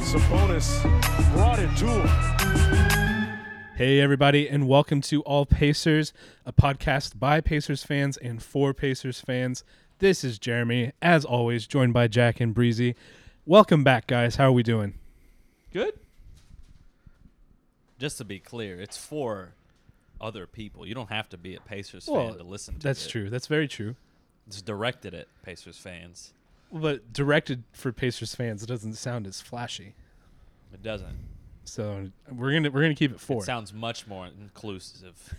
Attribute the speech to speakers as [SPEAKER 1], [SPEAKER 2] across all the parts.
[SPEAKER 1] Sabonis brought it to him.
[SPEAKER 2] Hey, everybody, and welcome to All Pacers, a podcast by Pacers fans and for Pacers fans. This is Jeremy, as always, joined by Jack and Breezy. Welcome back, guys. How are we doing?
[SPEAKER 3] Good. Just to be clear, it's for other people. You don't have to be a Pacers fan to listen to
[SPEAKER 2] That's
[SPEAKER 3] it.
[SPEAKER 2] true. That's very true.
[SPEAKER 3] It's directed at Pacers fans.
[SPEAKER 2] But directed for Pacers fans, it doesn't sound as flashy.
[SPEAKER 3] It doesn't.
[SPEAKER 2] So we're gonna we're gonna keep it four.
[SPEAKER 3] It sounds much more inclusive.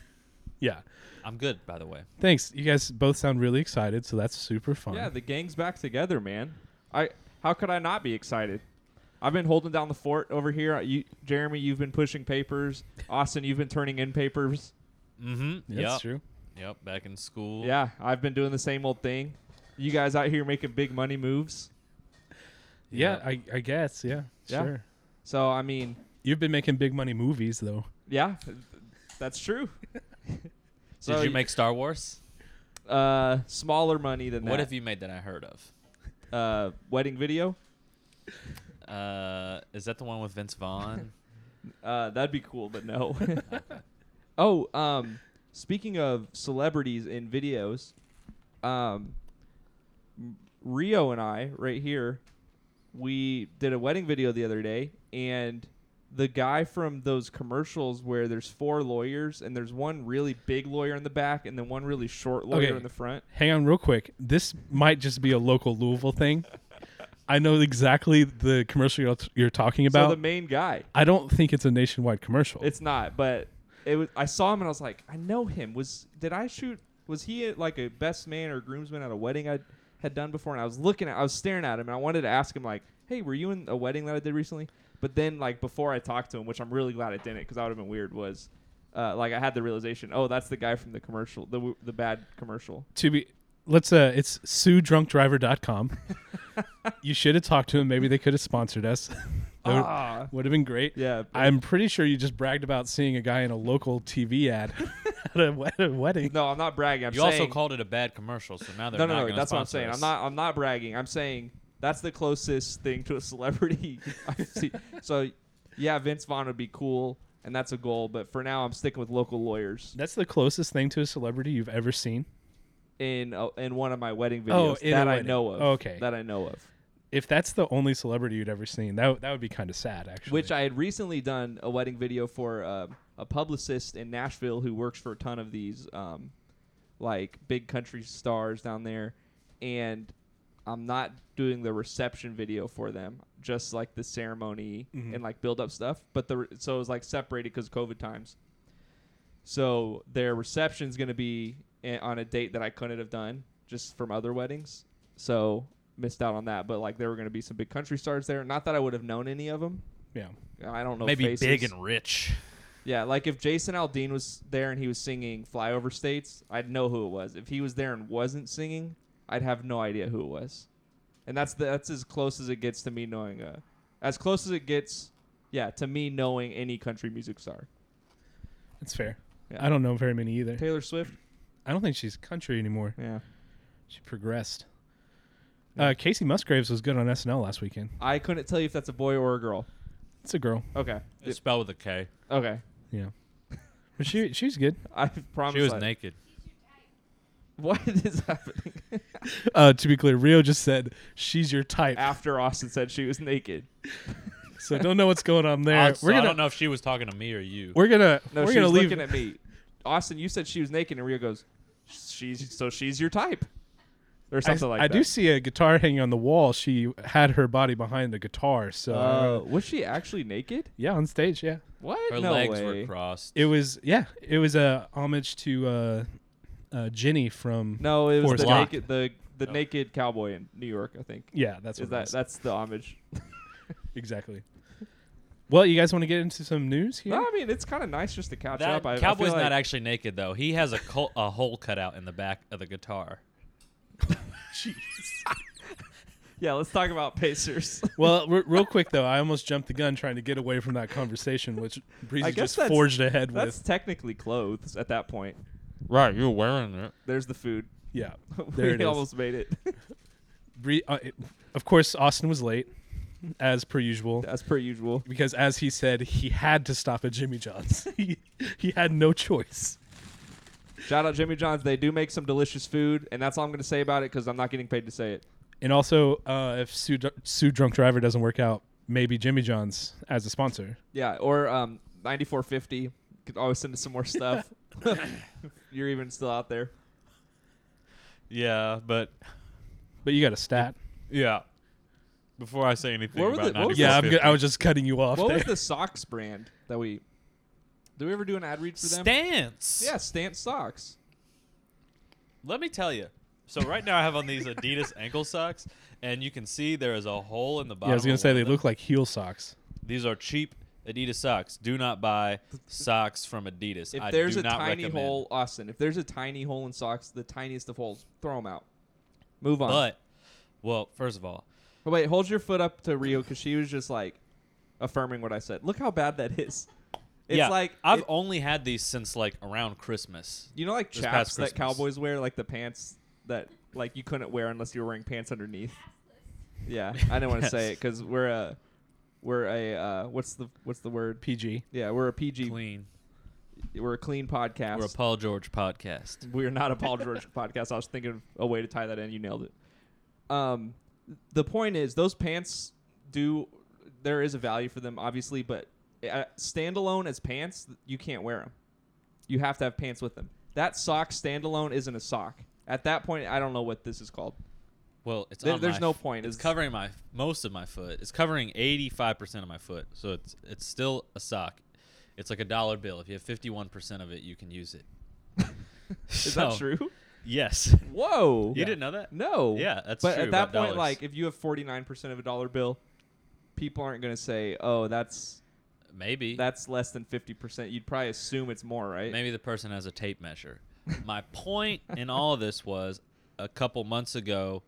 [SPEAKER 2] yeah.
[SPEAKER 3] I'm good, by the way.
[SPEAKER 2] Thanks. You guys both sound really excited, so that's super fun.
[SPEAKER 4] Yeah, the gang's back together, man. I how could I not be excited? I've been holding down the fort over here. You, Jeremy, you've been pushing papers. Austin, you've been turning in papers.
[SPEAKER 3] Mm-hmm.
[SPEAKER 2] that's
[SPEAKER 3] yep.
[SPEAKER 2] true.
[SPEAKER 3] Yep. Back in school.
[SPEAKER 4] Yeah, I've been doing the same old thing. You guys out here making big money moves.
[SPEAKER 2] Yeah,
[SPEAKER 3] Yeah.
[SPEAKER 2] I, I guess. Yeah,
[SPEAKER 4] Yeah.
[SPEAKER 2] sure.
[SPEAKER 4] So I mean,
[SPEAKER 2] You've been making big money movies though.
[SPEAKER 4] yeah, that's true.
[SPEAKER 3] Did
[SPEAKER 4] So
[SPEAKER 3] you
[SPEAKER 4] y-
[SPEAKER 3] make Star Wars?
[SPEAKER 4] uh, smaller money than
[SPEAKER 3] What
[SPEAKER 4] that.
[SPEAKER 3] have you made that I heard of?
[SPEAKER 4] you uh, wedding video?
[SPEAKER 3] Uh, is that the one with Vince Vaughn?
[SPEAKER 4] Uh, that'd be cool, but no. oh, um, speaking of celebrities in videos, um, Rio and I, right here, we did a wedding video the other day, and the guy from those commercials where there's four lawyers and there's one really big lawyer in the back and then one really short lawyer
[SPEAKER 2] Okay.
[SPEAKER 4] in the front.
[SPEAKER 2] Hang on, real quick. This might just be a local Louisville thing. I know exactly the commercial you're, you're talking about.
[SPEAKER 4] so the main guy.
[SPEAKER 2] I don't think it's a nationwide commercial.
[SPEAKER 4] It's not, but it was. I saw him and I was like, I know him. Was did I shoot? Was he at, like a best man or groomsman at a wedding I had done before? And I was looking at, I was staring at him, and I wanted to ask him like, Hey, were you in a wedding that I did recently? But then like before I talked to him, which I'm really glad I didn't, because that would have been weird. Was uh, like I had the realization, oh, that's the guy from the commercial, the w- the bad commercial.
[SPEAKER 2] to be. Let's. Uh, it's suedrunkdriver.com. you should have talked to him. Maybe they could have sponsored us. that
[SPEAKER 4] Ah,
[SPEAKER 2] would have been great.
[SPEAKER 4] yeah. but-
[SPEAKER 2] I'm pretty sure you just bragged about seeing a guy in a local TV ad at a, wed- a wedding.
[SPEAKER 4] no, I'm not bragging. I'm
[SPEAKER 3] you
[SPEAKER 4] saying,
[SPEAKER 3] also called it a bad commercial, so now they're
[SPEAKER 4] no,
[SPEAKER 3] not
[SPEAKER 4] no, no.
[SPEAKER 3] gonna
[SPEAKER 4] That's what I'm
[SPEAKER 3] sponsor
[SPEAKER 4] saying.
[SPEAKER 3] us.
[SPEAKER 4] I'm not. I'm not bragging. I'm saying that's the closest thing to a celebrity. I've seen. So, yeah, Vince Vaughn would be cool, and that's a goal. But for now, I'm sticking with local lawyers
[SPEAKER 2] That's the closest thing to a celebrity you've ever seen.
[SPEAKER 4] in uh, in one of my wedding
[SPEAKER 2] Oh,
[SPEAKER 4] videos
[SPEAKER 2] in a
[SPEAKER 4] that I
[SPEAKER 2] wedding.
[SPEAKER 4] know of.
[SPEAKER 2] Okay.
[SPEAKER 4] that I know of.
[SPEAKER 2] If that's the only celebrity you'd ever seen, that, w- that would be kind of sad, actually.
[SPEAKER 4] Which I had recently done a wedding video for um, a publicist in Nashville who works for a ton of these um, like big country stars down there, and I'm not doing the reception video for them, just like the ceremony and like build up stuff. But the re- so it was like separated because COVID times. So their reception's gonna be a- on a date that I couldn't have done just from other weddings. So missed out on that. But like there were gonna be some big country stars there. Not that I would have known any of them.
[SPEAKER 2] Yeah.
[SPEAKER 4] I don't know.
[SPEAKER 3] Maybe
[SPEAKER 4] faces.
[SPEAKER 3] big and rich.
[SPEAKER 4] yeah, like if Jason Aldean was there and he was singing "Flyover States," I'd know who it was. If he was there and wasn't singing, I'd have no idea who it was. And that's the, that's as close as it gets to me knowing. Uh, as close as it gets, yeah, to me knowing any country music star.
[SPEAKER 2] That's fair.
[SPEAKER 4] Yeah.
[SPEAKER 2] I don't know very many either.
[SPEAKER 4] Taylor Swift.
[SPEAKER 2] I don't think she's country anymore.
[SPEAKER 4] Yeah,
[SPEAKER 2] She progressed. Uh, Casey Musgraves was good on SNL last weekend.
[SPEAKER 4] I couldn't tell you if that's a boy or a girl.
[SPEAKER 2] It's a girl.
[SPEAKER 4] Okay,
[SPEAKER 3] It's spelled with a K.
[SPEAKER 4] okay.
[SPEAKER 2] Yeah. But she she's good.
[SPEAKER 4] I promise.
[SPEAKER 3] She was
[SPEAKER 4] I-
[SPEAKER 3] naked.
[SPEAKER 4] What is happening?
[SPEAKER 2] Uh, to be clear, Rio just said she's your type.
[SPEAKER 4] After Austin said she was naked.
[SPEAKER 2] So don't know what's going on there.
[SPEAKER 3] I,
[SPEAKER 2] we're
[SPEAKER 3] I
[SPEAKER 2] gonna
[SPEAKER 3] don't know if she was talking to me or you.
[SPEAKER 2] we're gonna
[SPEAKER 4] No,
[SPEAKER 2] we're
[SPEAKER 4] she's
[SPEAKER 2] gonna leave.
[SPEAKER 4] looking at me. Austin, you said she was naked, and Rio goes, "She's so she's your type," or
[SPEAKER 2] I,
[SPEAKER 4] something like
[SPEAKER 2] I
[SPEAKER 4] that.
[SPEAKER 2] do see a guitar hanging on the wall. She had her body behind the guitar. So
[SPEAKER 4] Uh, was she actually naked?
[SPEAKER 2] yeah, on stage. Yeah,
[SPEAKER 4] What?
[SPEAKER 3] Her
[SPEAKER 4] no
[SPEAKER 3] legs
[SPEAKER 4] way.
[SPEAKER 3] were crossed.
[SPEAKER 2] it was yeah it was a homage to uh, uh, Jenny from
[SPEAKER 4] No, it was
[SPEAKER 2] Forrest
[SPEAKER 4] the
[SPEAKER 2] Gump.
[SPEAKER 4] naked the the
[SPEAKER 3] No.
[SPEAKER 4] naked cowboy in New York. I think
[SPEAKER 2] Yeah,
[SPEAKER 4] is
[SPEAKER 2] that's what it
[SPEAKER 4] that
[SPEAKER 2] was.
[SPEAKER 4] that's the homage.
[SPEAKER 2] exactly. Well, you guys want to get into some news here?
[SPEAKER 4] No, I mean it's kind of nice just to catch
[SPEAKER 3] That
[SPEAKER 4] up. I, I feel
[SPEAKER 3] Cowboy's
[SPEAKER 4] like-
[SPEAKER 3] not actually naked though. He has a col- a hole cut out in the back of the guitar.
[SPEAKER 4] Yeah, let's talk about Pacers.
[SPEAKER 2] Well, re- real quick though, I almost jumped the gun trying to get away from that conversation, which Breezy
[SPEAKER 4] I guess
[SPEAKER 2] just
[SPEAKER 4] that's-
[SPEAKER 2] forged ahead
[SPEAKER 4] that's
[SPEAKER 2] with.
[SPEAKER 4] technically clothes at that point.
[SPEAKER 3] Right, you're wearing it.
[SPEAKER 4] There's the food.
[SPEAKER 2] Yeah,
[SPEAKER 4] we
[SPEAKER 2] there it is.
[SPEAKER 4] almost made it.
[SPEAKER 2] Bree- uh, it- of course, Austin was late. as per usual.
[SPEAKER 4] As per usual.
[SPEAKER 2] Because as he said, he had to stop at Jimmy John's. he, he had no choice.
[SPEAKER 4] Shout out Jimmy John's. They do make some delicious food, and that's all I'm going to say about it because I'm not getting paid to say it.
[SPEAKER 2] And also, uh, if Sue, Dr- Sue Drunk Driver doesn't work out, maybe Jimmy John's as a sponsor.
[SPEAKER 4] Yeah, or um, 9450. Could always send us some more stuff. You're even still out there.
[SPEAKER 3] Yeah, but
[SPEAKER 2] But you got a stat.
[SPEAKER 3] yeah. Before I say anything
[SPEAKER 4] What were
[SPEAKER 3] about
[SPEAKER 4] the- what was
[SPEAKER 3] 94
[SPEAKER 2] Yeah, I'm good.
[SPEAKER 3] 50.
[SPEAKER 2] I was just cutting you off
[SPEAKER 4] What
[SPEAKER 2] there.
[SPEAKER 4] was the socks brand that we? Do we ever do an ad read for them?
[SPEAKER 3] Stance.
[SPEAKER 4] Yeah, Stant socks.
[SPEAKER 3] Let me tell you. So right now I have on these Adidas ankle socks, and you can see there is a hole in the bottom.
[SPEAKER 2] yeah, I was
[SPEAKER 3] of
[SPEAKER 2] gonna say
[SPEAKER 3] one
[SPEAKER 2] they
[SPEAKER 3] of them.
[SPEAKER 2] look like heel socks.
[SPEAKER 3] These are cheap Adidas socks. Do not buy socks from Adidas.
[SPEAKER 4] If
[SPEAKER 3] I
[SPEAKER 4] there's
[SPEAKER 3] do
[SPEAKER 4] a
[SPEAKER 3] not
[SPEAKER 4] tiny
[SPEAKER 3] recommend.
[SPEAKER 4] hole, Austin. If there's a tiny hole in socks, the tiniest of holes, throw them out. Move on.
[SPEAKER 3] but well, first of all,
[SPEAKER 4] Oh, wait, hold your foot up to Rio because she was just like affirming what I said. Look how bad that is. It's
[SPEAKER 3] yeah,
[SPEAKER 4] like
[SPEAKER 3] I've
[SPEAKER 4] it-
[SPEAKER 3] only had these since like around Christmas.
[SPEAKER 4] you know like
[SPEAKER 3] this past
[SPEAKER 4] chaps that
[SPEAKER 3] Christmas.
[SPEAKER 4] cowboys wear, like the pants that like you couldn't wear unless you were wearing pants underneath. Yeah, I didn't want to say it
[SPEAKER 3] Yes.
[SPEAKER 4] because we're a we're a uh, what's the what's the word?
[SPEAKER 2] PG.
[SPEAKER 4] Yeah, we're a PG.
[SPEAKER 3] Clean.
[SPEAKER 4] We're a clean podcast.
[SPEAKER 3] We're a Paul George podcast.
[SPEAKER 4] We're not a Paul George podcast. I was thinking of a way to tie that in. You nailed it. Um, the point is, those pants do. There is a value for them, obviously, but uh, standalone as pants, you can't wear them. You have to have pants with them. That sock standalone isn't a sock. At that point, I don't know what this is called.
[SPEAKER 3] Well, it's
[SPEAKER 4] There-
[SPEAKER 3] on
[SPEAKER 4] there's
[SPEAKER 3] my-
[SPEAKER 4] no point.
[SPEAKER 3] It's
[SPEAKER 4] It's-
[SPEAKER 3] covering my most of my foot. It's covering 85 percent of my foot, so it's it's still a sock. It's like a dollar bill. If you have 51 percent of it, you can use it.
[SPEAKER 4] Is that
[SPEAKER 3] So,
[SPEAKER 4] true?
[SPEAKER 3] Yes.
[SPEAKER 4] Whoa!
[SPEAKER 3] You didn't know that?
[SPEAKER 4] No.
[SPEAKER 3] Yeah, that's
[SPEAKER 4] but
[SPEAKER 3] true
[SPEAKER 4] at that
[SPEAKER 3] about
[SPEAKER 4] point,
[SPEAKER 3] dollars.
[SPEAKER 4] like, if you have forty nine percent of a dollar bill, people aren't going to say, "Oh, that's
[SPEAKER 3] Maybe.
[SPEAKER 4] that's less than fifty percent." You'd probably assume it's more, right?
[SPEAKER 3] Maybe the person has a tape measure. My point in all of this was a couple months ago,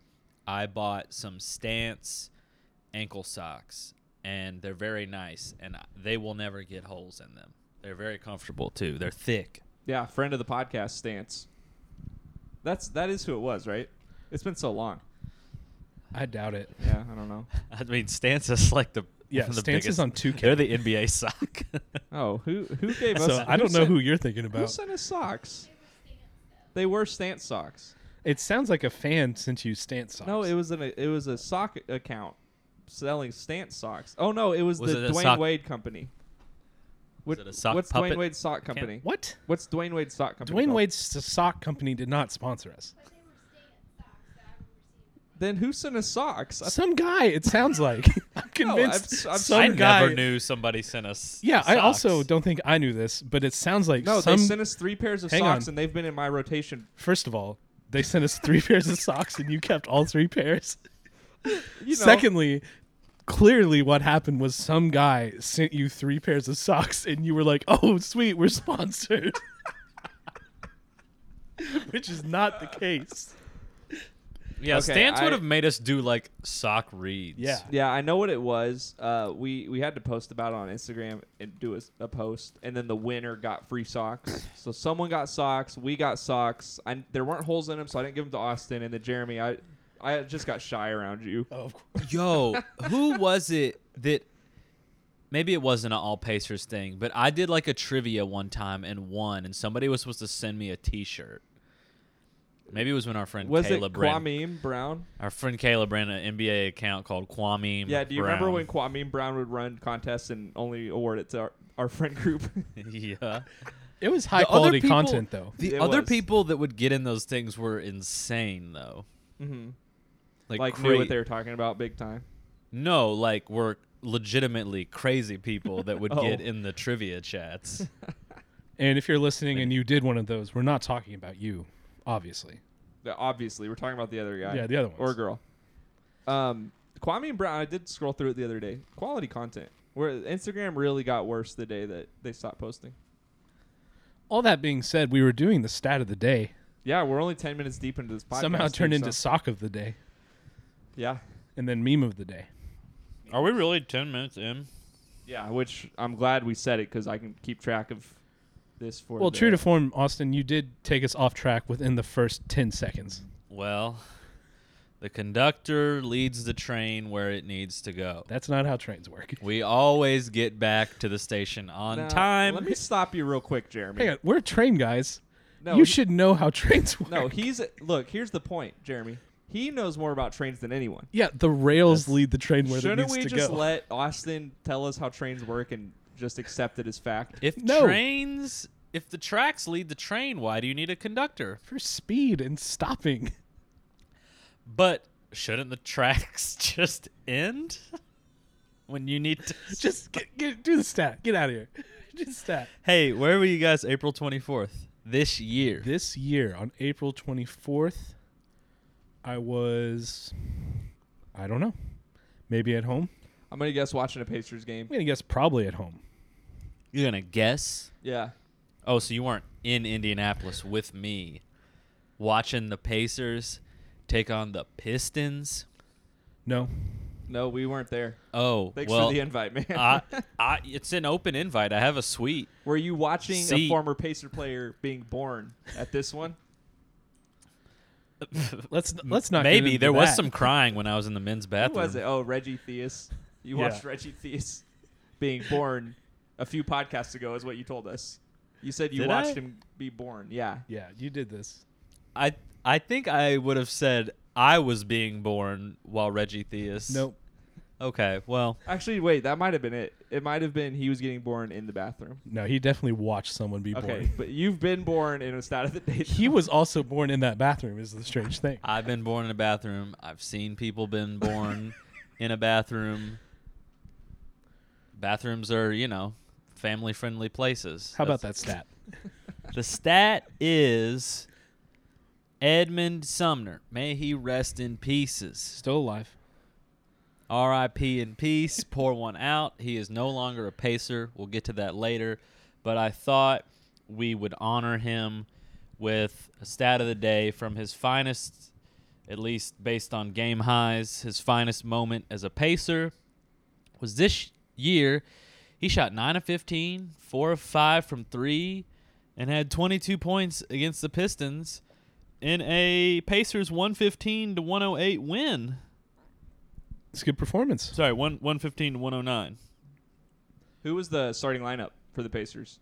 [SPEAKER 3] I bought some Stance ankle socks, and they're very nice, and they will never get holes in them. They're very comfortable too. They're thick.
[SPEAKER 4] Yeah, friend of the podcast stance. That's that is who it was, right? It's been so long.
[SPEAKER 2] I doubt it.
[SPEAKER 4] Yeah, I don't know.
[SPEAKER 3] I mean, Stance is like the
[SPEAKER 2] Yeah,
[SPEAKER 3] the
[SPEAKER 2] Stance is
[SPEAKER 3] biggest-
[SPEAKER 2] on Uh, 2K.
[SPEAKER 3] They're the NBA sock.
[SPEAKER 4] Oh, who who gave us?
[SPEAKER 2] So I don't know
[SPEAKER 4] sent-
[SPEAKER 2] who you're thinking
[SPEAKER 4] who
[SPEAKER 2] about.
[SPEAKER 4] sent us socks. They were stance socks.
[SPEAKER 2] It sounds like a fan sent you stance socks.
[SPEAKER 4] No, it was an it was a sock account selling stance socks. Oh no, it was,
[SPEAKER 3] Was
[SPEAKER 4] the
[SPEAKER 3] it a
[SPEAKER 4] Dwayne
[SPEAKER 3] sock-
[SPEAKER 4] Wade company. What-
[SPEAKER 3] it a sock
[SPEAKER 4] what's Dwayne
[SPEAKER 3] puppet
[SPEAKER 4] Wade's sock
[SPEAKER 3] account?
[SPEAKER 4] company?
[SPEAKER 2] what?
[SPEAKER 4] What's Dwayne Wade's sock company?
[SPEAKER 2] Dwayne
[SPEAKER 4] called?
[SPEAKER 2] Wade's sock company did not sponsor us.
[SPEAKER 4] Then who sent us socks? I
[SPEAKER 2] Some guy. It sounds like. I'm convinced.
[SPEAKER 4] I've- I've
[SPEAKER 2] some
[SPEAKER 4] seen
[SPEAKER 3] I
[SPEAKER 4] it.
[SPEAKER 2] guy.
[SPEAKER 3] never knew somebody sent us.
[SPEAKER 2] Yeah, I
[SPEAKER 3] socks.
[SPEAKER 2] also don't think I knew this, but it sounds like
[SPEAKER 4] no,
[SPEAKER 2] some.
[SPEAKER 4] they sent us three pairs of
[SPEAKER 2] Hang
[SPEAKER 4] socks,
[SPEAKER 2] on.
[SPEAKER 4] and they've been in my rotation.
[SPEAKER 2] first of all, they sent us three pairs of socks, and you kept all three pairs.
[SPEAKER 4] You know,
[SPEAKER 2] Secondly, clearly what happened was some guy sent you three pairs of socks and you were like, "Oh, sweet, we're sponsored." Which is not the case.
[SPEAKER 3] Yeah,
[SPEAKER 4] Okay,
[SPEAKER 3] Stance would
[SPEAKER 4] I-
[SPEAKER 3] have made us do like sock reads.
[SPEAKER 2] Yeah.
[SPEAKER 4] Yeah, I know what it was. Uh, we we had to post about it on Instagram and do a, s- a post, and then the winner got free socks. so someone got socks, we got socks. I, there weren't holes in them, so I didn't give them to Austin. And then Jeremy, I I just got shy around you.
[SPEAKER 2] Oh, of course.
[SPEAKER 3] Yo, who was it that maybe it wasn't an all Pacers thing, but I did like a trivia one time and won, and somebody was supposed to send me a t shirt. Maybe it was when our friend
[SPEAKER 4] Was
[SPEAKER 3] Caleb
[SPEAKER 4] it
[SPEAKER 3] ran
[SPEAKER 4] Kwame Brown?
[SPEAKER 3] our friend Caleb ran an NBA account called Kwame.
[SPEAKER 4] Yeah. Do you remember
[SPEAKER 3] Brown.
[SPEAKER 4] when Kwame Brown would run contests and only award it to our, our friend group?
[SPEAKER 3] yeah.
[SPEAKER 2] It was high
[SPEAKER 3] The other
[SPEAKER 2] quality
[SPEAKER 3] people-
[SPEAKER 2] content though.
[SPEAKER 3] The
[SPEAKER 4] It
[SPEAKER 3] other
[SPEAKER 4] was.
[SPEAKER 3] people that would get in those things were insane though.
[SPEAKER 4] Mhm.
[SPEAKER 3] Like,
[SPEAKER 4] Like knew
[SPEAKER 3] cra-
[SPEAKER 4] what they were talking about big time.
[SPEAKER 3] No, like were legitimately crazy people that would
[SPEAKER 4] Oh.
[SPEAKER 3] get in the trivia chats.
[SPEAKER 2] And if you're listening and you did one of those, we're not talking about you, obviously.
[SPEAKER 4] Yeah, Obviously, we're talking about the other guy.
[SPEAKER 2] Yeah, the other
[SPEAKER 4] or
[SPEAKER 2] ones.
[SPEAKER 4] girl. Um, Kwame and Brown. I did scroll through it the other day. Quality content. Where Instagram really got worse the day that they stopped posting.
[SPEAKER 2] All that being said, we were doing the stat of the day.
[SPEAKER 4] Yeah, we're only ten minutes deep into this podcast.
[SPEAKER 2] Somehow turned
[SPEAKER 4] too,
[SPEAKER 2] into
[SPEAKER 4] so-
[SPEAKER 2] sock of the day
[SPEAKER 4] yeah,
[SPEAKER 2] and then meme of the day.
[SPEAKER 3] Are we really 10 minutes in?
[SPEAKER 4] yeah. Which I'm glad we said it because I can keep track of this for.
[SPEAKER 2] Well,
[SPEAKER 4] the-
[SPEAKER 2] true to form, Austin, you did take us off track within the first 10 seconds.
[SPEAKER 3] Well, The conductor leads the train where it needs to go.
[SPEAKER 2] That's not how trains work.
[SPEAKER 3] We always get back to the station on
[SPEAKER 4] Now,
[SPEAKER 3] time.
[SPEAKER 4] Let me stop you real quick, Jeremy.
[SPEAKER 2] Hang on, we're train guys.
[SPEAKER 4] No,
[SPEAKER 2] you
[SPEAKER 4] he-
[SPEAKER 2] should know how trains work.
[SPEAKER 4] No, he's look. Here's the point, Jeremy. He knows more about trains than anyone.
[SPEAKER 2] yeah, the rails lead the train where it
[SPEAKER 4] Shouldn't
[SPEAKER 2] needs
[SPEAKER 4] we
[SPEAKER 2] to
[SPEAKER 4] just
[SPEAKER 2] go.
[SPEAKER 4] let Austin tell us how trains work and just accept it as fact?
[SPEAKER 3] If
[SPEAKER 2] No.
[SPEAKER 3] trains, if the tracks lead the train, why do you need a conductor?
[SPEAKER 2] for speed and stopping.
[SPEAKER 3] But shouldn't the tracks just end when you need to?
[SPEAKER 2] Just get, get do the stat. Get out of here. Do the stat.
[SPEAKER 3] Hey, where were you guys April 24th this year?
[SPEAKER 2] This year on April 24th, I was I don't know. Maybe at home.
[SPEAKER 4] I'm gonna guess watching a Pacers game.
[SPEAKER 2] I'm going to guess probably at home.
[SPEAKER 3] You're going to guess?
[SPEAKER 4] Yeah,
[SPEAKER 3] Oh, so you weren't in Indianapolis with me watching the Pacers take on the Pistons?
[SPEAKER 2] No.
[SPEAKER 4] no, we weren't there.
[SPEAKER 3] Oh,
[SPEAKER 4] Thanks
[SPEAKER 3] well,
[SPEAKER 4] for the invite, man.
[SPEAKER 3] I, I, it's an open invite. I have a suite.
[SPEAKER 4] Were you watching
[SPEAKER 3] See-
[SPEAKER 4] a former Pacer player being born at this one?
[SPEAKER 2] Let's let's not get
[SPEAKER 3] Maybe
[SPEAKER 2] into
[SPEAKER 3] there was
[SPEAKER 2] that.
[SPEAKER 3] some crying when I was in the men's
[SPEAKER 4] Who
[SPEAKER 3] bathroom.
[SPEAKER 4] was it? Oh, Reggie Theus. You
[SPEAKER 2] Yeah.
[SPEAKER 4] watched Reggie Theus being born a few podcasts ago, is what you told us. You said you
[SPEAKER 3] Did
[SPEAKER 4] watched
[SPEAKER 3] I?
[SPEAKER 4] him be born. Yeah.
[SPEAKER 2] Yeah, you did this.
[SPEAKER 3] I I think I would have said I was being born while Reggie Theus.
[SPEAKER 2] Nope.
[SPEAKER 3] Okay. Well,
[SPEAKER 4] Actually, wait, that might have been it. It might have been he was getting born in the bathroom.
[SPEAKER 2] No, he definitely watched someone be
[SPEAKER 4] okay,
[SPEAKER 2] born.
[SPEAKER 4] but you've been born in a stat of the day.
[SPEAKER 2] He was also born in that bathroom is the strange thing.
[SPEAKER 3] I've been born in a bathroom. I've seen people been born in a bathroom. Bathrooms are, you know, family friendly places.
[SPEAKER 2] How about
[SPEAKER 3] That's-
[SPEAKER 2] that stat?
[SPEAKER 3] The stat is Edmund Sumner. May he rest in pieces.
[SPEAKER 2] Still alive.
[SPEAKER 3] R.I.P. in peace. Pour one out. He is no longer a pacer. We'll get to that later. But I thought we would honor him with a stat of the day from his finest, at least based on game highs, his finest moment as a pacer was this year. He shot 9 of 15, 4 of 5 from 3, and had 22 points against the Pistons in a Pacers 115 to 108 win.
[SPEAKER 2] It's a good performance.
[SPEAKER 3] Sorry, one one fifteen to one oh nine.
[SPEAKER 4] Who was the starting lineup for the Pacers?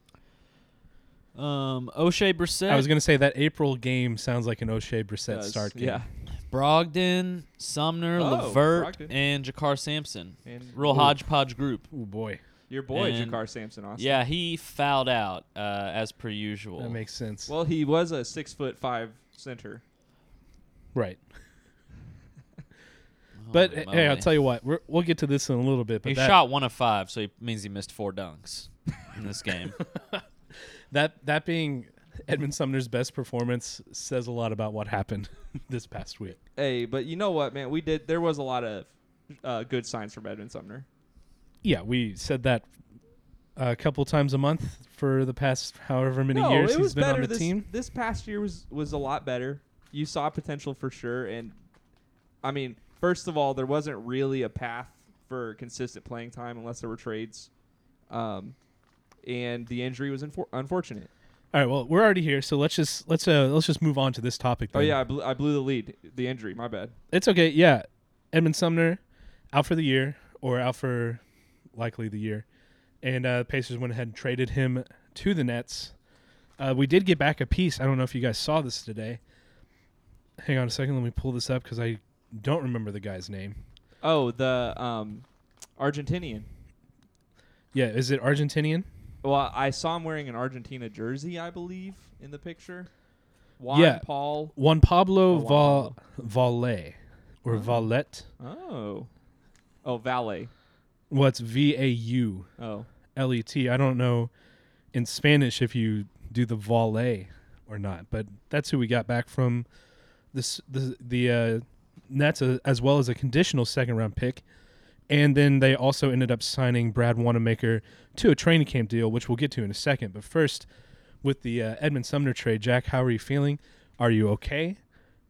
[SPEAKER 3] Um, O'Shea Brissett,
[SPEAKER 2] I was going to say that April game sounds like an O'Shea Brissett
[SPEAKER 4] Does-
[SPEAKER 2] start game.
[SPEAKER 4] Yeah.
[SPEAKER 3] Brogdon, Sumner,
[SPEAKER 4] Oh,
[SPEAKER 3] Levert,
[SPEAKER 4] Brogdon.
[SPEAKER 3] and Jakar Sampson.
[SPEAKER 4] And
[SPEAKER 3] Real
[SPEAKER 4] Ooh.
[SPEAKER 3] hodgepodge group.
[SPEAKER 2] Oh boy.
[SPEAKER 4] Your boy
[SPEAKER 3] And-
[SPEAKER 4] Jakar Sampson Austin.
[SPEAKER 3] Yeah, he fouled out uh, as per usual.
[SPEAKER 2] That makes sense.
[SPEAKER 4] Well, he was a six foot five center.
[SPEAKER 2] right.
[SPEAKER 4] oh
[SPEAKER 3] Holy
[SPEAKER 2] But h- hey, I'll
[SPEAKER 3] moly.
[SPEAKER 2] tell you what. We're, we'll get to this in a little bit. But
[SPEAKER 3] Oh, He
[SPEAKER 2] that,
[SPEAKER 3] shot one of five, so he means he missed four dunks in this game.
[SPEAKER 2] that that being Edmund Sumner's best performance says a lot about what happened this past week.
[SPEAKER 4] Hey, but you know what, man? We did. There was a lot of uh, good signs from Edmund Sumner.
[SPEAKER 2] Yeah, we said that a couple times a month for the past however many
[SPEAKER 4] no,
[SPEAKER 2] years
[SPEAKER 4] it
[SPEAKER 2] he's
[SPEAKER 4] was
[SPEAKER 2] been
[SPEAKER 4] better
[SPEAKER 2] on the
[SPEAKER 4] this,
[SPEAKER 2] team.
[SPEAKER 4] This past year was was a lot better. You saw potential for sure, and I mean, first of all, there wasn't really a path for consistent playing time unless there were trades, um, and the injury was infor- unfortunate.
[SPEAKER 2] All right. Well, we're already here, so let's just let's uh let's just move on to this topic.
[SPEAKER 4] Oh
[SPEAKER 2] then.
[SPEAKER 4] yeah, I blew, I blew the lead. The injury, my bad.
[SPEAKER 2] It's okay. Yeah. Edmund Sumner out for the year or out for likely the year. And uh, the Pacers went ahead and traded him to the Nets. Uh, we did get back a piece. I don't know if you guys saw this today. Hang on a second. Let me pull this up because I don't remember the guy's name.
[SPEAKER 4] Oh, the um, Argentinian.
[SPEAKER 2] Yeah. Is it Argentinian?
[SPEAKER 4] Well, I saw him wearing an Argentina jersey, I believe, in the picture. Juan
[SPEAKER 2] Yeah.
[SPEAKER 4] Paul.
[SPEAKER 2] Juan
[SPEAKER 4] Oh,
[SPEAKER 2] Pablo
[SPEAKER 4] Juan
[SPEAKER 2] Val- Valle or Valette.
[SPEAKER 4] Oh. Oh, valet.
[SPEAKER 2] Well, it's V A U
[SPEAKER 4] Oh.
[SPEAKER 2] L E T. I don't know in Spanish if you do the valet or not, but that's who we got back from this the the uh, Nets uh, as well as a conditional second round pick, and then they also ended up signing Brad Wanamaker to a training camp deal, which we'll get to in a second. But first, with the uh, Edmund Sumner trade, Jack, how are you feeling? Are you okay?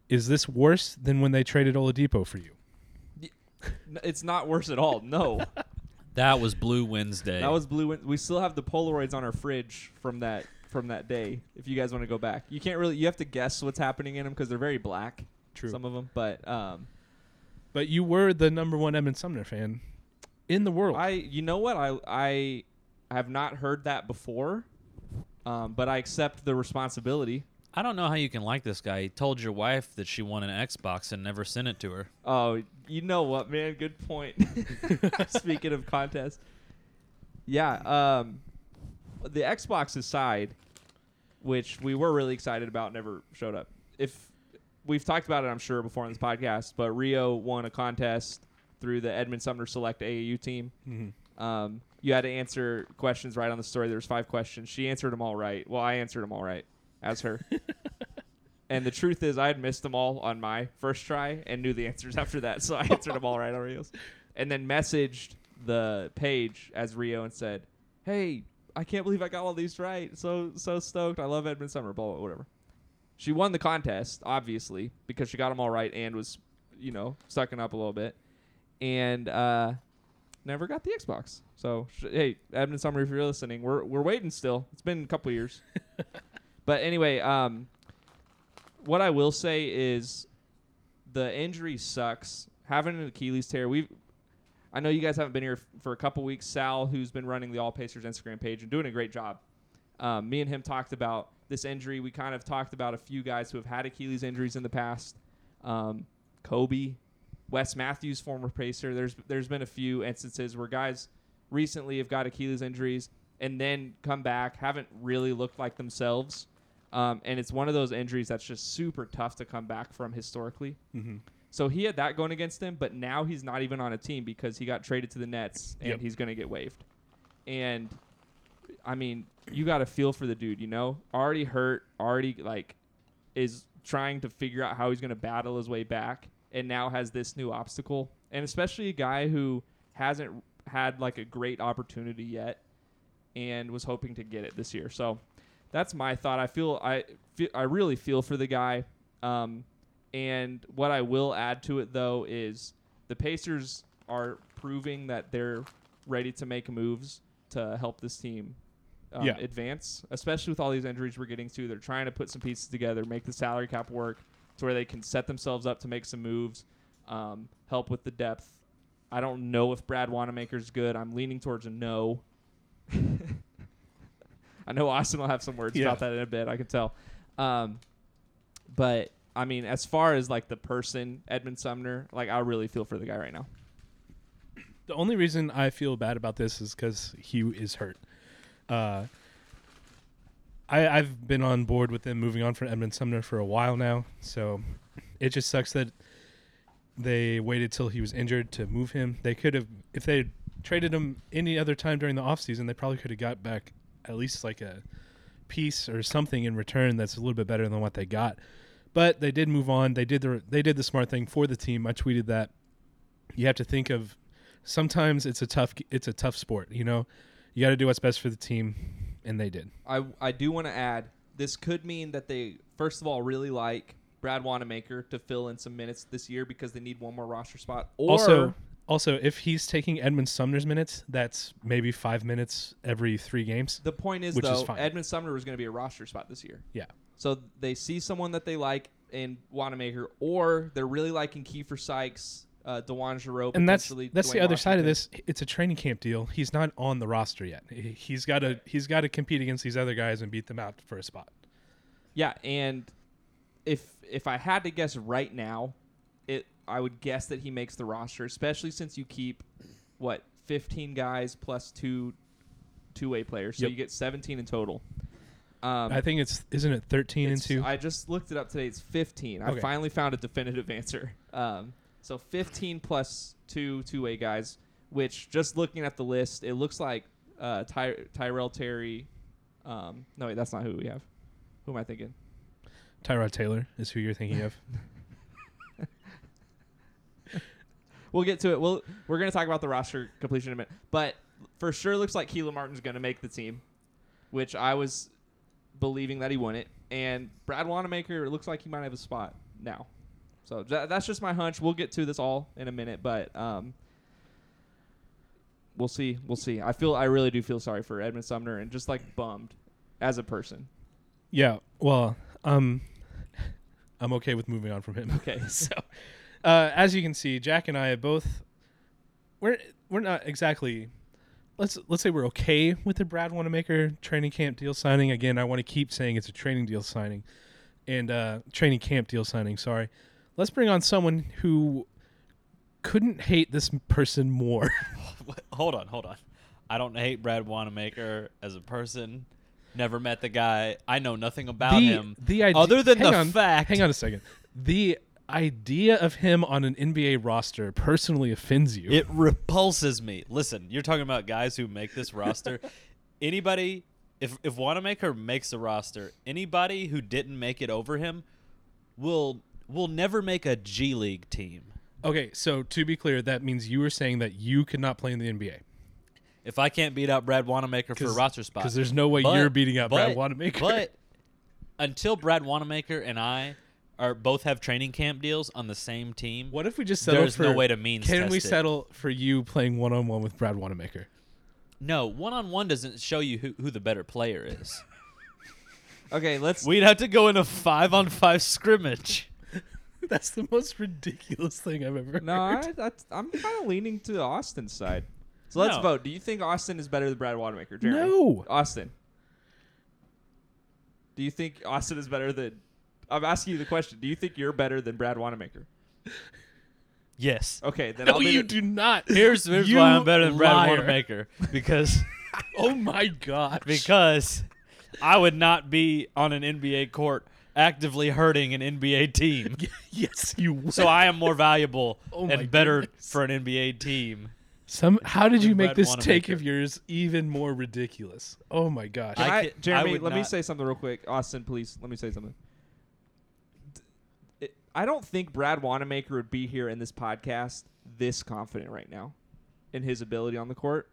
[SPEAKER 2] Is this worse than when they traded Oladipo for you?
[SPEAKER 4] N- It's not worse at all. No.
[SPEAKER 3] That was Blue Wednesday.
[SPEAKER 4] that was blue. Win- We still have the Polaroids on our fridge from that from that day. If you guys want to go back, you can't really. You have to guess what's happening in them because they're very black.
[SPEAKER 2] True.
[SPEAKER 4] Some of them, but um,
[SPEAKER 2] But you were the number one Edmund Sumner fan in the world.
[SPEAKER 4] I you know what I I have not heard that before, um, but I accept the responsibility.
[SPEAKER 3] I don't know how you can like this guy. He told your wife that she won an Xbox and never sent it to her.
[SPEAKER 4] Oh, you know what, man? Good point. Speaking of contests, yeah. Um, the Xbox aside, which we were really excited about, never showed up. If we've talked about it, I'm sure before on this podcast, but Rio won a contest through the Edmund Sumner Select AAU team. Um, you had to answer questions right on the story. There was five questions. She answered them all right. Well, I answered them all right as her. and the truth is, I had missed them all on my first try and knew the answers after that, so I answered them all right on Rio's. And then messaged the page as Rio and said, "Hey, I can't believe I got all these right. So so stoked. I love Edmund Summer. Blah blah whatever." She won the contest, obviously, because she got them all right and was, you know, sucking up a little bit, and uh, never got the Xbox. So sh- hey, Edmund Summer, if you're listening, we're we're waiting still. It's been a couple years, but anyway, um, what I will say is, the injury sucks. Having an Achilles tear, we, have I know you guys haven't been here f- for a couple weeks. Sal, who's been running the All Pacers Instagram page and doing a great job, um, me and him talked about this injury. We kind of talked about a few guys who have had Achilles injuries in the past. Um, Kobe, Wes Matthews, former Pacer. There's there's been a few instances where guys recently have got Achilles injuries and then come back, haven't really looked like themselves. Um, and it's one of those injuries that's just super tough to come back from historically.
[SPEAKER 2] Mhm.
[SPEAKER 4] So he had that going against him, but now he's not even on a team because he got traded to the Nets and
[SPEAKER 2] Yep.
[SPEAKER 4] he's going to get waived. And I mean, you got to feel for the dude, you know? Already hurt, already like is trying to figure out how he's going to battle his way back and now has this new obstacle. And especially a guy who hasn't had like a great opportunity yet and was hoping to get it this year. So that's my thought. I feel I feel, I really feel for the guy. Um, and what I will add to it though is the Pacers are proving that they're ready to make moves to help this team um,
[SPEAKER 2] Yeah.
[SPEAKER 4] advance, especially with all these injuries we're getting to. They're trying to put some pieces together, make the salary cap work to where they can set themselves up to make some moves, um, help with the depth. I don't know if Brad Wanamaker's good. I'm leaning towards a no. I know Austin will have some words
[SPEAKER 2] Yeah.
[SPEAKER 4] about that in a bit. I can tell. Um, but I mean, as far as like the person, Edmund Sumner, like I really feel for the guy right now.
[SPEAKER 2] the only reason I feel bad about this is because he is hurt. Uh, I, I've been on board with them moving on from Edmund Sumner for a while now, so it just sucks that they waited till he was injured to move him. They could have, if they had traded him any other time during the offseason, they probably could have got back at least like a piece or something in return that's a little bit better than what they got. But they did move on. They did the they did the smart thing for the team. I tweeted that you have to think of sometimes it's a tough it's a tough sport you know you got to do what's best for the team and they did
[SPEAKER 4] I I do want to add this could mean that they first of all really like Brad Wanamaker to fill in some minutes this year because they need one more roster spot. Or
[SPEAKER 2] also also if he's taking edmund sumner's minutes that's maybe five minutes every three games
[SPEAKER 4] the point is
[SPEAKER 2] Which is
[SPEAKER 4] though,
[SPEAKER 2] fine.
[SPEAKER 4] Edmund Sumner was going to be a roster spot this year.
[SPEAKER 2] yeah
[SPEAKER 4] So they see someone that they like in Wanamaker, or they're really liking Kiefer Sykes, uh, Dewan Giroux,
[SPEAKER 2] and that's
[SPEAKER 4] potentially
[SPEAKER 2] that's the
[SPEAKER 4] Dwayne
[SPEAKER 2] other side of
[SPEAKER 4] Washington.
[SPEAKER 2] this it's a training camp deal he's not on the roster yet He- he's got to he's got to compete against these other guys and beat them out for a spot
[SPEAKER 4] Yeah, and if if I had to guess right now, it I would guess that he makes the roster, especially since you keep what fifteen guys plus two two way players, so
[SPEAKER 2] Yep.
[SPEAKER 4] you get seventeen in total. Um,
[SPEAKER 2] i think it's isn't it 13 and
[SPEAKER 4] it's-
[SPEAKER 2] 2
[SPEAKER 4] I just looked it up today. It's 15. I
[SPEAKER 2] Okay.
[SPEAKER 4] finally found a definitive answer. Um, so 15 plus two two-way guys, which just looking at the list, it looks like uh, Ty- Tyrell Terry. Um, no, wait, that's not who we have. Who am I thinking?
[SPEAKER 2] tyrod taylor is who you're thinking of
[SPEAKER 4] We'll get to it. We'll, we're going to talk about the roster completion in a minute. But for sure, looks like Keelan Martin's going to make the team, which I was believing that he wouldn't. And Brad Wanamaker, it looks like he might have a spot now. So tha- that's just my hunch. We'll get to this all in a minute, but um, we'll see. We'll see. I feel I really do feel sorry for Edmund Sumner and just like bummed as a person.
[SPEAKER 2] Yeah. Well, um, I'm okay with moving on from him.
[SPEAKER 4] Okay.
[SPEAKER 2] so, uh, as you can see, Jack and I are both we're we're not exactly let's let's say we're okay with the Brad Wanamaker training camp deal signing. Again, I want to keep saying it's a training deal signing and uh, training camp deal signing. Sorry. Let's bring on someone who couldn't hate this person more.
[SPEAKER 3] What? Hold on, hold on. I don't hate Brad Wanamaker as a person. Never met the guy. I know nothing about him.
[SPEAKER 2] the ide-
[SPEAKER 3] other than
[SPEAKER 2] hang
[SPEAKER 3] the
[SPEAKER 2] on,
[SPEAKER 3] fact,
[SPEAKER 2] Hang on a second. The idea of him on an NBA roster personally offends you.
[SPEAKER 3] it repulses me. Listen, you're talking about guys who make this roster. anybody, if if Wanamaker makes the roster, anybody who didn't make it over him will will never make a G League team.
[SPEAKER 2] okay, so to be clear, that means you were saying that you could not play in the NBA.
[SPEAKER 3] If I can't beat out Brad Wanamaker for a
[SPEAKER 2] 'Cause-
[SPEAKER 3] roster spot,
[SPEAKER 2] 'cause there's no way you're beating out Brad
[SPEAKER 3] but-
[SPEAKER 2] Wanamaker.
[SPEAKER 3] But until Brad Wanamaker and I are both have training camp deals on the same team,
[SPEAKER 2] What if we just settle
[SPEAKER 3] There's
[SPEAKER 2] for
[SPEAKER 3] no way to means
[SPEAKER 2] Can
[SPEAKER 3] test
[SPEAKER 2] we
[SPEAKER 3] it.
[SPEAKER 2] settle for you playing one on one with Brad Wanamaker?
[SPEAKER 3] No, one on one doesn't show you who, who the better player is.
[SPEAKER 4] Okay, let's.
[SPEAKER 3] We'd have to go in a five on five scrimmage.
[SPEAKER 2] That's the most ridiculous thing I've ever
[SPEAKER 4] no,
[SPEAKER 2] heard.
[SPEAKER 4] I, that's, I'm kind of leaning to Austin's side. So let's
[SPEAKER 3] No.
[SPEAKER 4] vote. Do you think Austin is better than Brad Wanamaker? Jeremy?
[SPEAKER 2] No.
[SPEAKER 4] Austin. Do you think Austin is better than? I'm asking you the question. Do you think you're better than Brad Wanamaker?
[SPEAKER 3] Yes.
[SPEAKER 4] Okay, then
[SPEAKER 2] No,
[SPEAKER 4] I'll be
[SPEAKER 2] you
[SPEAKER 4] the-
[SPEAKER 2] do not.
[SPEAKER 3] Here's, here's
[SPEAKER 2] You
[SPEAKER 3] why I'm better than Brad
[SPEAKER 2] liar.
[SPEAKER 3] Wanamaker because
[SPEAKER 2] Oh my gosh.
[SPEAKER 3] because I would not be on an NBA court actively hurting an NBA team.
[SPEAKER 2] yes, you would.
[SPEAKER 3] So I am more valuable
[SPEAKER 2] Oh my
[SPEAKER 3] and better
[SPEAKER 2] goodness.
[SPEAKER 3] for an NBA team.
[SPEAKER 2] Some how did you
[SPEAKER 3] With
[SPEAKER 2] make
[SPEAKER 3] Brad
[SPEAKER 2] this take
[SPEAKER 3] Wanamaker.
[SPEAKER 2] of yours even more ridiculous? Oh my gosh.
[SPEAKER 4] Can
[SPEAKER 3] I
[SPEAKER 4] I,
[SPEAKER 3] could- I
[SPEAKER 4] Jeremy,
[SPEAKER 3] would
[SPEAKER 4] let me
[SPEAKER 3] not-
[SPEAKER 4] say something real quick. Austin, please, let me say something. D- it- I don't think Brad Wanamaker would be here in this podcast this confident right now in his ability on the court.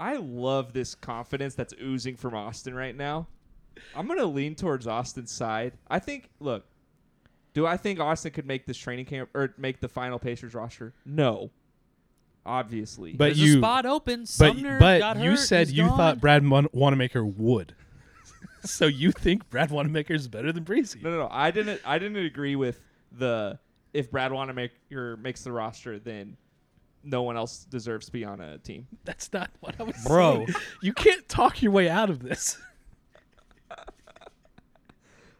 [SPEAKER 4] I love this confidence that's oozing from Austin right now. I'm going to lean towards Austin's side. I think, look, do I think Austin could make this training camp or make the final Pacers roster? No. Obviously.
[SPEAKER 2] But
[SPEAKER 3] There's
[SPEAKER 2] you-
[SPEAKER 3] a spot open.
[SPEAKER 2] but
[SPEAKER 3] Sumner
[SPEAKER 2] but
[SPEAKER 3] got
[SPEAKER 2] you
[SPEAKER 3] hurt,
[SPEAKER 2] said
[SPEAKER 3] he's
[SPEAKER 2] you
[SPEAKER 3] gone.
[SPEAKER 2] thought Brad Mon- Wanamaker would. so you think Brad Wanamaker is better than Breezy?
[SPEAKER 4] No, no, no. I didn't. I didn't agree with the if Brad Wanamaker makes the roster, then no one else deserves to be on a team.
[SPEAKER 2] That's not what I was
[SPEAKER 3] Bro.
[SPEAKER 2] saying. You can't talk your way out of this.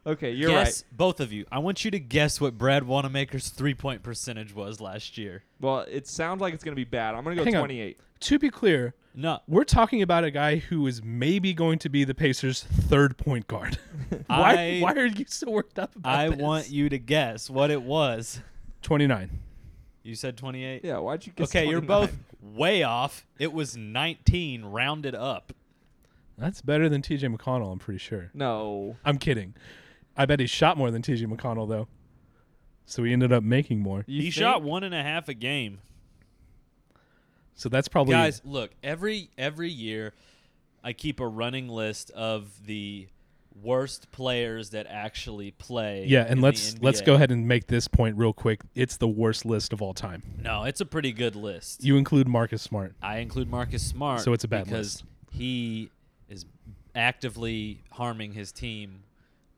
[SPEAKER 4] Okay, you're
[SPEAKER 3] guess, both of you. I want you to guess what Brad Wanamaker's three point percentage was last year.
[SPEAKER 4] right. Well, it sounds like it's gonna be bad. I'm gonna go
[SPEAKER 2] Hang on.
[SPEAKER 4] 28.
[SPEAKER 2] To be clear,
[SPEAKER 3] No,
[SPEAKER 2] we're talking about a guy who is maybe going to be the Pacers' third point guard. why,
[SPEAKER 3] I-
[SPEAKER 2] why are you so worked up about
[SPEAKER 3] I
[SPEAKER 2] this?
[SPEAKER 3] want you to guess what it was.
[SPEAKER 2] 29.
[SPEAKER 3] You said 28?
[SPEAKER 4] Yeah, why'd you? Guess
[SPEAKER 3] Okay, you're
[SPEAKER 4] 29?
[SPEAKER 3] both way off. It was 19 rounded up.
[SPEAKER 2] That's better than TJ McConnell, I'm pretty sure.
[SPEAKER 4] No.
[SPEAKER 2] I'm kidding. I bet he shot more than TJ McConnell, though. So he ended up making more.
[SPEAKER 4] You
[SPEAKER 3] he
[SPEAKER 4] think?
[SPEAKER 3] shot one and a half a game.
[SPEAKER 2] So that's probably
[SPEAKER 3] Guys, look, every every year I keep a running list of the worst players that actually play.
[SPEAKER 2] yeah.
[SPEAKER 3] in
[SPEAKER 2] And
[SPEAKER 3] the
[SPEAKER 2] let's let's
[SPEAKER 3] NBA.
[SPEAKER 2] go ahead and make this point real quick. It's the worst list of all time.
[SPEAKER 3] No, it's a pretty good list.
[SPEAKER 2] You include Marcus Smart.
[SPEAKER 3] I include Marcus Smart.
[SPEAKER 2] So it's a bad
[SPEAKER 3] because
[SPEAKER 2] list.
[SPEAKER 3] he is actively harming his team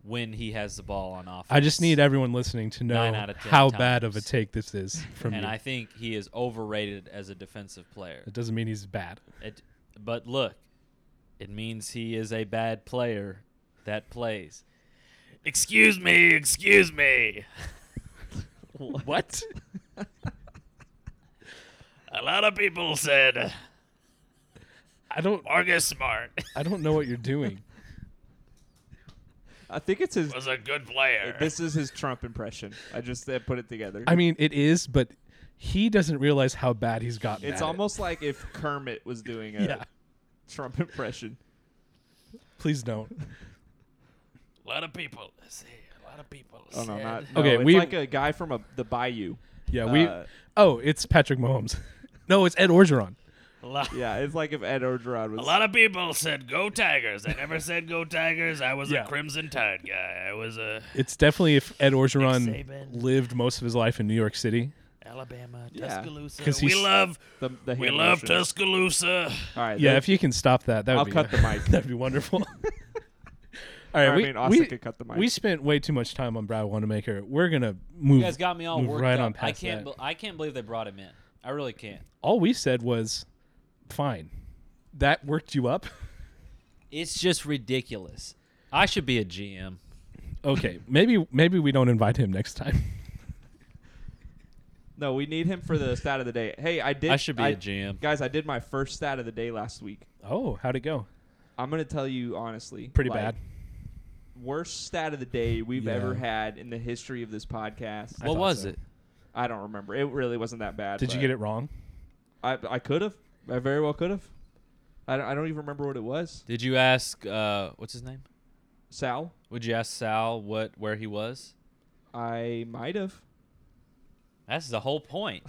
[SPEAKER 3] when he has the ball on offense.
[SPEAKER 2] I just need everyone listening to know
[SPEAKER 3] Nine out of ten
[SPEAKER 2] how bad of
[SPEAKER 3] times.
[SPEAKER 2] a take this is from
[SPEAKER 3] and
[SPEAKER 2] you.
[SPEAKER 3] I think he is overrated as a defensive player.
[SPEAKER 2] it doesn't mean he's bad.
[SPEAKER 3] It, but look, it means he is a bad player that plays. Excuse me, excuse me.
[SPEAKER 2] What?
[SPEAKER 3] A lot of people said
[SPEAKER 2] I don't
[SPEAKER 3] Marcus Smart
[SPEAKER 2] I don't know what you're doing.
[SPEAKER 4] I think it's his.
[SPEAKER 3] was a good player.
[SPEAKER 4] This is his Trump impression. I just uh, put it together.
[SPEAKER 2] I mean, it is, but he doesn't realize how bad he's gotten.
[SPEAKER 4] it's
[SPEAKER 2] at it.
[SPEAKER 4] almost like if Kermit was doing a
[SPEAKER 2] yeah.
[SPEAKER 4] Trump impression.
[SPEAKER 2] Please don't.
[SPEAKER 3] a lot of people. Let's see, a lot of people.
[SPEAKER 4] Oh no, not no,
[SPEAKER 2] Okay,
[SPEAKER 4] It's
[SPEAKER 2] we-
[SPEAKER 4] like a guy from a, the Bayou.
[SPEAKER 2] Yeah, we.
[SPEAKER 4] Uh,
[SPEAKER 2] oh, it's Patrick Mahomes. no, it's Ed Orgeron.
[SPEAKER 3] a lot.
[SPEAKER 4] Yeah, it's like if Ed Orgeron was.
[SPEAKER 5] A lot of people said go Tigers. I never said go Tigers. I was
[SPEAKER 2] Yeah.
[SPEAKER 5] a Crimson Tide guy. I was a
[SPEAKER 2] It's definitely if Ed Orgeron
[SPEAKER 5] Nick Saban.
[SPEAKER 2] lived most of his life in New York City.
[SPEAKER 5] Alabama,
[SPEAKER 4] Yeah.
[SPEAKER 5] Tuscaloosa.
[SPEAKER 2] 'Cause
[SPEAKER 5] We
[SPEAKER 2] he's-
[SPEAKER 5] love
[SPEAKER 4] the, the
[SPEAKER 5] we
[SPEAKER 4] hand
[SPEAKER 5] love
[SPEAKER 4] motion.
[SPEAKER 5] Tuscaloosa.
[SPEAKER 4] All right,
[SPEAKER 2] Yeah,
[SPEAKER 4] that-
[SPEAKER 2] if you can stop that, that would
[SPEAKER 4] I'll
[SPEAKER 2] be
[SPEAKER 4] cut the mic.
[SPEAKER 2] That'd be wonderful. All right,
[SPEAKER 4] I
[SPEAKER 2] we,
[SPEAKER 4] mean, Austin
[SPEAKER 2] we,
[SPEAKER 4] could cut the mic.
[SPEAKER 2] we spent way too much time on Brad Wanamaker. We're gonna move.
[SPEAKER 3] You guys got me all
[SPEAKER 2] move
[SPEAKER 3] worked
[SPEAKER 2] right
[SPEAKER 3] up.
[SPEAKER 2] on
[SPEAKER 3] I
[SPEAKER 2] past
[SPEAKER 3] can't.
[SPEAKER 2] that.
[SPEAKER 3] bel- I can't believe they brought him in. I really can't.
[SPEAKER 2] all we said was, "Fine." That worked you up.
[SPEAKER 3] It's just ridiculous. I should be a GM.
[SPEAKER 2] Okay, maybe maybe we don't invite him next time.
[SPEAKER 4] No, we need him for the stat of the day. Hey, I did.
[SPEAKER 3] I should be
[SPEAKER 4] a
[SPEAKER 3] a GM.
[SPEAKER 4] Guys, I did my first stat of the day last week.
[SPEAKER 2] Oh, how'd it go?
[SPEAKER 4] I'm gonna tell you honestly,
[SPEAKER 2] Pretty
[SPEAKER 4] like,
[SPEAKER 2] bad.
[SPEAKER 4] Worst stat of the day we've
[SPEAKER 2] Yeah.
[SPEAKER 4] ever had in the history of this podcast.
[SPEAKER 2] I
[SPEAKER 3] what
[SPEAKER 2] thought
[SPEAKER 3] was
[SPEAKER 2] so.
[SPEAKER 3] it?
[SPEAKER 4] I don't remember. It really wasn't that bad.
[SPEAKER 2] Did you
[SPEAKER 4] but
[SPEAKER 2] get it wrong?
[SPEAKER 4] I I could have. I very well could have. I don't, I don't even remember what it was.
[SPEAKER 3] Did you ask? Uh, what's his name?
[SPEAKER 4] Sal,
[SPEAKER 3] Would you ask Sal what where he was?
[SPEAKER 4] I might have.
[SPEAKER 3] That's the whole point.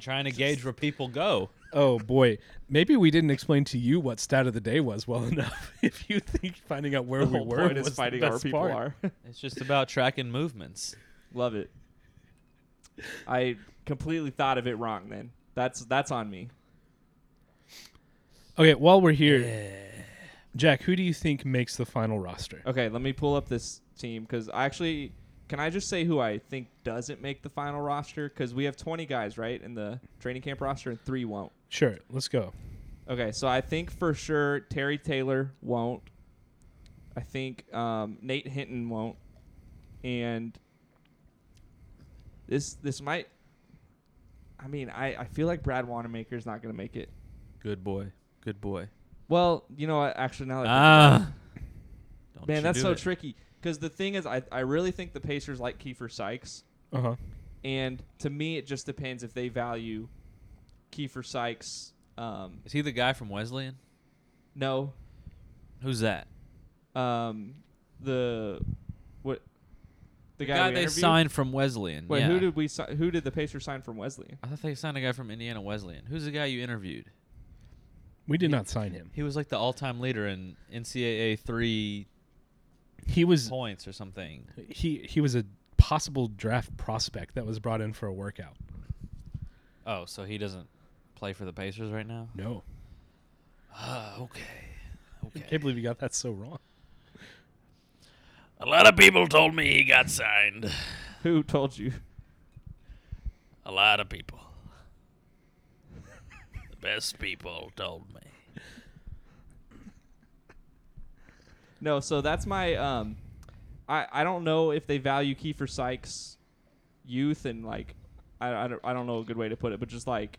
[SPEAKER 3] trying to gauge where people go.
[SPEAKER 2] Oh boy, maybe we didn't explain to you what stat of the day was well enough. if you think finding out where
[SPEAKER 4] The
[SPEAKER 2] we
[SPEAKER 4] whole
[SPEAKER 2] were
[SPEAKER 4] point is
[SPEAKER 2] was the
[SPEAKER 4] finding out where
[SPEAKER 2] best
[SPEAKER 4] people
[SPEAKER 2] part.
[SPEAKER 4] are.
[SPEAKER 3] It's just about tracking movements.
[SPEAKER 4] Love it. I completely thought of it wrong. Then that's that's on me.
[SPEAKER 2] Okay, while we're here, Jack, who do you think makes the final roster?
[SPEAKER 4] Okay, let me pull up this team because I actually can I just say who I think doesn't make the final roster because we have 20 guys right in the training camp roster and three won't.
[SPEAKER 2] Sure, let's go.
[SPEAKER 4] Okay, so I think for sure Terry Taylor won't. I think um, Nate Hinton won't, and this this might. I mean, I, I feel like Brad Wanamaker's not going to make it.
[SPEAKER 3] Good boy. Good boy.
[SPEAKER 4] Well, you know what? Actually, now that I think about
[SPEAKER 3] Ah. Don't
[SPEAKER 4] Oh, Man,
[SPEAKER 3] you
[SPEAKER 4] that's
[SPEAKER 3] do
[SPEAKER 4] so
[SPEAKER 3] it.
[SPEAKER 4] tricky. Because the thing is, I, I really think the Pacers like Kiefer Sykes.
[SPEAKER 2] Uh huh.
[SPEAKER 4] And to me, it just depends if they value Kiefer Sykes. Um,
[SPEAKER 3] Is he the guy from Wesleyan?
[SPEAKER 4] no.
[SPEAKER 3] Who's that?
[SPEAKER 4] Um, the what? The, guy, we
[SPEAKER 3] they
[SPEAKER 4] interviewed?
[SPEAKER 3] signed from Wesleyan.
[SPEAKER 4] Wait,
[SPEAKER 3] yeah.
[SPEAKER 4] who did we? si- Who did the Pacers sign from Wesleyan?
[SPEAKER 3] I thought they signed a guy from Indiana Wesleyan. Who's the guy you interviewed?
[SPEAKER 2] We did not sign him.
[SPEAKER 3] He was like the all-time leader in NCAA three
[SPEAKER 2] He was
[SPEAKER 3] points or something.
[SPEAKER 2] he he was a possible draft prospect that was brought in for a workout.
[SPEAKER 3] Oh, so he doesn't play for the Pacers right now?
[SPEAKER 2] No,
[SPEAKER 3] Ah, okay.
[SPEAKER 2] I can't believe you got that so wrong.
[SPEAKER 5] A lot of people told me he got signed.
[SPEAKER 4] Who told you?
[SPEAKER 5] A lot of people. the best people told me.
[SPEAKER 4] No, so that's my um I I don't know if they value Kiefer Sykes youth and like I I don't, I don't know a good way to put it, but just like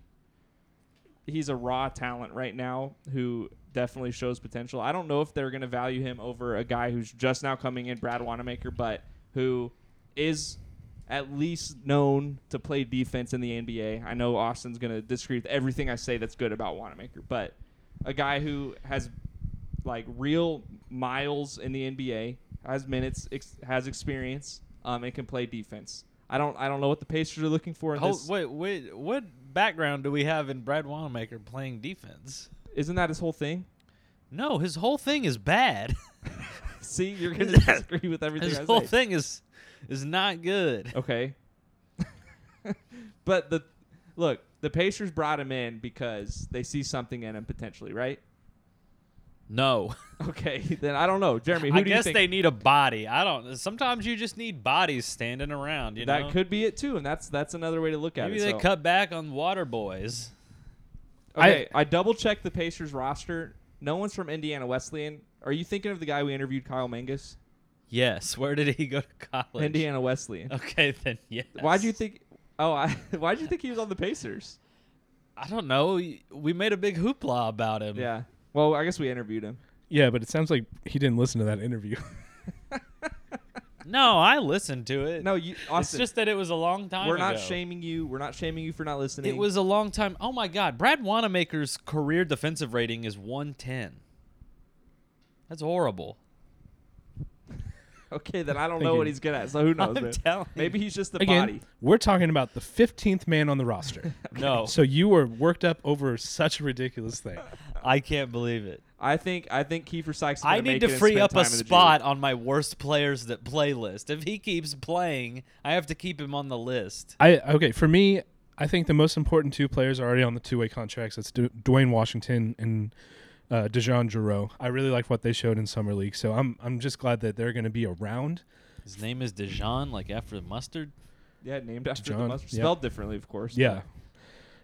[SPEAKER 4] he's a raw talent right now who definitely shows potential. I don't know if they're going to value him over a guy who's just now coming in Brad Wanamaker, but who is at least known to play defense in the NBA. I know Austin's going to disagree with everything I say that's good about Wanamaker, but a guy who has like real miles in the NBA, has minutes, ex- has experience, um, and can play defense. I don't I don't know what the Pacers are looking for in this.
[SPEAKER 3] wait, wait. Oh, What background do we have in Brad Wanamaker playing defense?
[SPEAKER 4] Isn't that his whole thing?
[SPEAKER 3] No, his whole thing is bad.
[SPEAKER 4] See, you're going to disagree with everything
[SPEAKER 3] his
[SPEAKER 4] I
[SPEAKER 3] whole
[SPEAKER 4] say.
[SPEAKER 3] thing is is not good.
[SPEAKER 4] Okay. but the look, the Pacers brought him in because they see something in him potentially, right?
[SPEAKER 3] No,
[SPEAKER 4] Okay, then I don't know, Jeremy. Who
[SPEAKER 3] I
[SPEAKER 4] do
[SPEAKER 3] guess
[SPEAKER 4] you think
[SPEAKER 3] they need a body. I don't. Sometimes you just need bodies standing around. You
[SPEAKER 4] that
[SPEAKER 3] know,
[SPEAKER 4] could be it too? And that's that's another way to look at
[SPEAKER 3] maybe
[SPEAKER 4] it.
[SPEAKER 3] they
[SPEAKER 4] so-
[SPEAKER 3] cut back on water boys.
[SPEAKER 4] Okay, I, double checked the Pacers roster. No one's from Indiana Wesleyan. Are you thinking of the guy we interviewed, Kyle Mangus?
[SPEAKER 3] Yes. Where did he go to college?
[SPEAKER 4] Indiana Wesleyan.
[SPEAKER 3] Okay, then Oh, yes.
[SPEAKER 4] Why'd you think? Oh, I, why'd you think he was on the Pacers?
[SPEAKER 3] I don't know. We made a big hoopla about him.
[SPEAKER 4] Yeah. Well, I guess we interviewed him.
[SPEAKER 2] Yeah, but it sounds like he didn't listen to that interview.
[SPEAKER 3] No, I listened to it.
[SPEAKER 4] No, you, Austin.
[SPEAKER 3] it's just that it was a long time.
[SPEAKER 4] we're not
[SPEAKER 3] ago.
[SPEAKER 4] shaming you. We're not shaming you for not listening.
[SPEAKER 3] It was a long time. Oh my God, Brad Wanamaker's career defensive rating is 110. That's horrible.
[SPEAKER 4] Okay, then I don't
[SPEAKER 2] Thank
[SPEAKER 4] know
[SPEAKER 2] you.
[SPEAKER 4] what he's good at. So who knows?
[SPEAKER 3] I'm
[SPEAKER 4] then?
[SPEAKER 3] telling
[SPEAKER 4] Maybe he's just the
[SPEAKER 2] Again,
[SPEAKER 4] body.
[SPEAKER 2] we're talking about the 15th man on the roster.
[SPEAKER 3] No,
[SPEAKER 2] So you were worked up over such a ridiculous thing.
[SPEAKER 3] I can't believe it.
[SPEAKER 4] I think I think Kiefer Sykes. is
[SPEAKER 3] I
[SPEAKER 4] gonna
[SPEAKER 3] need
[SPEAKER 4] make
[SPEAKER 3] to
[SPEAKER 4] it and
[SPEAKER 3] free
[SPEAKER 4] spend
[SPEAKER 3] up
[SPEAKER 4] time
[SPEAKER 3] a
[SPEAKER 4] in the G League.
[SPEAKER 3] spot on my worst players that play list. If he keeps playing, I have to keep him on the list.
[SPEAKER 2] I okay for me. I think the most important two players are already on the two-way contracts. That's Du- Dwayne Washington and uh, Dejan Giroux. I really like what they showed in summer league, so I'm I'm just glad that they're going to be around.
[SPEAKER 3] His name is Dijon, like after the mustard.
[SPEAKER 4] Yeah, named after the
[SPEAKER 2] John,
[SPEAKER 4] mustard.
[SPEAKER 2] yeah.
[SPEAKER 4] Spelled differently, of course.
[SPEAKER 2] Yeah.
[SPEAKER 4] but-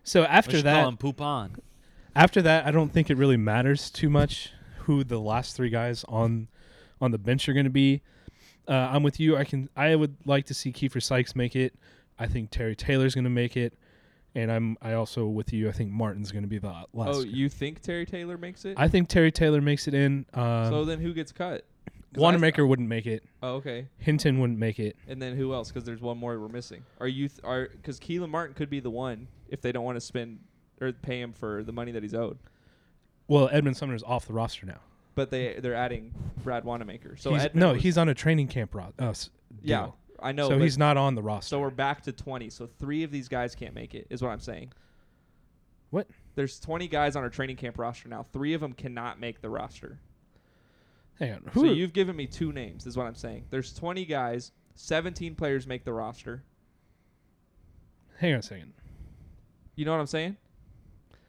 [SPEAKER 2] So
[SPEAKER 3] we
[SPEAKER 2] after
[SPEAKER 3] should
[SPEAKER 2] that,
[SPEAKER 3] call him Poupon.
[SPEAKER 2] after that, I don't think it really matters too much who the last three guys on on the bench are going to be. Uh, I'm with you. I can. I would like to see Kiefer Sykes make it. I think Terry Taylor's going to make it, and I'm. I also with you. I think Martin's going to be the last.
[SPEAKER 4] Oh,
[SPEAKER 2] guy.
[SPEAKER 4] you think Terry Taylor makes it?
[SPEAKER 2] I think Terry Taylor makes it in.
[SPEAKER 4] so
[SPEAKER 2] Um,
[SPEAKER 4] then who gets cut? 'Cause I-
[SPEAKER 2] Wanamaker wouldn't make it.
[SPEAKER 4] Oh, okay.
[SPEAKER 2] Hinton wouldn't make it.
[SPEAKER 4] And then who else? Because there's one more we're missing. Are you th- are because Keelan Martin could be the one if they don't want to spend or pay him for the money that he's owed.
[SPEAKER 2] Well, Edmund Sumner's off the roster now.
[SPEAKER 4] But they they're adding Brad Wanamaker. So
[SPEAKER 2] He's-
[SPEAKER 4] Edmund
[SPEAKER 2] no,
[SPEAKER 4] was-
[SPEAKER 2] he's on a training camp ro- uh, s-
[SPEAKER 4] yeah.
[SPEAKER 2] deal.
[SPEAKER 4] I know.
[SPEAKER 2] so
[SPEAKER 4] but-
[SPEAKER 2] he's not on the roster.
[SPEAKER 4] So we're back to 20. So three of these guys can't make it, is what I'm saying.
[SPEAKER 2] What?
[SPEAKER 4] There's 20 guys on our training camp roster now. Three of them cannot make the roster.
[SPEAKER 2] Hang on. Who?
[SPEAKER 4] So you've given me two names, is what I'm saying. There's 20 guys. 17 players make the roster.
[SPEAKER 2] hang on a second.
[SPEAKER 4] You know what I'm saying?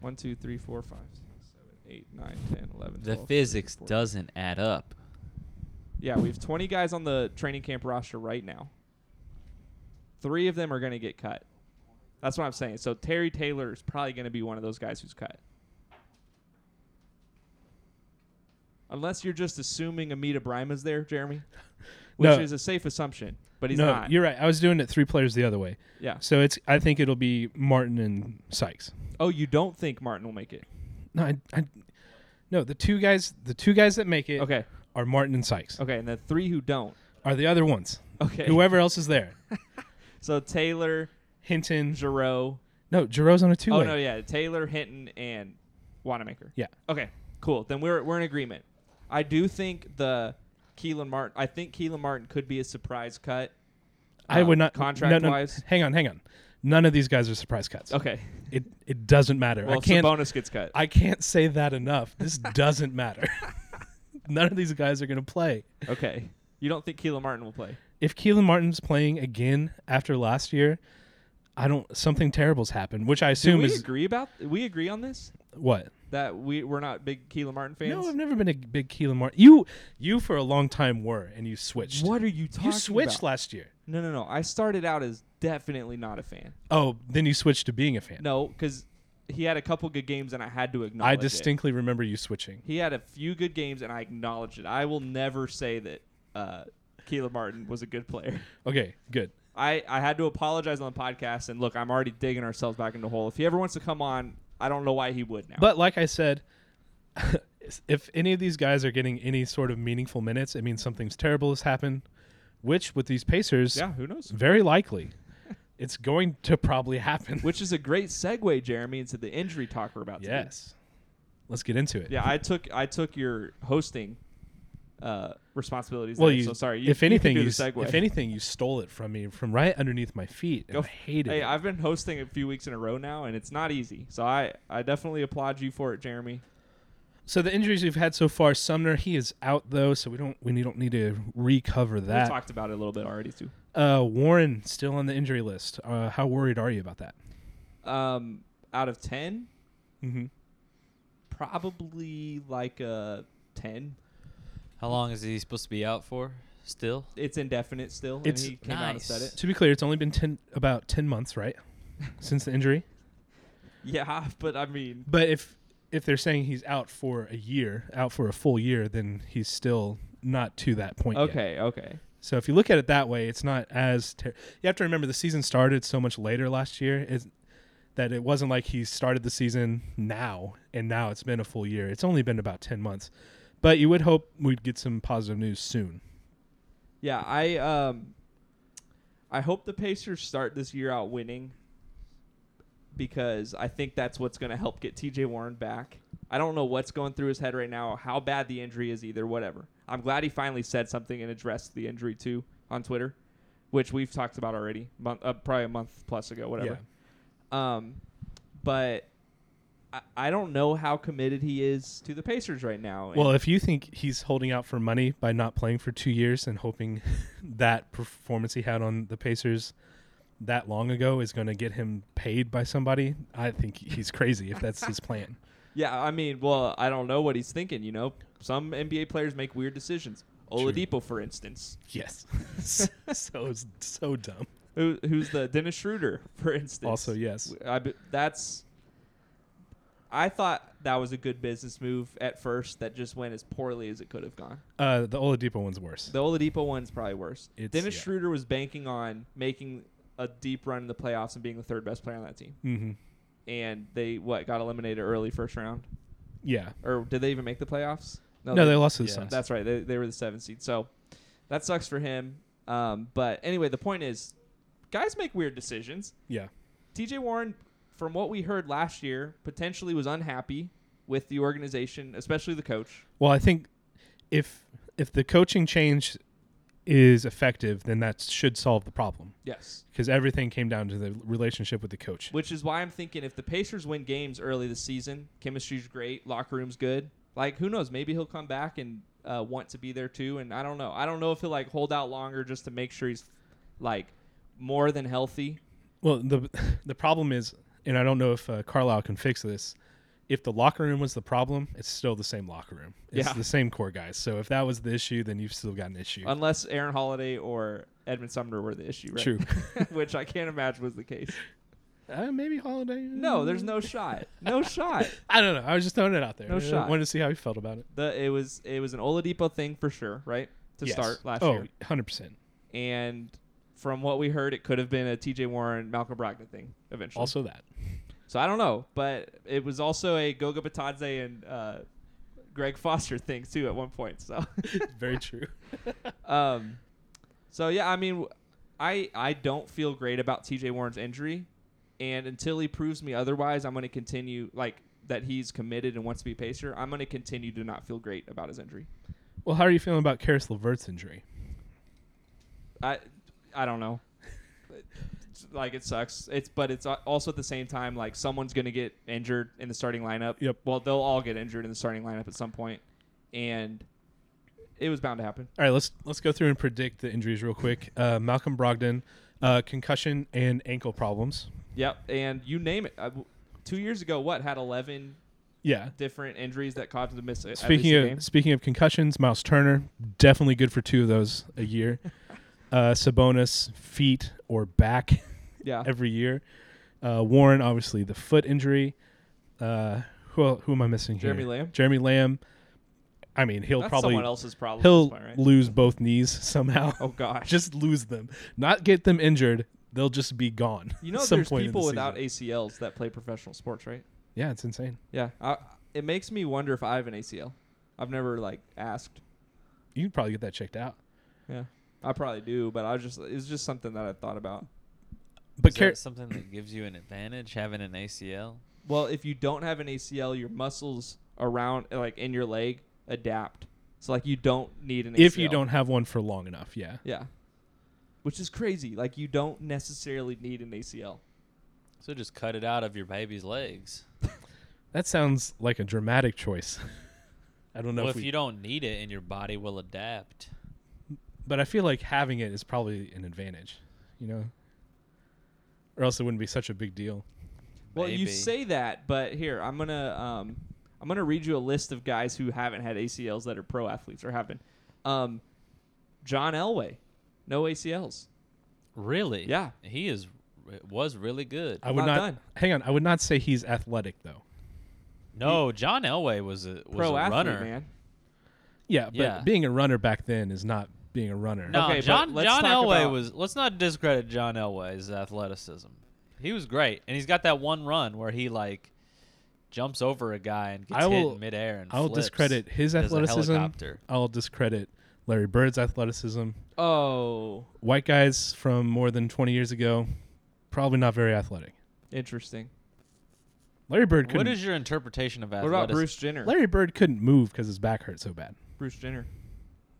[SPEAKER 4] One, two, three, four, five, six, seven, eight, nine, 10, 11,
[SPEAKER 3] The
[SPEAKER 4] 12, 13,
[SPEAKER 3] physics
[SPEAKER 4] 14.
[SPEAKER 3] doesn't add up.
[SPEAKER 4] Yeah, we have 20 guys on the training camp roster right now. Three of them are going to get cut. That's what I'm saying. So Terry Taylor is probably going to be one of those guys who's cut. Unless you're just assuming Amita Brima's there, Jeremy, which
[SPEAKER 2] No.
[SPEAKER 4] is a safe assumption, but he's
[SPEAKER 2] no,
[SPEAKER 4] not.
[SPEAKER 2] you're right. I was doing it three players the other way.
[SPEAKER 4] yeah.
[SPEAKER 2] So it's. I think it'll be Martin and Sykes.
[SPEAKER 4] Oh, you don't think Martin will make it?
[SPEAKER 2] No, I, I, no. The two guys. The two guys that make it
[SPEAKER 4] Okay.
[SPEAKER 2] are Martin and Sykes.
[SPEAKER 4] Okay, and the three who don't.
[SPEAKER 2] Are the other ones.
[SPEAKER 4] Okay.
[SPEAKER 2] Whoever else is there.
[SPEAKER 4] So Taylor,
[SPEAKER 2] Hinton.
[SPEAKER 4] Giroux.
[SPEAKER 2] No, Giroux's on a two-way.
[SPEAKER 4] Oh no, yeah, Taylor, Hinton, and Wanamaker.
[SPEAKER 2] Yeah.
[SPEAKER 4] Okay, cool. Then we're we're in agreement. I do think the Keelan Martin. I think Keelan Martin could be a surprise cut.
[SPEAKER 2] I
[SPEAKER 4] um,
[SPEAKER 2] would not
[SPEAKER 4] contract
[SPEAKER 2] no, no,
[SPEAKER 4] wise.
[SPEAKER 2] Hang on, hang on. None of these guys are surprise cuts.
[SPEAKER 4] Okay.
[SPEAKER 2] It it doesn't matter.
[SPEAKER 4] Well,
[SPEAKER 2] I can't.
[SPEAKER 4] Sabonis gets cut.
[SPEAKER 2] I can't say that enough. This doesn't matter. None of these guys are going to play.
[SPEAKER 4] okay. You don't think Keelan Martin will play?
[SPEAKER 2] If Keelan Martin's playing again after last year, I don't. Something terrible's happened, which I
[SPEAKER 4] Do
[SPEAKER 2] assume
[SPEAKER 4] we
[SPEAKER 2] is
[SPEAKER 4] agree about? We agree on this
[SPEAKER 2] what.
[SPEAKER 4] that we we're not big Keelan Martin fans.
[SPEAKER 2] No, I've never been a big Keelan Martin. You you for a long time were, and you switched.
[SPEAKER 4] what are you talking?
[SPEAKER 2] You switched
[SPEAKER 4] about?
[SPEAKER 2] last year.
[SPEAKER 4] No, no, no. I started out as definitely not a fan.
[SPEAKER 2] Oh, then you switched to being a fan.
[SPEAKER 4] No, because he had a couple good games and I had to acknowledge.
[SPEAKER 2] I
[SPEAKER 4] it.
[SPEAKER 2] distinctly remember you switching.
[SPEAKER 4] He had a few good games, and I acknowledge it. I will never say that uh, Keelan Martin was a good player.
[SPEAKER 2] Okay, good.
[SPEAKER 4] I, I had to apologize on the podcast, and look, I'm already digging ourselves back into the hole. If he ever wants to come on, I don't know why he would now.
[SPEAKER 2] But like I said, if any of these guys are getting any sort of meaningful minutes, it means something's terrible has happened, which with these Pacers,
[SPEAKER 4] yeah, who knows?
[SPEAKER 2] very likely, it's going to probably happen.
[SPEAKER 4] Which is a great segue, Jeremy, into the injury talk we're about. to do.
[SPEAKER 2] yes. Let's get into it.
[SPEAKER 4] Yeah, I took I took your hosting uh, responsibilities.
[SPEAKER 2] Well,
[SPEAKER 4] there,
[SPEAKER 2] you,
[SPEAKER 4] so sorry. You,
[SPEAKER 2] if anything,
[SPEAKER 4] you,
[SPEAKER 2] you,
[SPEAKER 4] can do
[SPEAKER 2] s-
[SPEAKER 4] the segue.
[SPEAKER 2] if anything, you stole it from me from right underneath my feet. And
[SPEAKER 4] Go
[SPEAKER 2] I
[SPEAKER 4] f-
[SPEAKER 2] hate it.
[SPEAKER 4] Hey, I've been hosting a few weeks in a row now, and it's not easy. So I, I definitely applaud you for it, Jeremy.
[SPEAKER 2] so the injuries we've had so far, Sumner, he is out though, so we don't we don't need to recover
[SPEAKER 4] we
[SPEAKER 2] that.
[SPEAKER 4] talked about it a little bit already too.
[SPEAKER 2] Uh, Warren still on the injury list. Uh, how worried are you about that?
[SPEAKER 4] Um, out of ten,
[SPEAKER 2] Mm-hmm.
[SPEAKER 4] probably like a ten.
[SPEAKER 3] How long is he supposed to be out for? Still?
[SPEAKER 4] It's indefinite still.
[SPEAKER 2] It's
[SPEAKER 4] and he came out and said
[SPEAKER 3] nice.
[SPEAKER 4] it.
[SPEAKER 2] To be clear, it's only been ten about ten months, right, since the injury.
[SPEAKER 4] Yeah, but I mean,
[SPEAKER 2] But if if they're saying he's out for a year, out for a full year, then he's still not to that point. yet.
[SPEAKER 4] okay, okay.
[SPEAKER 2] So if you look at it that way, it's not as ter- you have to remember the season started so much later last year is that it wasn't like he started the season now and now it's been a full year. It's only been about 10 months. But you would hope we'd get some positive news soon.
[SPEAKER 4] Yeah, I um, I hope the Pacers start this year out winning because I think that's what's going to help get T.J. Warren back. I don't know what's going through his head right now, how bad the injury is either. Whatever. I'm glad he finally said something and addressed the injury too on Twitter, which we've talked about already, month, uh, probably a month plus ago. Whatever. Um, but. I- I don't know how committed he is to the Pacers right now. and-
[SPEAKER 2] Well, if you think he's holding out for money by not playing for 2 years and hoping that performance he had on the Pacers that long ago is going to get him paid by somebody, I think he's crazy if that's his plan.
[SPEAKER 4] Yeah, I mean, well, I don't know what he's thinking. You know, some NBA players make weird decisions. Oladipo, for instance,
[SPEAKER 2] Yes. so it's so dumb.
[SPEAKER 4] who, who's the Dennis Schroeder, for instance.
[SPEAKER 2] Also, yes.
[SPEAKER 4] I be- that's. I thought that was a good business move at first. That just went as poorly as it could have gone.
[SPEAKER 2] Uh, the Oladipo one's worse.
[SPEAKER 4] The Oladipo one's probably worse.
[SPEAKER 2] It's-
[SPEAKER 4] Dennis
[SPEAKER 2] yeah.
[SPEAKER 4] Schroeder was banking on making a deep run in the playoffs and being the third best player on that team.
[SPEAKER 2] mm-hmm.
[SPEAKER 4] And they what got eliminated early first round,
[SPEAKER 2] Yeah.
[SPEAKER 4] or did they even make the playoffs?
[SPEAKER 2] No, they lost to the
[SPEAKER 3] yeah.
[SPEAKER 2] Suns.
[SPEAKER 4] That's right. They, they were the seventh seed. So that sucks for him. Um, but anyway, the point is, guys make weird decisions.
[SPEAKER 2] yeah.
[SPEAKER 4] TJ Warren, from what we heard last year, potentially was unhappy with the organization, especially the coach.
[SPEAKER 2] Well, I think if if the coaching change is effective, then that should solve the problem
[SPEAKER 4] Yes.
[SPEAKER 2] because everything came down to the relationship with the coach.
[SPEAKER 4] Which is why I'm thinking if the Pacers win games early this season, chemistry's great, locker room's good. Like, who knows? Maybe he'll come back and uh, want to be there too. And I don't know. I don't know if he'll like hold out longer just to make sure he's like more than healthy.
[SPEAKER 2] Well, the the problem is, and I don't know if uh, Carlisle can fix this. If the locker room was the problem, it's still the same locker room. It's
[SPEAKER 4] Yeah.
[SPEAKER 2] the same core guys. So if that was the issue, then you've still got an issue.
[SPEAKER 4] Unless Aaron Holiday or Edmund Sumner were the issue, right?
[SPEAKER 2] True.
[SPEAKER 4] Which I can't imagine was the case.
[SPEAKER 2] Uh, maybe Holiday.
[SPEAKER 4] No, there's no shot. No shot.
[SPEAKER 2] I don't know. I was just throwing it out there.
[SPEAKER 4] No
[SPEAKER 2] I
[SPEAKER 4] shot.
[SPEAKER 2] Wanted to see how he felt about it.
[SPEAKER 4] The it was it was an Oladipo thing for sure, right? To
[SPEAKER 2] Yes.
[SPEAKER 4] start last
[SPEAKER 2] oh,
[SPEAKER 4] year.
[SPEAKER 2] 100 percent.
[SPEAKER 4] And from what we heard, it could have been a TJ Warren, Malcolm Brogdon thing eventually.
[SPEAKER 2] Also that.
[SPEAKER 4] So I don't know, but it was also a Goga Batadze and uh, Greg Foster thing too at one point. So
[SPEAKER 2] Very true.
[SPEAKER 4] Um, so yeah, I mean, I I don't feel great about T.J. Warren's injury, and until he proves me otherwise, I'm going to continue like that he's committed and wants to be a pacer. I'm going to continue to not feel great about his injury.
[SPEAKER 2] Well, how are you feeling about Karis LeVert's injury?
[SPEAKER 4] I I don't know. It's- Like it sucks. It's but it's al- also at the same time like someone's going to get injured in the starting lineup.
[SPEAKER 2] Yep.
[SPEAKER 4] Well, they'll all get injured in the starting lineup at some point, and it was bound to happen.
[SPEAKER 2] All right, let's let's go through and predict the injuries real quick. Uh, Malcolm Brogdon, uh, concussion and ankle problems.
[SPEAKER 4] Yep. And you name it. I w two years ago, what had 11
[SPEAKER 2] Yeah.
[SPEAKER 4] different injuries that caused him to miss it.
[SPEAKER 2] Speaking of speaking of concussions, Miles Turner definitely good for two of those a year. uh, Sabonis feet or back
[SPEAKER 4] yeah,
[SPEAKER 2] every year. Uh, Warren obviously the foot injury. Uh, who el- who am I missing here?
[SPEAKER 4] Jeremy Lamb?
[SPEAKER 2] Jeremy Lamb. I mean, he'll
[SPEAKER 4] that's
[SPEAKER 2] probably
[SPEAKER 4] someone else's problem. at
[SPEAKER 2] he'll
[SPEAKER 4] this point, right?
[SPEAKER 2] lose both knees somehow.
[SPEAKER 4] Oh gosh,
[SPEAKER 2] just lose them, not get them injured. They'll just be gone.
[SPEAKER 4] you know
[SPEAKER 2] at some
[SPEAKER 4] there's
[SPEAKER 2] point in the
[SPEAKER 4] people without
[SPEAKER 2] season.
[SPEAKER 4] ACLs that play professional sports, right?
[SPEAKER 2] Yeah, it's insane.
[SPEAKER 4] Yeah, I, it makes me wonder if I have an ACL. I've never like asked.
[SPEAKER 2] You could probably get that checked out.
[SPEAKER 4] Yeah, I probably do, but I was just it's just something that I thought about.
[SPEAKER 2] But
[SPEAKER 3] Is
[SPEAKER 2] Car-
[SPEAKER 3] that something that gives you an advantage having an ACL?
[SPEAKER 4] Well, if you don't have an ACL, your muscles around like in your leg adapt. So like you don't need an ACL
[SPEAKER 2] if you don't have one for long enough, yeah.
[SPEAKER 4] Yeah. Which is crazy. Like you don't necessarily need an ACL.
[SPEAKER 3] So just cut it out of your baby's legs.
[SPEAKER 2] That sounds like a dramatic choice. I don't know
[SPEAKER 3] well,
[SPEAKER 2] if,
[SPEAKER 3] if
[SPEAKER 2] we,
[SPEAKER 3] you don't need it, and your body will adapt.
[SPEAKER 2] but I feel like having it is probably an advantage, you know. Or else it wouldn't be such a big deal.
[SPEAKER 4] Well, you
[SPEAKER 3] Maybe.
[SPEAKER 4] say that, but here I'm gonna um, I'm gonna read you a list of guys who haven't had ACLs that are pro athletes or have been. Um, John Elway, no ACLs.
[SPEAKER 3] Really?
[SPEAKER 4] Yeah.
[SPEAKER 3] He is was really good.
[SPEAKER 2] I would
[SPEAKER 4] Not
[SPEAKER 2] not,
[SPEAKER 4] done.
[SPEAKER 2] hang on. I would not say he's athletic though.
[SPEAKER 3] no, John Elway was a was
[SPEAKER 4] Pro
[SPEAKER 3] a
[SPEAKER 4] athlete,
[SPEAKER 3] runner.
[SPEAKER 4] man.
[SPEAKER 2] Yeah, but
[SPEAKER 3] Yeah.
[SPEAKER 2] being a runner back then is not being a runner.
[SPEAKER 3] No,
[SPEAKER 4] Okay, but
[SPEAKER 3] John
[SPEAKER 4] let's
[SPEAKER 3] John
[SPEAKER 4] talk
[SPEAKER 3] Elway
[SPEAKER 4] about-
[SPEAKER 3] was. Let's not discredit John Elway's athleticism. He was great, and he's got that one run where he like jumps over a guy and gets
[SPEAKER 2] I
[SPEAKER 3] hit
[SPEAKER 2] will-
[SPEAKER 3] in midair and
[SPEAKER 2] I'll
[SPEAKER 3] flips,
[SPEAKER 2] discredit his
[SPEAKER 3] does a
[SPEAKER 2] athleticism.
[SPEAKER 3] helicopter.
[SPEAKER 2] I'll discredit Larry Bird's athleticism.
[SPEAKER 4] Oh,
[SPEAKER 2] White guys from more than 20 years ago, probably not very athletic.
[SPEAKER 4] interesting.
[SPEAKER 2] Larry Bird couldn't.
[SPEAKER 3] What is your interpretation of
[SPEAKER 4] What
[SPEAKER 3] athleticism?
[SPEAKER 4] about Bruce Jenner?
[SPEAKER 2] Larry Bird couldn't move because his back hurt so bad.
[SPEAKER 4] Bruce Jenner.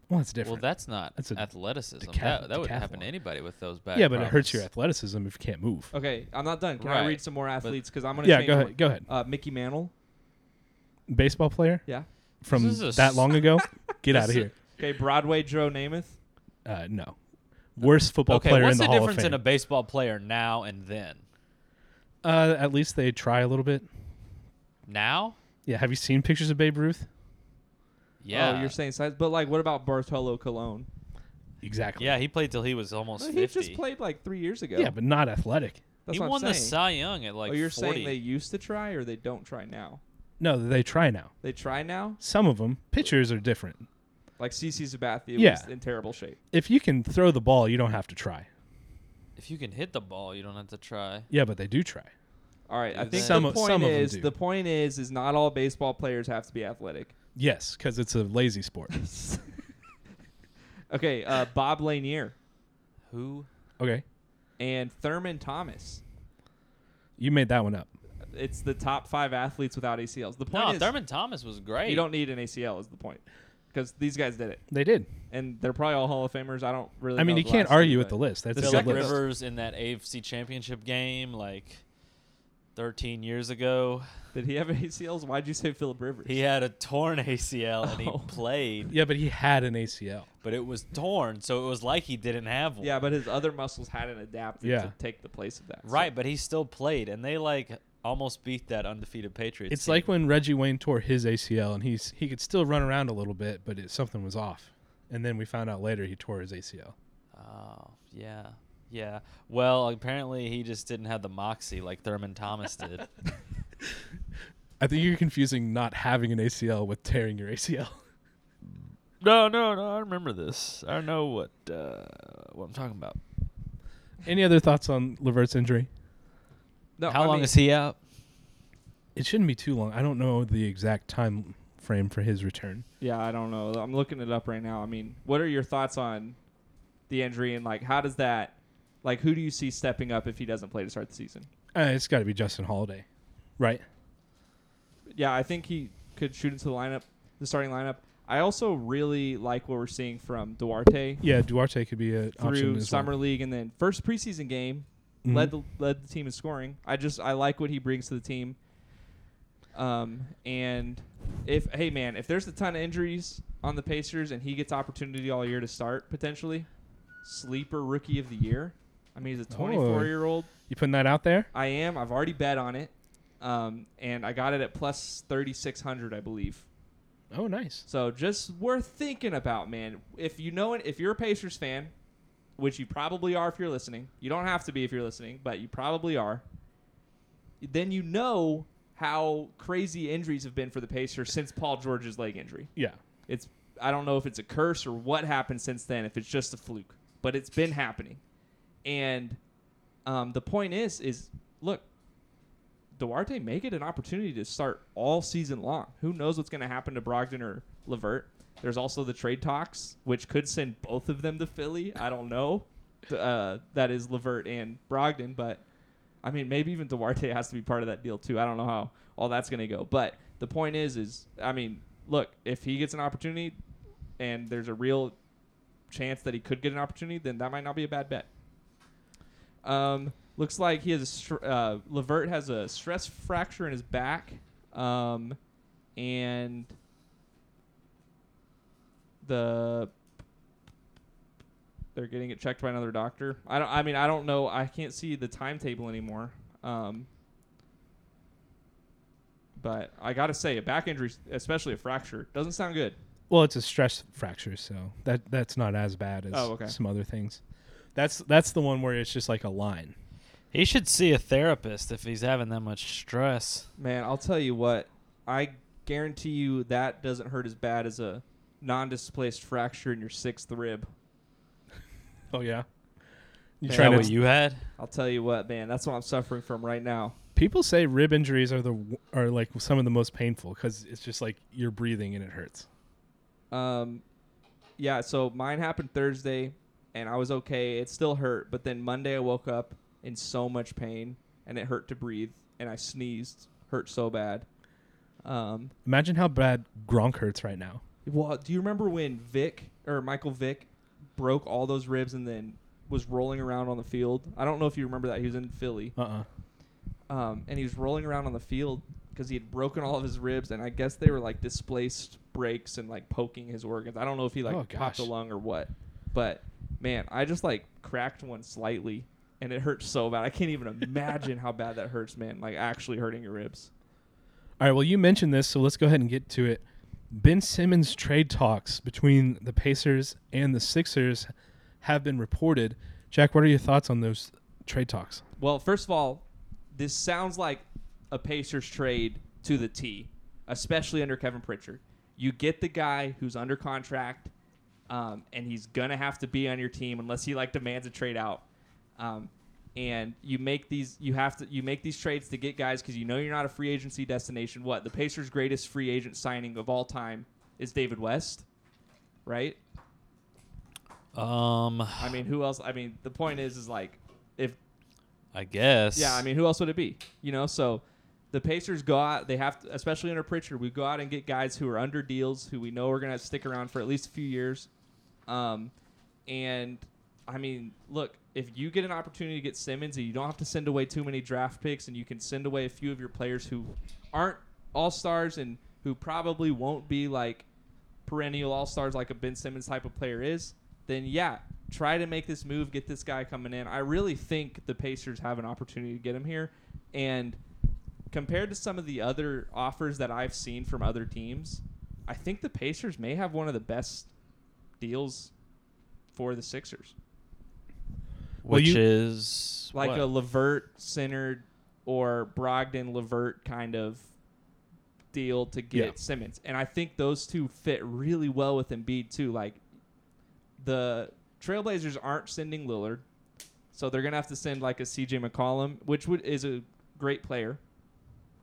[SPEAKER 2] Well, that's different.
[SPEAKER 3] Well, that's not
[SPEAKER 2] That's a
[SPEAKER 3] athleticism.
[SPEAKER 2] decathlon-
[SPEAKER 3] that that would happen
[SPEAKER 2] decathlon.
[SPEAKER 3] to anybody with those back.
[SPEAKER 2] yeah, but it hurts your
[SPEAKER 3] problems.
[SPEAKER 2] athleticism if you can't move.
[SPEAKER 4] Okay, I'm not done. Can I
[SPEAKER 3] Right.
[SPEAKER 4] read some more athletes? Because I'm gonna
[SPEAKER 2] yeah,
[SPEAKER 4] change
[SPEAKER 2] go
[SPEAKER 4] one.
[SPEAKER 2] ahead. Go ahead.
[SPEAKER 4] Uh, Mickey Mantle.
[SPEAKER 2] Baseball player
[SPEAKER 4] Yeah.
[SPEAKER 2] from
[SPEAKER 3] Uh, This is a
[SPEAKER 2] that
[SPEAKER 3] s-
[SPEAKER 2] long ago. Get out of
[SPEAKER 3] This is-
[SPEAKER 2] here.
[SPEAKER 4] Okay, Broadway Joe Namath.
[SPEAKER 2] Uh, no, worst football
[SPEAKER 3] Okay,
[SPEAKER 2] player
[SPEAKER 3] what's
[SPEAKER 2] in the,
[SPEAKER 3] the,
[SPEAKER 2] Hall of
[SPEAKER 3] difference
[SPEAKER 2] Fame.
[SPEAKER 3] in a baseball player now and then?
[SPEAKER 2] uh, at least they try a little bit.
[SPEAKER 3] Now,
[SPEAKER 2] Yeah, have you seen pictures of Babe Ruth?
[SPEAKER 3] Yeah.
[SPEAKER 4] Oh, you're saying size, but like, what about Bartolo Colon?
[SPEAKER 2] Exactly.
[SPEAKER 3] yeah, he played till he was almost
[SPEAKER 4] No, he
[SPEAKER 3] 50.
[SPEAKER 4] just played like three years ago.
[SPEAKER 2] Yeah, but not athletic.
[SPEAKER 4] that's
[SPEAKER 3] he
[SPEAKER 4] what I'm
[SPEAKER 3] won the
[SPEAKER 4] saying.
[SPEAKER 3] Cy Young at like
[SPEAKER 4] oh, you're
[SPEAKER 3] 40.
[SPEAKER 4] saying they used to try or they don't try now?
[SPEAKER 2] No, they try now.
[SPEAKER 4] They try now.
[SPEAKER 2] Some of them pitchers are different.
[SPEAKER 4] Like CC Sabathia
[SPEAKER 2] Yeah.
[SPEAKER 4] was in terrible shape.
[SPEAKER 2] If you can throw the ball, you don't have to try.
[SPEAKER 3] if you can hit the ball, you don't have to try.
[SPEAKER 2] Yeah, but they do try.
[SPEAKER 4] All right, I think
[SPEAKER 3] Do they?
[SPEAKER 2] Some
[SPEAKER 4] the
[SPEAKER 2] of-
[SPEAKER 4] point
[SPEAKER 2] some of them
[SPEAKER 4] is
[SPEAKER 2] do.
[SPEAKER 4] the point is is not all baseball players have to be athletic.
[SPEAKER 2] Yes, because it's a lazy sport.
[SPEAKER 4] Okay, uh, Bob Lanier
[SPEAKER 3] Who?
[SPEAKER 2] okay,
[SPEAKER 4] and Thurman Thomas.
[SPEAKER 2] you made that one up.
[SPEAKER 4] It's the top five athletes without ACLs. The point
[SPEAKER 3] No,
[SPEAKER 4] is
[SPEAKER 3] Thurman Thomas was great.
[SPEAKER 4] you don't need an ACL is the point because these guys did it
[SPEAKER 2] They did.
[SPEAKER 4] and they're probably all Hall of Famers. I don't really.
[SPEAKER 2] I mean,
[SPEAKER 4] know
[SPEAKER 2] you
[SPEAKER 4] the
[SPEAKER 2] can't
[SPEAKER 4] last two,
[SPEAKER 2] argue with
[SPEAKER 4] but-
[SPEAKER 2] the list. That's
[SPEAKER 4] They're
[SPEAKER 2] a
[SPEAKER 3] Philip
[SPEAKER 2] good
[SPEAKER 4] like
[SPEAKER 2] list.
[SPEAKER 3] Rivers in that AFC Championship game like 13 years ago.
[SPEAKER 4] Did he have ACLs? Why'd you say Philip Rivers?
[SPEAKER 3] He had a torn ACL and he
[SPEAKER 4] Oh.
[SPEAKER 3] played,
[SPEAKER 2] Yeah, but he had an ACL.
[SPEAKER 3] but it was torn, so it was like he didn't have one.
[SPEAKER 4] yeah, but his other muscles hadn't adapted
[SPEAKER 2] Yeah.
[SPEAKER 4] to take the place of that. so-
[SPEAKER 3] Right, but he still played, and they like almost beat that undefeated Patriots.
[SPEAKER 2] It's
[SPEAKER 3] team.
[SPEAKER 2] like when Reggie Wayne tore his ACL, and he's he could still run around a little bit, but it, something was off. And then we found out later he tore his ACL.
[SPEAKER 3] Oh yeah, yeah. Well, apparently he just didn't have the moxie like Thurman Thomas did.
[SPEAKER 2] I think you're confusing not having an ACL with tearing your ACL.
[SPEAKER 3] no, no, no. I remember this. I know what uh, what I'm talking about.
[SPEAKER 2] Any other thoughts on Levert's injury?
[SPEAKER 4] No,
[SPEAKER 3] How
[SPEAKER 4] I
[SPEAKER 3] long
[SPEAKER 4] mean,
[SPEAKER 3] is he out?
[SPEAKER 2] It shouldn't be too long. I don't know the exact time frame for his return.
[SPEAKER 4] Yeah, I don't know. I'm looking it up right now. I mean, what are your thoughts on the injury and like how does that like who do you see stepping up if he doesn't play to start the season?
[SPEAKER 2] Uh, it's got to be Justin Holiday, right?
[SPEAKER 4] Yeah, I think he could shoot into the lineup, the starting lineup. I also really like what we're seeing from Duarte
[SPEAKER 2] Yeah, Duarte could be an option
[SPEAKER 4] through
[SPEAKER 2] as
[SPEAKER 4] summer
[SPEAKER 2] well.
[SPEAKER 4] league and then first preseason game
[SPEAKER 2] Mhm.
[SPEAKER 4] led the led the team in scoring. I just I like what he brings to the team. Um and if hey man, if there's a ton of injuries on the Pacers and he gets opportunity all year to start potentially, sleeper rookie of the year. I mean, he's a 24
[SPEAKER 2] Oh.
[SPEAKER 4] year old.
[SPEAKER 2] You putting that out there?
[SPEAKER 4] I am. I've already bet on it. Um, and I got it at plus 3600, I believe.
[SPEAKER 2] Oh, nice.
[SPEAKER 4] So just worth thinking about, man. If you know it, if you're a Pacers fan, which you probably are if you're listening, you don't have to be if you're listening, but you probably are. Then you know how crazy injuries have been for the Pacers since Paul George's leg injury.
[SPEAKER 2] Yeah,
[SPEAKER 4] It's I don't know if it's a curse or what happened since then. If it's just a fluke, but it's been happening. And um, the point is, is look, Duarte may get an opportunity to start all season long. Who knows what's going to happen to Brogdon or Levert? There's also the trade talks, which could send both of them to Philly. I don't know. Uh, that is Levert and Brogdon, but I mean, maybe even Duarte has to be part of that deal too. I don't know how all that's going to go, but the point is, is I mean, look, if he gets an opportunity, and there's a real chance that he could get an opportunity, then that might not be a bad bet. Um, looks like he has a str- uh, Levert has a stress fracture in his back, um, and the they're getting it checked by another doctor. I don't. I mean, I don't know. I can't see the timetable anymore. Um, but I gotta say, a back injury, especially a fracture, doesn't sound good.
[SPEAKER 2] Well, it's a stress fracture, so that that's not as bad as
[SPEAKER 4] Oh, okay.
[SPEAKER 2] some other things. That's that's the one where it's just like a line.
[SPEAKER 3] He should see a therapist if he's having that much stress.
[SPEAKER 4] Man, I'll tell you what. I guarantee you that doesn't hurt as bad as a non-displaced fracture in your sixth rib.
[SPEAKER 2] Oh yeah, you
[SPEAKER 4] Yeah,
[SPEAKER 3] Is
[SPEAKER 2] try
[SPEAKER 3] that
[SPEAKER 2] to
[SPEAKER 3] what you had?
[SPEAKER 4] I'll tell you what, man. That's what I'm suffering from right now.
[SPEAKER 2] People say rib injuries are the w- are like some of the most painful because it's just like you're breathing and it hurts.
[SPEAKER 4] Um, yeah. So mine happened Thursday, and I was okay. It still hurt, but then Monday I woke up in so much pain, and it hurt to breathe, and I sneezed, hurt so bad. Um,
[SPEAKER 2] Imagine how bad Gronk hurts right now.
[SPEAKER 4] Well, do you remember when Vic or Michael Vick broke all those ribs and then was rolling around on the field? I don't know if you remember that. He was in Philly,
[SPEAKER 2] Uh uh
[SPEAKER 4] um, and he was rolling around on the field because he had broken all of his ribs, and I guess they were like displaced breaks and like poking his organs. I don't know if he like
[SPEAKER 2] Oh,
[SPEAKER 4] popped a
[SPEAKER 2] gosh.
[SPEAKER 4] lung or what, but man, I just like cracked one slightly, and it hurts so bad. I can't even imagine how bad that hurts, man. Like actually hurting your ribs.
[SPEAKER 2] All right. Well, you mentioned this, so let's go ahead and get to it. Ben Simmons trade talks between the Pacers and the Sixers have been reported. Jack, what are your thoughts on those trade talks?
[SPEAKER 4] Well, first of all, this sounds like a Pacers trade to the T, especially under Kevin Pritchard. You get the guy who's under contract, um, and he's gonna have to be on your team unless he like demands a trade out. Um, and you make these, you have to, you make these trades to get guys because you know you're not a free agency destination. What the Pacers' greatest free agent signing of all time is David West, right?
[SPEAKER 3] Um,
[SPEAKER 4] I mean, who else? I mean, the point is, is like if
[SPEAKER 3] I guess.
[SPEAKER 4] Yeah, I mean, who else would it be? You know, so the Pacers go out. They have to, especially under Pritchard, we go out and get guys who are under deals, who we know are going to stick around for at least a few years. Um, and I mean, look, if you get an opportunity to get Simmons, and you don't have to send away too many draft picks, and you can send away a few of your players who aren't all stars and who probably won't be like perennial all stars like a Ben Simmons type of player is, then yeah, try to make this move, get this guy coming in. I really think the Pacers have an opportunity to get him here. And compared to some of the other offers that I've seen from other teams, I think the Pacers may have one of the best deals for the Sixers.
[SPEAKER 2] Well,
[SPEAKER 3] Which
[SPEAKER 2] you-
[SPEAKER 3] is
[SPEAKER 4] Like
[SPEAKER 3] what?
[SPEAKER 4] a Levert centered or Brogdon Levert kind of deal to get
[SPEAKER 2] Yeah.
[SPEAKER 4] Simmons. And I think those two fit really well with Embiid too. Like the Trailblazers aren't sending Lillard, so they're gonna have to send like a CJ McCollum, which would is a great player.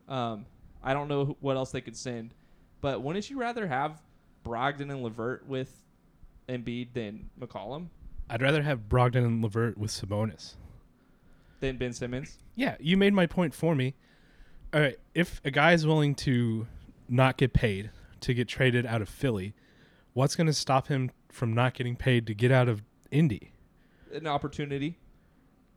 [SPEAKER 4] Um, I don't know wh- what else they could send, but wouldn't you rather have Brogdon and Levert with Embiid than McCollum
[SPEAKER 2] I'd rather have Brogdon and Levert with Sabonis.
[SPEAKER 4] than Ben Simmons?
[SPEAKER 2] Yeah, you made my point for me. All right, if a guy is willing to not get paid to get traded out of Philly, what's going to stop him from not getting paid to get out of Indy?
[SPEAKER 4] An opportunity.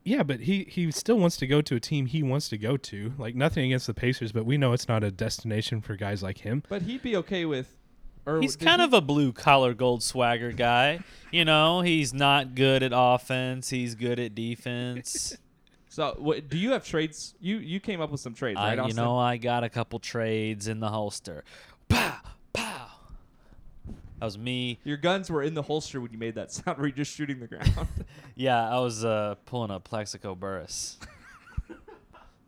[SPEAKER 2] Yeah, but he he still wants to go to a team he wants to go to. Like nothing against the Pacers, but we know it's not a destination for guys like him.
[SPEAKER 4] But he'd be okay with. Or
[SPEAKER 3] He's
[SPEAKER 4] did
[SPEAKER 3] kind
[SPEAKER 4] he-
[SPEAKER 3] of a blue collar gold swagger guy. You know, he's not good at offense. He's good at defense.
[SPEAKER 4] So, what, do you have trades? You you came up with some trades,
[SPEAKER 3] I,
[SPEAKER 4] right?
[SPEAKER 3] you
[SPEAKER 4] Austin?
[SPEAKER 3] know, uh, I got a couple trades in the holster. Pow, pow. That was me.
[SPEAKER 4] your guns were in the holster when you made that sound. Were you just shooting the ground?
[SPEAKER 3] Yeah, I was uh, pulling a Plexico Burris.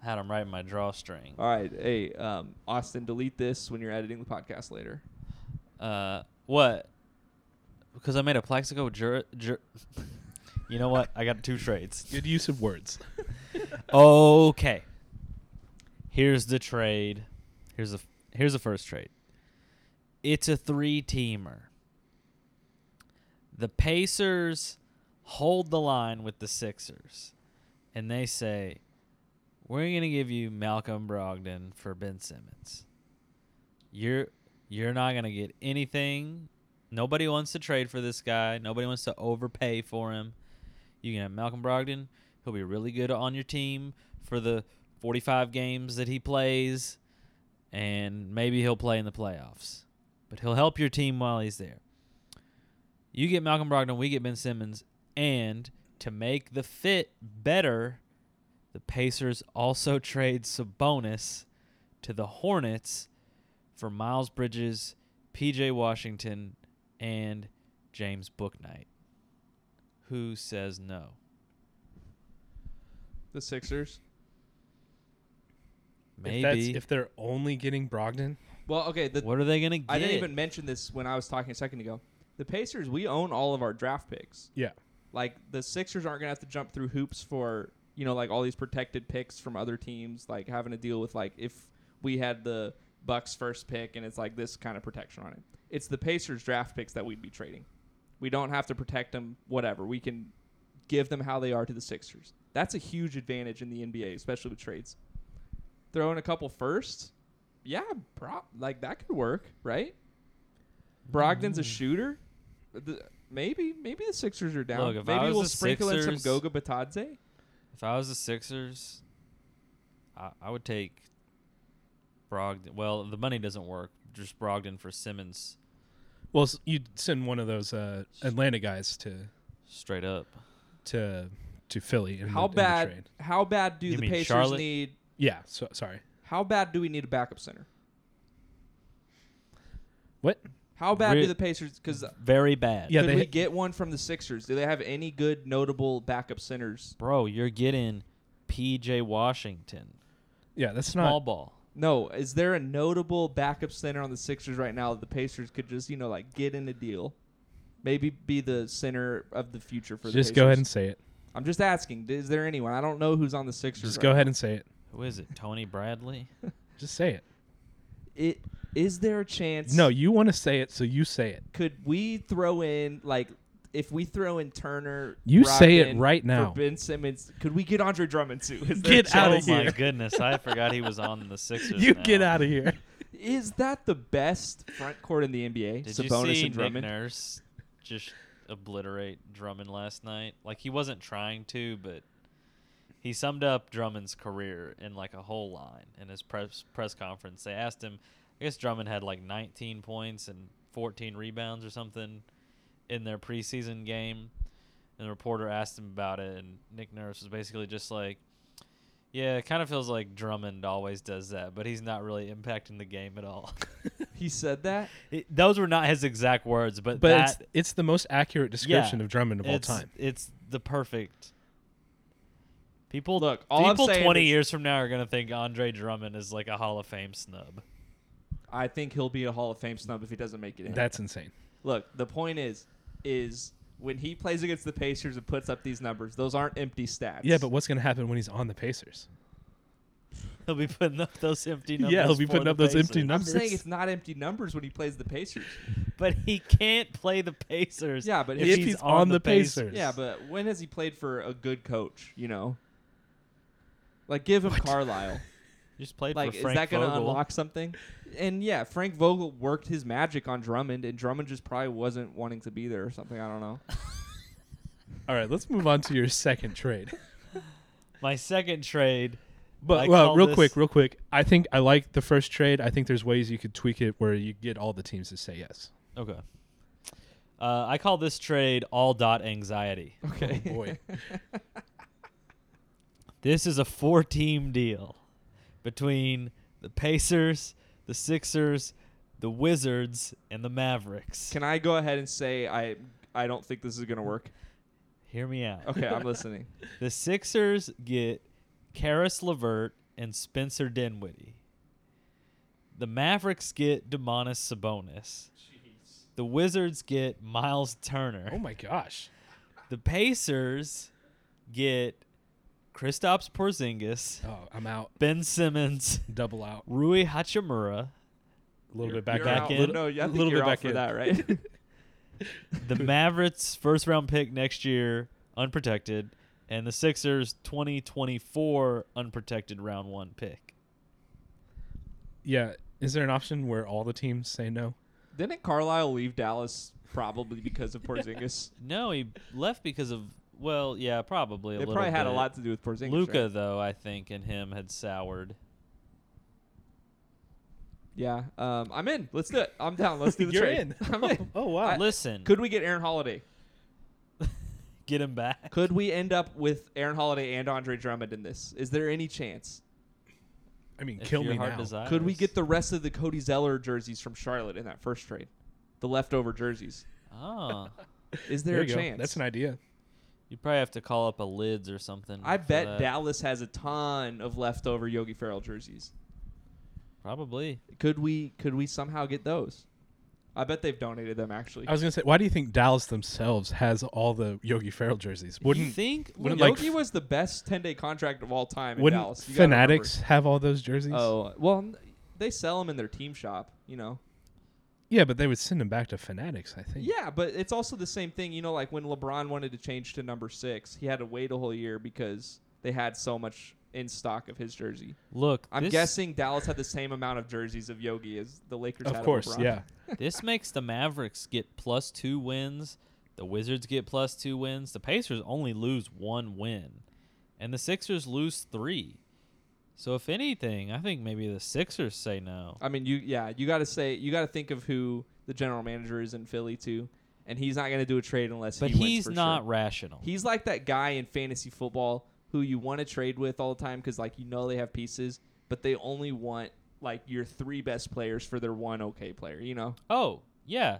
[SPEAKER 3] Had him right in my drawstring.
[SPEAKER 4] All right, hey um, Austin, delete this when you're editing the podcast later.
[SPEAKER 3] Uh, what? Because I made a Plexico jur- jur- You know what? I got two trades.
[SPEAKER 2] Good use of words.
[SPEAKER 3] okay. Here's the trade. Here's the here's the first trade. It's a three teamer. The Pacers hold the line with the Sixers, and they say, "We're gonna give you Malcolm Brogdon for Ben Simmons. You're you're not gonna get anything. Nobody wants to trade for this guy. Nobody wants to overpay for him." You can have Malcolm Brogdon. He'll be really good on your team for the 45 games that he plays, and maybe he'll play in the playoffs. But he'll help your team while he's there. You get Malcolm Brogdon, we get Ben Simmons, and to make the fit better, the Pacers also trade Sabonis to the Hornets for Miles Bridges, PJ Washington, and James Booknight. Who says no?
[SPEAKER 4] The Sixers.
[SPEAKER 2] If, that's,
[SPEAKER 3] Maybe.
[SPEAKER 2] if they're only getting Brogdon,
[SPEAKER 4] Well, okay. The,
[SPEAKER 3] what are they gonna get?
[SPEAKER 4] I didn't even mention this when I was talking a second ago. The Pacers, we own all of our draft picks.
[SPEAKER 2] yeah,
[SPEAKER 4] Like the Sixers aren't gonna have to jump through hoops for you know like all these protected picks from other teams, like having to deal with like if we had the Bucks first pick and it's like this kind of protection on it. It's the Pacers draft picks that we'd be trading. We don't have to protect them. Whatever we can give them how they are to the Sixers. That's a huge advantage in the NBA, especially with trades. Throw in a couple firsts, yeah, bro, like that could work, right? Brogdon's a
[SPEAKER 3] Mm.
[SPEAKER 4] shooter. The- maybe, maybe the Sixers are down.
[SPEAKER 3] Look, if I
[SPEAKER 4] maybe
[SPEAKER 3] was
[SPEAKER 4] we'll
[SPEAKER 3] the
[SPEAKER 4] sprinkle in
[SPEAKER 3] Sixers-
[SPEAKER 4] some Goga Batadze.
[SPEAKER 3] If I was the Sixers, I, I would take Brogdon. Well, the money doesn't work. Just Brogdon for Simmons,
[SPEAKER 2] well, s- you'd send one of those uh, Atlanta guys to
[SPEAKER 3] straight up.
[SPEAKER 2] to to Philly. In
[SPEAKER 4] How
[SPEAKER 2] the, In the
[SPEAKER 4] bad?
[SPEAKER 2] trade.
[SPEAKER 4] How bad do
[SPEAKER 3] You
[SPEAKER 4] the
[SPEAKER 3] mean
[SPEAKER 4] Pacers
[SPEAKER 3] Charlotte?
[SPEAKER 4] need?
[SPEAKER 2] Yeah. So sorry.
[SPEAKER 4] How bad do we need a backup center?
[SPEAKER 2] What?
[SPEAKER 4] How bad
[SPEAKER 6] Re-
[SPEAKER 4] do the Pacers? Because
[SPEAKER 3] Very bad.
[SPEAKER 2] Yeah,
[SPEAKER 4] could
[SPEAKER 2] they-
[SPEAKER 4] we get one from the Sixers? Do they have any good notable backup centers?
[SPEAKER 3] Bro, you're getting PJ Washington.
[SPEAKER 2] Yeah, that's
[SPEAKER 3] Small
[SPEAKER 2] not.
[SPEAKER 3] ball.
[SPEAKER 4] No. Is there a notable backup center on the Sixers right now that the Pacers could just you know like get in a deal? Maybe be the center of the future for the
[SPEAKER 2] Just go ahead and
[SPEAKER 4] Pacers?
[SPEAKER 2] say it.
[SPEAKER 4] I'm just asking. Is there anyone? I don't know who's on the Sixers.
[SPEAKER 2] Just
[SPEAKER 4] right
[SPEAKER 2] go
[SPEAKER 4] now.
[SPEAKER 2] ahead and say it.
[SPEAKER 3] Who is it? Tony Bradley?
[SPEAKER 2] Just say it.
[SPEAKER 4] It is there a chance?
[SPEAKER 2] No, you want to say it, so you say it.
[SPEAKER 4] Could we throw in like if we throw in Turner?
[SPEAKER 2] You say it
[SPEAKER 4] Brogdon
[SPEAKER 2] right
[SPEAKER 4] for
[SPEAKER 2] now.
[SPEAKER 4] Ben Simmons. Could we get Andre Drummond too? Is there a
[SPEAKER 2] Get out
[SPEAKER 3] oh
[SPEAKER 4] chance?
[SPEAKER 2] of here.
[SPEAKER 3] my goodness, I forgot he was on the Sixers.
[SPEAKER 2] You
[SPEAKER 3] now.
[SPEAKER 2] get out of here.
[SPEAKER 4] Is that the best front court in the NBA?
[SPEAKER 3] Did
[SPEAKER 4] Sabonis
[SPEAKER 3] you see
[SPEAKER 4] and Drummond.
[SPEAKER 3] Nick Nurse just obliterate Drummond last night? Like he wasn't trying to, but he summed up Drummond's career in like a whole line in his press press conference. They asked him, I guess Drummond had like 19 points and 14 rebounds or something in their preseason game, and the reporter asked him about it, and Nick Nurse was basically just like. Yeah, it kind of feels like Drummond always does that, but he's not really impacting the game at all.
[SPEAKER 4] He said that.
[SPEAKER 3] It- those were not his exact words, but,
[SPEAKER 2] But
[SPEAKER 3] that,
[SPEAKER 2] it's, it's the most accurate description
[SPEAKER 3] yeah,
[SPEAKER 2] of Drummond of all
[SPEAKER 3] it's-
[SPEAKER 2] time.
[SPEAKER 3] It's the perfect. People
[SPEAKER 4] Look, all I'm
[SPEAKER 3] people
[SPEAKER 4] saying
[SPEAKER 3] twenty
[SPEAKER 4] is-
[SPEAKER 3] years from now are gonna think Andre Drummond is like a Hall of Fame snub.
[SPEAKER 4] I think he'll be a Hall of Fame snub if he doesn't make it in.
[SPEAKER 2] That's insane.
[SPEAKER 4] Look, the point is, is when he plays against the Pacers and puts up these numbers, those aren't empty stats.
[SPEAKER 2] Yeah, but what's going to happen when he's on the Pacers?
[SPEAKER 3] He'll be putting up those empty numbers.
[SPEAKER 2] Yeah, he'll be
[SPEAKER 3] for
[SPEAKER 2] putting
[SPEAKER 3] the
[SPEAKER 2] up those empty
[SPEAKER 3] Pacers.
[SPEAKER 4] I'm
[SPEAKER 2] numbers.
[SPEAKER 4] saying it's not empty numbers when he plays the Pacers.
[SPEAKER 3] But he can't play the Pacers.
[SPEAKER 4] Yeah, but
[SPEAKER 3] if,
[SPEAKER 4] if
[SPEAKER 3] he's,
[SPEAKER 2] he's
[SPEAKER 3] on,
[SPEAKER 2] on
[SPEAKER 3] the
[SPEAKER 2] the
[SPEAKER 3] Pacers,
[SPEAKER 4] Yeah, but when has he played for a good coach? You know, like give him Carlisle.
[SPEAKER 3] just played
[SPEAKER 4] Like,
[SPEAKER 3] for
[SPEAKER 4] is
[SPEAKER 3] Frank
[SPEAKER 4] that going to
[SPEAKER 3] Vogel.
[SPEAKER 4] unlock something? And yeah, Frank Vogel worked his magic on Drummond, and Drummond just probably wasn't wanting to be there or something. I don't know.
[SPEAKER 2] All right, let's move on to your second trade.
[SPEAKER 3] My second trade.
[SPEAKER 2] But
[SPEAKER 3] I
[SPEAKER 2] well,
[SPEAKER 3] call
[SPEAKER 2] real
[SPEAKER 3] this-
[SPEAKER 2] quick, real quick. I think I like the first trade. I think there's ways you could tweak it where you get all the teams to say yes.
[SPEAKER 3] Okay. Uh, I call this trade all dot anxiety.
[SPEAKER 4] Okay.
[SPEAKER 2] Oh boy.
[SPEAKER 3] This is a four team deal between the Pacers, the Sixers, the Wizards, and the Mavericks.
[SPEAKER 4] Can I go ahead and say I I don't think this is going to work?
[SPEAKER 3] Hear me out.
[SPEAKER 4] Okay, I'm listening.
[SPEAKER 3] The Sixers get Karis Levert and Spencer Dinwiddie. The Mavericks get Demonis Sabonis. The Wizards get Miles Turner.
[SPEAKER 2] oh my gosh.
[SPEAKER 3] The Pacers get Kristaps Porzingis,
[SPEAKER 2] Oh, I'm out.
[SPEAKER 3] Ben Simmons,
[SPEAKER 2] Double out.
[SPEAKER 3] Rui Hachimura,
[SPEAKER 2] A little
[SPEAKER 4] You're-
[SPEAKER 2] bit back
[SPEAKER 4] you're
[SPEAKER 2] in.
[SPEAKER 4] out.
[SPEAKER 3] Back in.
[SPEAKER 4] No, yeah, I
[SPEAKER 2] A
[SPEAKER 4] think
[SPEAKER 2] little
[SPEAKER 4] you're
[SPEAKER 2] bit
[SPEAKER 4] out
[SPEAKER 2] back
[SPEAKER 4] for
[SPEAKER 2] in.
[SPEAKER 4] that, right?
[SPEAKER 3] the Mavericks first round pick next year unprotected and the Sixers 2024 unprotected round 1 pick.
[SPEAKER 2] Yeah. Is there an option where all the teams say no?
[SPEAKER 4] Didn't Carlisle leave Dallas probably because of Porzingis?
[SPEAKER 3] No, he left because of well, yeah, probably
[SPEAKER 4] It
[SPEAKER 3] a little
[SPEAKER 4] probably had a
[SPEAKER 3] bit.
[SPEAKER 4] lot to do with Porzingis.
[SPEAKER 3] Luca
[SPEAKER 4] right?
[SPEAKER 3] though, I think and him had soured.
[SPEAKER 4] Yeah. Um, I'm in. Let's do it. I'm down. Let's do the
[SPEAKER 2] You're
[SPEAKER 4] trade.
[SPEAKER 2] in.
[SPEAKER 4] I'm in.
[SPEAKER 2] Oh wow.
[SPEAKER 4] I-
[SPEAKER 3] Listen,
[SPEAKER 4] Could we get Aaron Holiday?
[SPEAKER 3] get him back.
[SPEAKER 4] Could we end up with Aaron Holiday and Andre Drummond in this? Is there any chance?
[SPEAKER 2] I mean,
[SPEAKER 3] If
[SPEAKER 2] kill
[SPEAKER 3] your
[SPEAKER 2] me
[SPEAKER 3] heart
[SPEAKER 2] now.
[SPEAKER 3] desires.
[SPEAKER 4] Could we get the rest of the Cody Zeller jerseys from Charlotte in that first trade? The leftover jerseys.
[SPEAKER 3] Oh.
[SPEAKER 4] Is there,
[SPEAKER 2] There
[SPEAKER 4] a
[SPEAKER 2] you go.
[SPEAKER 4] chance?
[SPEAKER 2] That's an idea.
[SPEAKER 3] You probably have to call up a lids or something.
[SPEAKER 4] I
[SPEAKER 3] for
[SPEAKER 4] bet
[SPEAKER 3] that.
[SPEAKER 4] Dallas has a ton of leftover Yogi Ferrell jerseys.
[SPEAKER 3] Probably.
[SPEAKER 4] Could we could we somehow get those? I bet they've donated them actually.
[SPEAKER 2] I was gonna say, why do you think Dallas themselves has all the Yogi Ferrell jerseys? Wouldn't
[SPEAKER 3] you think
[SPEAKER 2] wouldn't, like,
[SPEAKER 4] Yogi was the best 10-day contract of all time in
[SPEAKER 2] wouldn't
[SPEAKER 4] Dallas. You gotta remember.
[SPEAKER 2] Fanatics have all those jerseys?
[SPEAKER 4] Oh, well, n- they sell them in their team shop, you know.
[SPEAKER 2] yeah, but they would send them back to Fanatics. I think.
[SPEAKER 4] Yeah, but it's also the same thing. You know, like when LeBron wanted to change to number six, he had to wait a whole year because they had so much in stock of his jersey.
[SPEAKER 3] Look,
[SPEAKER 4] I'm
[SPEAKER 3] this,
[SPEAKER 4] guessing Dallas had the same amount of jerseys of Yogi as the Lakers had
[SPEAKER 2] Of course.
[SPEAKER 4] LeBron.
[SPEAKER 2] Yeah.
[SPEAKER 3] this makes the Mavericks get plus two wins. The Wizards get plus two wins. The Pacers only lose one win. And the Sixers lose three. So, if anything, I think maybe the Sixers say no.
[SPEAKER 4] I mean, you yeah, you got to say you got to think of who the general manager is in Philly too, and he's not going to do a trade unless
[SPEAKER 3] But
[SPEAKER 4] he wins
[SPEAKER 3] he's
[SPEAKER 4] for
[SPEAKER 3] not
[SPEAKER 4] sure.
[SPEAKER 3] rational.
[SPEAKER 4] He's like that guy in fantasy football who you want to trade with all the time because like you know they have pieces, but they only want like your three best players for their one okay player. You know,
[SPEAKER 3] Oh, yeah.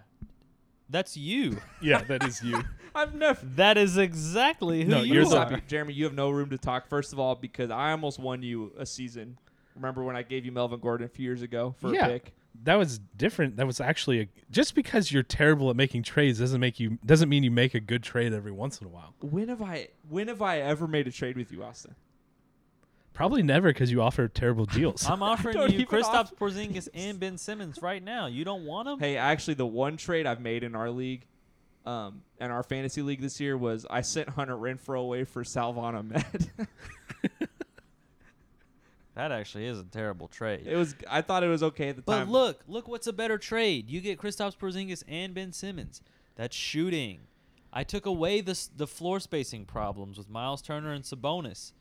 [SPEAKER 3] That's you.
[SPEAKER 2] Yeah, that is you.
[SPEAKER 4] I've never.
[SPEAKER 3] that is exactly who
[SPEAKER 2] No,
[SPEAKER 3] you
[SPEAKER 2] you're
[SPEAKER 3] are.
[SPEAKER 2] the-
[SPEAKER 4] Stop you, Jeremy. You have no room to talk. First of all, because I almost won you a season. Remember when I gave you Melvin Gordon a few years ago for
[SPEAKER 2] yeah,
[SPEAKER 4] a pick?
[SPEAKER 2] that was different. That was actually a, just because you're terrible at making trades doesn't make you doesn't mean you make a good trade every once in a while.
[SPEAKER 4] When have I? When have I ever made a trade with you, Austin?
[SPEAKER 2] Probably never because you offer terrible deals.
[SPEAKER 3] I'm
[SPEAKER 4] don't
[SPEAKER 3] offering you
[SPEAKER 4] even
[SPEAKER 3] Kristaps
[SPEAKER 4] offer-
[SPEAKER 3] Porzingis and Ben Simmons right now. You don't want them?
[SPEAKER 4] Hey, actually, the one trade I've made in our league, um, in our fantasy league this year was I sent Hunter Renfro away for Salvon Ahmed.
[SPEAKER 3] That actually is a terrible trade.
[SPEAKER 4] it was. I thought it was okay at the
[SPEAKER 3] but
[SPEAKER 4] time.
[SPEAKER 3] look, look what's a better trade? You get Kristaps Porzingis and Ben Simmons. That's shooting. I took away the s- the floor spacing problems with Miles Turner and Sabonis.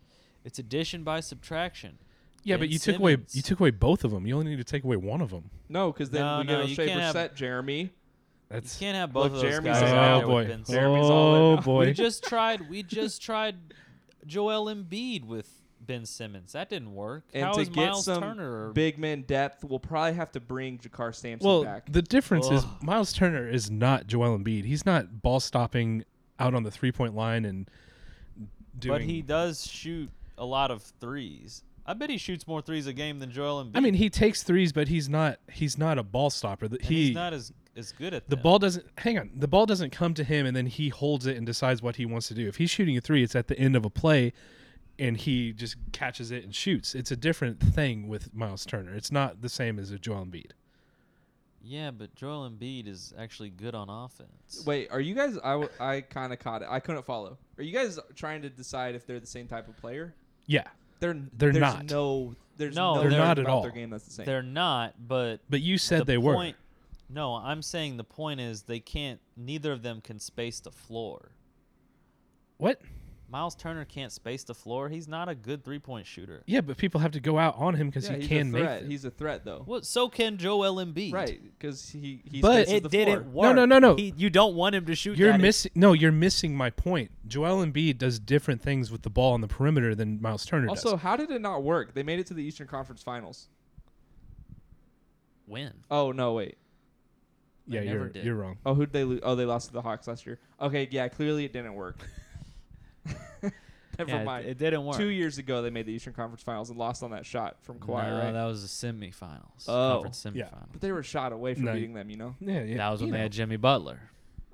[SPEAKER 3] It's addition by subtraction.
[SPEAKER 2] yeah, but
[SPEAKER 3] Ben
[SPEAKER 2] you took away
[SPEAKER 3] Simmons.
[SPEAKER 2] you took away both of them. You only need to take away one of them.
[SPEAKER 4] no, because then
[SPEAKER 3] No,
[SPEAKER 4] we
[SPEAKER 3] no,
[SPEAKER 4] get
[SPEAKER 3] you
[SPEAKER 4] O'Shea
[SPEAKER 3] can't have-
[SPEAKER 4] Brissett, Jeremy.
[SPEAKER 3] You
[SPEAKER 2] That's
[SPEAKER 3] can't have both
[SPEAKER 4] Look,
[SPEAKER 3] of those
[SPEAKER 4] Jeremy's
[SPEAKER 3] guys.
[SPEAKER 4] all
[SPEAKER 3] out
[SPEAKER 4] out
[SPEAKER 2] oh
[SPEAKER 3] there with
[SPEAKER 2] boy,
[SPEAKER 3] Ben Simmons.
[SPEAKER 4] Jeremy's all in
[SPEAKER 2] oh
[SPEAKER 4] now.
[SPEAKER 2] boy.
[SPEAKER 3] We just tried. We just tried Joel Embiid with Ben Simmons. That didn't work.
[SPEAKER 4] And
[SPEAKER 3] How
[SPEAKER 4] to
[SPEAKER 3] is
[SPEAKER 4] get
[SPEAKER 3] Miles
[SPEAKER 4] some
[SPEAKER 3] Turner?
[SPEAKER 4] big man depth, we'll probably have to bring Jakar Sampson
[SPEAKER 2] well,
[SPEAKER 4] back.
[SPEAKER 2] the difference is
[SPEAKER 3] Ugh.
[SPEAKER 2] Miles Turner is not Joel Embiid. He's not ball stopping out on the three point line and doing.
[SPEAKER 3] but he does shoot a lot of threes. I bet he shoots more threes a game than Joel Embiid.
[SPEAKER 2] I mean, he takes threes, but he's not he's not a ball stopper. The-
[SPEAKER 3] And
[SPEAKER 2] He
[SPEAKER 3] he's not as as good at
[SPEAKER 2] the
[SPEAKER 3] them.
[SPEAKER 2] ball doesn't hang on. The ball doesn't come to him, and then he holds it and decides what he wants to do. If he's shooting a three, it's at the end of a play, and he just catches it and shoots. It's a different thing with Miles Turner. It's not the same as a Joel Embiid.
[SPEAKER 3] Yeah, but Joel Embiid is actually good on offense.
[SPEAKER 4] Wait, are you guys? I, w- I kind of caught it. I couldn't follow. Are you guys trying to decide if they're the same type of player?
[SPEAKER 2] Yeah,
[SPEAKER 4] They're
[SPEAKER 2] They're
[SPEAKER 4] there's
[SPEAKER 2] not.
[SPEAKER 4] No, there's
[SPEAKER 3] No,
[SPEAKER 4] no
[SPEAKER 3] they're
[SPEAKER 4] thing
[SPEAKER 2] not at
[SPEAKER 4] about
[SPEAKER 2] all.
[SPEAKER 4] Their game that's the same.
[SPEAKER 3] They're not, but
[SPEAKER 2] but you said
[SPEAKER 3] the
[SPEAKER 2] they were.
[SPEAKER 3] point, No, I'm saying the point is they can't. Neither of them can space the floor.
[SPEAKER 2] What?
[SPEAKER 3] Miles Turner can't space the floor. He's not a good three point shooter.
[SPEAKER 2] Yeah, but people have to go out on him because
[SPEAKER 4] yeah,
[SPEAKER 2] he
[SPEAKER 4] he's
[SPEAKER 2] can
[SPEAKER 4] a
[SPEAKER 2] make
[SPEAKER 4] threat.
[SPEAKER 2] them.
[SPEAKER 4] He's a threat though.
[SPEAKER 3] Well, so can Joel Embiid.
[SPEAKER 4] Right, because he he
[SPEAKER 2] But-
[SPEAKER 4] spaces
[SPEAKER 3] It
[SPEAKER 4] the floor.
[SPEAKER 3] didn't
[SPEAKER 2] No,
[SPEAKER 3] work.
[SPEAKER 2] no, no, no.
[SPEAKER 3] He, you don't want him to shoot.
[SPEAKER 2] You're
[SPEAKER 3] that.
[SPEAKER 2] missing. No, you're missing my point. Joel Embiid does different things with the ball on the perimeter than Miles Turner
[SPEAKER 4] Also,
[SPEAKER 2] does.
[SPEAKER 4] how did it not work? They made it to the Eastern Conference Finals.
[SPEAKER 3] When?
[SPEAKER 4] Oh no, wait.
[SPEAKER 2] Yeah,
[SPEAKER 3] never
[SPEAKER 2] you're
[SPEAKER 3] did.
[SPEAKER 2] you're wrong.
[SPEAKER 4] Oh, who'd they lose? Oh, they lost to the Hawks last year. Okay, yeah, clearly it didn't work. Never
[SPEAKER 3] Yeah, it-
[SPEAKER 4] mind.
[SPEAKER 3] It, didn't work.
[SPEAKER 4] Two years ago, they made the Eastern Conference Finals and lost on that shot from Kawhi,
[SPEAKER 3] No,
[SPEAKER 4] right?
[SPEAKER 3] that was the semifinals.
[SPEAKER 4] Oh.
[SPEAKER 3] conference semifinals.
[SPEAKER 2] Yeah.
[SPEAKER 4] but they were a shot away from
[SPEAKER 2] No.
[SPEAKER 4] beating them, you know.
[SPEAKER 2] Yeah, yeah.
[SPEAKER 3] That was
[SPEAKER 2] you
[SPEAKER 3] when they
[SPEAKER 2] know.
[SPEAKER 3] had Jimmy Butler.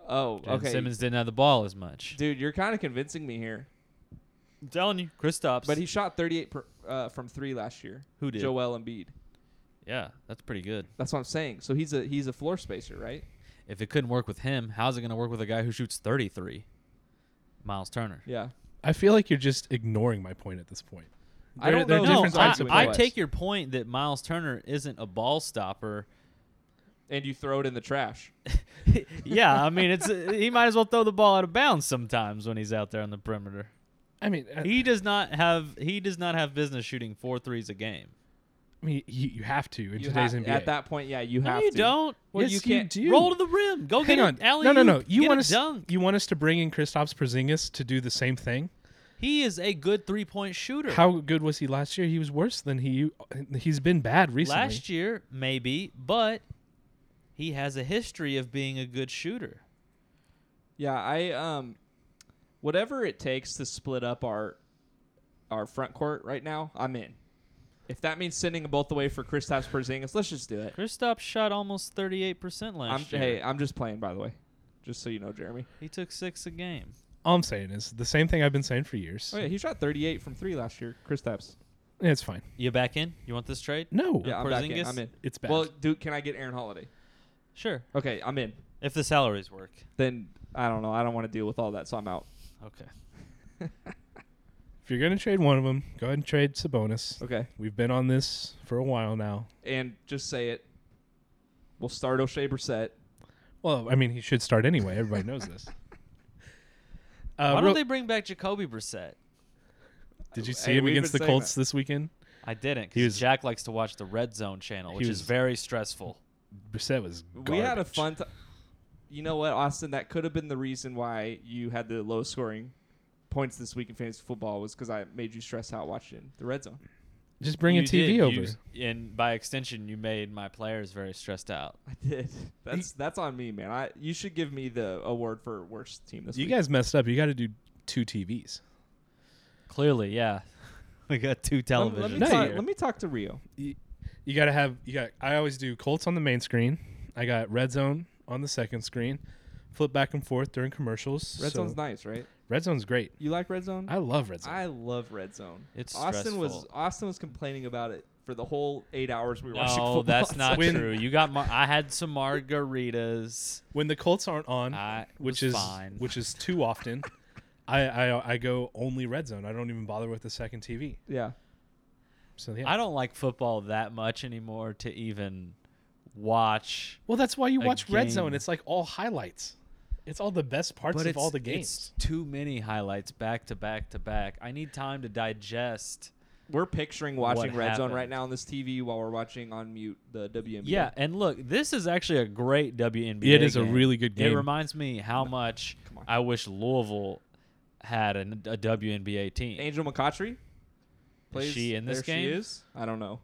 [SPEAKER 4] Oh,
[SPEAKER 3] And
[SPEAKER 4] okay.
[SPEAKER 3] Simmons didn't have the ball as much.
[SPEAKER 4] Dude, you're kind of convincing me here.
[SPEAKER 3] I'm telling you, Kristaps.
[SPEAKER 4] But he shot 38 per, uh, from three last year.
[SPEAKER 3] Who did?
[SPEAKER 4] Joel Embiid.
[SPEAKER 3] yeah, that's pretty good.
[SPEAKER 4] That's what I'm saying. So he's a he's a floor spacer, right?
[SPEAKER 3] If it couldn't work with him, how's it going to work with a guy who shoots 33? Miles Turner.
[SPEAKER 4] Yeah.
[SPEAKER 2] I feel like you're just ignoring my point at this point.
[SPEAKER 4] I
[SPEAKER 2] They're-
[SPEAKER 4] don't
[SPEAKER 2] they're
[SPEAKER 4] know.
[SPEAKER 3] No,
[SPEAKER 2] different
[SPEAKER 3] I,
[SPEAKER 2] types of
[SPEAKER 3] I
[SPEAKER 2] players.
[SPEAKER 3] take your point that Miles Turner isn't a ball stopper.
[SPEAKER 4] And you throw it in the trash.
[SPEAKER 3] yeah, I mean, it's uh, he might as well throw the ball out of bounds sometimes when he's out there on the perimeter.
[SPEAKER 2] I mean, uh, I,
[SPEAKER 3] He does not have he does not have business shooting four threes a game.
[SPEAKER 2] I mean, you, you have to in
[SPEAKER 4] You
[SPEAKER 2] today's
[SPEAKER 4] ha-
[SPEAKER 2] NBA.
[SPEAKER 4] At that point, yeah, you have
[SPEAKER 3] no, you
[SPEAKER 4] to.
[SPEAKER 3] don't.
[SPEAKER 2] Well,
[SPEAKER 4] Yes,
[SPEAKER 2] you
[SPEAKER 4] you
[SPEAKER 2] can't do.
[SPEAKER 3] Roll to the rim. Go
[SPEAKER 2] Hang
[SPEAKER 3] get
[SPEAKER 2] on.
[SPEAKER 3] an alley.
[SPEAKER 2] no, no, no. You
[SPEAKER 3] get
[SPEAKER 2] want
[SPEAKER 3] a
[SPEAKER 2] us?
[SPEAKER 3] dunk.
[SPEAKER 2] You want us to bring in Kristaps Porzingis to do the same thing?
[SPEAKER 3] He is a good three point shooter.
[SPEAKER 2] How good was he last year? He was worse than he. He's been bad recently.
[SPEAKER 3] Last year, maybe, but he has a history of being a good shooter.
[SPEAKER 4] Yeah, I um, whatever it takes to split up our our front court right now, I'm in. If that means sending them both away for Kristaps Porzingis, let's just do it.
[SPEAKER 3] Kristaps shot almost 38% last
[SPEAKER 4] I'm,
[SPEAKER 3] year.
[SPEAKER 4] hey, I'm just playing, by the way, just so you know, Jeremy.
[SPEAKER 3] He took six a game.
[SPEAKER 2] All I'm saying is the same thing I've been saying for years.
[SPEAKER 4] Oh yeah, he shot 38 from three last year. Kristaps.
[SPEAKER 2] It's fine.
[SPEAKER 3] You back in? You want this trade?
[SPEAKER 2] No,
[SPEAKER 4] Yeah, I'm back in.
[SPEAKER 3] Porzingis?
[SPEAKER 4] I'm in.
[SPEAKER 2] it's bad.
[SPEAKER 4] Well, dude, can I get Aaron Holiday?
[SPEAKER 3] Sure.
[SPEAKER 4] Okay, I'm in.
[SPEAKER 3] If the salaries work.
[SPEAKER 4] Then I don't know. I don't want to deal with all that, so I'm out.
[SPEAKER 3] Okay.
[SPEAKER 2] if you're gonna trade one of them, go ahead and trade Sabonis.
[SPEAKER 4] Okay,
[SPEAKER 2] We've been on this for a while now.
[SPEAKER 4] and just say it. We'll start O'Shea Brissett.
[SPEAKER 2] Well, I mean, he should start anyway. Everybody knows this. Uh,
[SPEAKER 3] Why
[SPEAKER 2] real-
[SPEAKER 3] don't they bring back Jacoby Brissett?
[SPEAKER 2] did you
[SPEAKER 4] Hey,
[SPEAKER 2] see him
[SPEAKER 4] we've
[SPEAKER 2] against the
[SPEAKER 4] been saying
[SPEAKER 2] Colts this weekend?
[SPEAKER 3] I didn't
[SPEAKER 2] He was-
[SPEAKER 3] because Jack likes to watch the Red Zone channel,
[SPEAKER 2] He
[SPEAKER 3] which
[SPEAKER 2] was-
[SPEAKER 3] is very stressful.
[SPEAKER 2] Brissett was.
[SPEAKER 4] We had a
[SPEAKER 2] garbage.
[SPEAKER 4] fun time. You know what, Austin? That could have been the reason why you had the low scoring points this week in fantasy football was because I made you stress out watching the red zone.
[SPEAKER 2] Just bring a
[SPEAKER 3] You
[SPEAKER 2] TV
[SPEAKER 3] did. You
[SPEAKER 2] over.
[SPEAKER 3] s- and by extension, you made my players very stressed out.
[SPEAKER 4] I did. That's that's on me, man. I you should give me the award for worst team this
[SPEAKER 2] you
[SPEAKER 4] week.
[SPEAKER 2] guys messed up. You got to do two TVs.
[SPEAKER 7] Clearly, yeah. we got two
[SPEAKER 4] Let,
[SPEAKER 7] televisions.
[SPEAKER 4] let me
[SPEAKER 2] No,
[SPEAKER 4] talk,
[SPEAKER 2] you-
[SPEAKER 4] let me talk to Rio.
[SPEAKER 2] You, you got to have. You got. I always do Colts on the main screen. I got Red Zone on the second screen. Flip back and forth during commercials.
[SPEAKER 4] Red
[SPEAKER 2] so-
[SPEAKER 4] Zone's nice, right?
[SPEAKER 2] Red Zone's great.
[SPEAKER 4] You like Red Zone?
[SPEAKER 2] I love Red Zone.
[SPEAKER 4] I love Red Zone.
[SPEAKER 7] It's
[SPEAKER 4] Austin was
[SPEAKER 7] stressful.
[SPEAKER 4] Austin was complaining about it for the whole eight hours we were watching
[SPEAKER 7] No,
[SPEAKER 4] football.
[SPEAKER 7] that's not
[SPEAKER 2] When-
[SPEAKER 7] true. You got. Mar- I had some margaritas.
[SPEAKER 2] when the Colts aren't on,
[SPEAKER 7] I
[SPEAKER 2] which
[SPEAKER 7] was
[SPEAKER 2] is
[SPEAKER 7] fine.
[SPEAKER 2] which is too often, I, I I go only Red Zone. I don't even bother with the second TV.
[SPEAKER 4] yeah.
[SPEAKER 2] So yeah.
[SPEAKER 7] I don't like football that much anymore to even watch.
[SPEAKER 2] well, that's why you
[SPEAKER 7] a
[SPEAKER 2] watch Red Zone.
[SPEAKER 7] game.
[SPEAKER 2] It's like all highlights. It's all the best parts of all the games.
[SPEAKER 7] It's too many highlights back to back to back. I need time to digest.
[SPEAKER 4] We're picturing watching
[SPEAKER 7] What
[SPEAKER 4] Red Zone
[SPEAKER 7] happened?
[SPEAKER 4] right now on this TV while we're watching on mute the WNBA.
[SPEAKER 7] Yeah, and look, this is actually a great WNBA.
[SPEAKER 2] It is a really good game.
[SPEAKER 7] It reminds me how much
[SPEAKER 4] Come on.
[SPEAKER 7] I wish Louisville had an, a WNBA team.
[SPEAKER 4] Angel McCautry plays.
[SPEAKER 7] she in this
[SPEAKER 4] there She
[SPEAKER 7] game?
[SPEAKER 4] is. I don't know.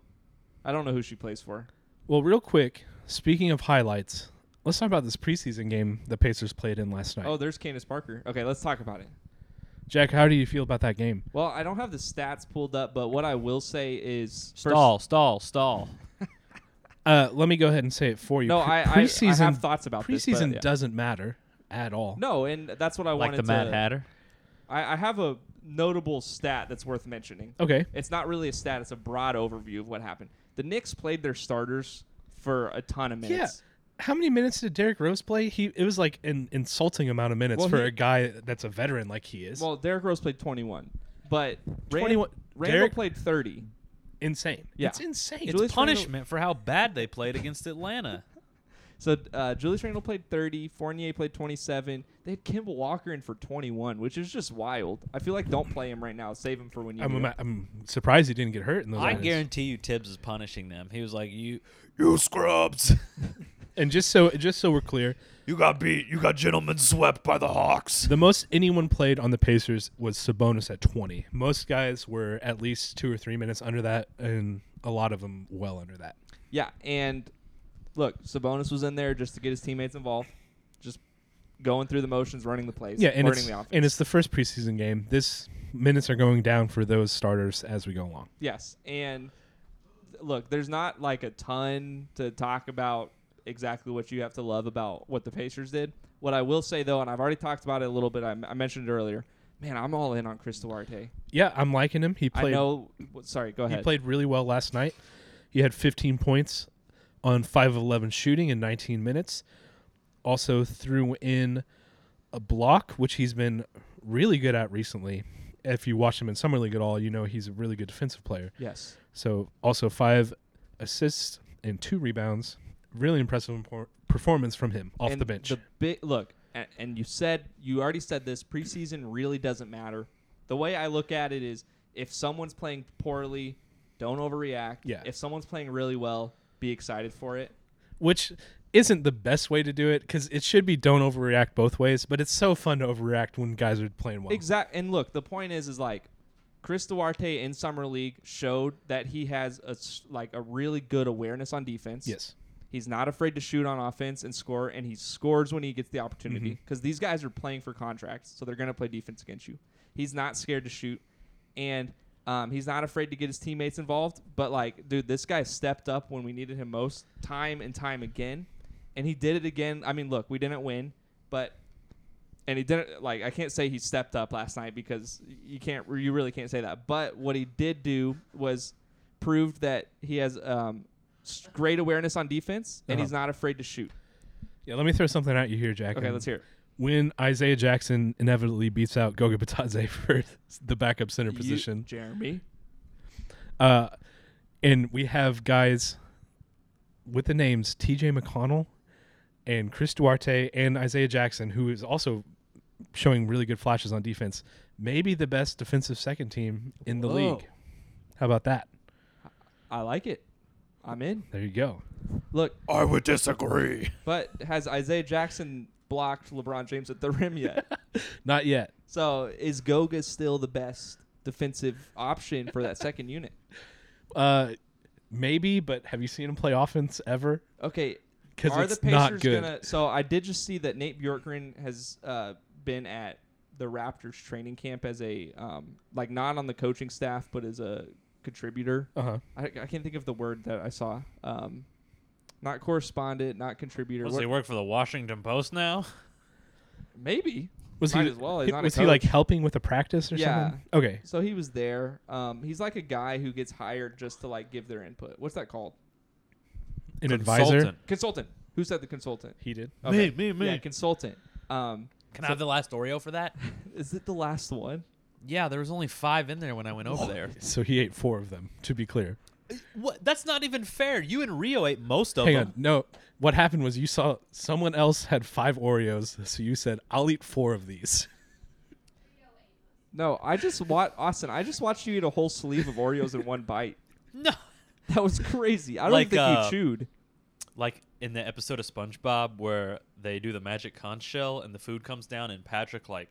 [SPEAKER 4] I don't know who she plays for.
[SPEAKER 2] Well, real quick, speaking of highlights, let's talk about this preseason game the Pacers played in last night.
[SPEAKER 4] Oh, there's Candace Parker. Okay, let's talk about it.
[SPEAKER 2] Jack, how do you feel about that game?
[SPEAKER 4] Well, I don't have the stats pulled up, but what I will say is first-
[SPEAKER 7] stall, stall, stall.
[SPEAKER 2] Uh, let me go ahead and say it for you.
[SPEAKER 4] No,
[SPEAKER 2] Pre-
[SPEAKER 4] I- I- I have thoughts about this, but-
[SPEAKER 2] preseason
[SPEAKER 4] yeah.
[SPEAKER 2] doesn't matter at all.
[SPEAKER 4] No, and that's what I
[SPEAKER 7] Like
[SPEAKER 4] wanted
[SPEAKER 7] the Mad
[SPEAKER 4] to.
[SPEAKER 7] Hatter.
[SPEAKER 4] I, I have a notable stat that's worth mentioning.
[SPEAKER 2] Okay.
[SPEAKER 4] It's not really a stat; it's a broad overview of what happened. The Knicks played their starters for a ton of minutes.
[SPEAKER 2] Yeah. How many minutes did Derrick Rose play? He it was like an insulting amount of minutes
[SPEAKER 4] Well,
[SPEAKER 2] for
[SPEAKER 4] he-
[SPEAKER 2] a guy that's a veteran like he is.
[SPEAKER 4] Well, Derrick Rose played 21, but Rand-
[SPEAKER 2] 21
[SPEAKER 4] Randall
[SPEAKER 2] Derrick-
[SPEAKER 4] played 30.
[SPEAKER 2] insane.
[SPEAKER 4] Yeah.
[SPEAKER 2] It's insane.
[SPEAKER 7] It's
[SPEAKER 4] Julius Randle-
[SPEAKER 7] punishment for how bad they played against Atlanta.
[SPEAKER 4] So uh, Julius Randle played 30. Fournier played 27. They had Kimball Walker in for 21, which is just wild. I feel like don't play him right now. Save him for when you.
[SPEAKER 2] I'm,
[SPEAKER 4] do.
[SPEAKER 2] ama- I'm surprised he didn't get hurt in those.
[SPEAKER 7] I
[SPEAKER 2] minutes.
[SPEAKER 7] guarantee you Tibbs is punishing them. He was like, "You, you scrubs,
[SPEAKER 2] And just so just so we're clear,
[SPEAKER 5] You got beat. You got gentlemen swept by the Hawks.
[SPEAKER 2] the most anyone played on the Pacers was Sabonis at 20. Most guys were at least two or three minutes under that, and a lot of them well under that.
[SPEAKER 4] Yeah, and look, Sabonis was in there just to get his teammates involved, just going through the motions, running the plays,
[SPEAKER 2] Yeah, and
[SPEAKER 4] learning
[SPEAKER 2] it's,
[SPEAKER 4] the offense.
[SPEAKER 2] and it's the first preseason game. This minutes are going down for those starters as we go along.
[SPEAKER 4] yes, and th- look, there's not like a ton to talk about exactly what you have to love about what the Pacers did. What I will say though, and I've already talked about it a little bit, I, I mentioned it earlier. Man, I'm all in on Chris Duarte.
[SPEAKER 2] Yeah, I'm liking him. He
[SPEAKER 4] I
[SPEAKER 2] played
[SPEAKER 4] know. w- Sorry, go ahead.
[SPEAKER 2] He played really well last night. He had 15 points on 5 of 11 shooting in 19 minutes. Also threw in a block, which he's been really good at recently. If you watch him in Summer League at all, you know he's a really good defensive player.
[SPEAKER 4] Yes.
[SPEAKER 2] So, also 5 assists and 2 rebounds. Really impressive impor- performance from him off
[SPEAKER 4] And
[SPEAKER 2] the bench.
[SPEAKER 4] The big look, and, and you said you already said this. Preseason really doesn't matter. The way I look at it is, if someone's playing poorly, don't overreact.
[SPEAKER 2] Yeah.
[SPEAKER 4] If someone's playing really well, be excited for it.
[SPEAKER 2] which isn't the best way to do it because it should be don't overreact both ways, but it's so fun to overreact when guys are playing well.
[SPEAKER 4] Exact. And look, the point is, is like. Chris Duarte in summer league showed that he has a s- like a really good awareness on defense.
[SPEAKER 2] Yes.
[SPEAKER 4] He's not afraid to shoot on offense and score, and he scores when he gets the opportunity
[SPEAKER 2] Mm-hmm.
[SPEAKER 4] because these guys are playing for contracts, so they're going to play defense against you. He's not scared to shoot, and um, he's not afraid to get his teammates involved. But, like, dude, this guy stepped up when we needed him most, time and time again, and he did it again. I mean, look, we didn't win, but. And he didn't like. I can't say he stepped up last night because you can't. You really can't say that. But what he did do was proved that he has um, s- great awareness on defense and
[SPEAKER 2] Uh-huh.
[SPEAKER 4] he's not afraid to shoot.
[SPEAKER 2] Yeah, let me throw something at you here, Jack.
[SPEAKER 4] Okay,
[SPEAKER 2] and
[SPEAKER 4] let's hear it.
[SPEAKER 2] when Isaiah Jackson inevitably beats out Goga Batadze for the backup center
[SPEAKER 4] You-
[SPEAKER 2] position,
[SPEAKER 4] Jeremy.
[SPEAKER 2] uh, and we have guys with the names T.J. McConnell and Chris Duarte and Isaiah Jackson, who is also showing really good flashes on defense, maybe the best defensive second team in the
[SPEAKER 4] Whoa.
[SPEAKER 2] league. How about that?
[SPEAKER 4] I like it. I'm in.
[SPEAKER 2] There you go.
[SPEAKER 4] Look,
[SPEAKER 5] I would disagree.
[SPEAKER 4] but has Isaiah Jackson blocked LeBron James at the rim yet?
[SPEAKER 2] Not yet.
[SPEAKER 4] so is Goga still the best defensive option for that second unit?
[SPEAKER 2] Uh, maybe, but have you seen him play offense ever?
[SPEAKER 4] Okay.
[SPEAKER 2] 'Cause
[SPEAKER 4] are
[SPEAKER 2] it's
[SPEAKER 4] the Pacers
[SPEAKER 2] not good.
[SPEAKER 4] gonna? So I did just see that Nate Bjorkgren has uh, been at the Raptors training camp as a um, like not on the coaching staff, but as a contributor.
[SPEAKER 2] Uh huh.
[SPEAKER 4] I, I can't think of the word that I saw. Um, not correspondent, not contributor.
[SPEAKER 3] Does
[SPEAKER 4] what-
[SPEAKER 3] he work for the Washington Post now?
[SPEAKER 4] maybe.
[SPEAKER 2] Was
[SPEAKER 4] Might
[SPEAKER 2] he
[SPEAKER 4] as well. He's not a
[SPEAKER 2] was he like
[SPEAKER 4] coach.
[SPEAKER 2] helping with a practice or
[SPEAKER 4] Yeah.
[SPEAKER 2] something? Okay.
[SPEAKER 4] So he was there. Um, he's like a guy who gets hired just to like give their input. What's that called?
[SPEAKER 2] An advisor.
[SPEAKER 8] Consultant.
[SPEAKER 4] Consultant. Oh. Who said the consultant?
[SPEAKER 2] He did.
[SPEAKER 4] Okay.
[SPEAKER 8] Me, me, me.
[SPEAKER 4] Yeah, consultant. Um,
[SPEAKER 8] Can I have the last Oreo for that?
[SPEAKER 4] is it the last one?
[SPEAKER 8] Yeah, there was only five in there when I went over there.
[SPEAKER 2] So he ate four of them. To be clear.
[SPEAKER 8] What? That's not even fair. You and Rio ate most of
[SPEAKER 2] Hang
[SPEAKER 8] them.
[SPEAKER 2] on. No. What happened was you saw someone else had five Oreos, so you said, "I'll eat four of these."
[SPEAKER 4] No, I just watched Austin. I just watched you eat a whole sleeve of Oreos in one bite.
[SPEAKER 8] No.
[SPEAKER 4] That was crazy. I don't
[SPEAKER 3] Like,
[SPEAKER 4] think
[SPEAKER 3] uh,
[SPEAKER 4] you chewed.
[SPEAKER 3] Like in the episode of SpongeBob where they do the magic conch shell and the food comes down and Patrick like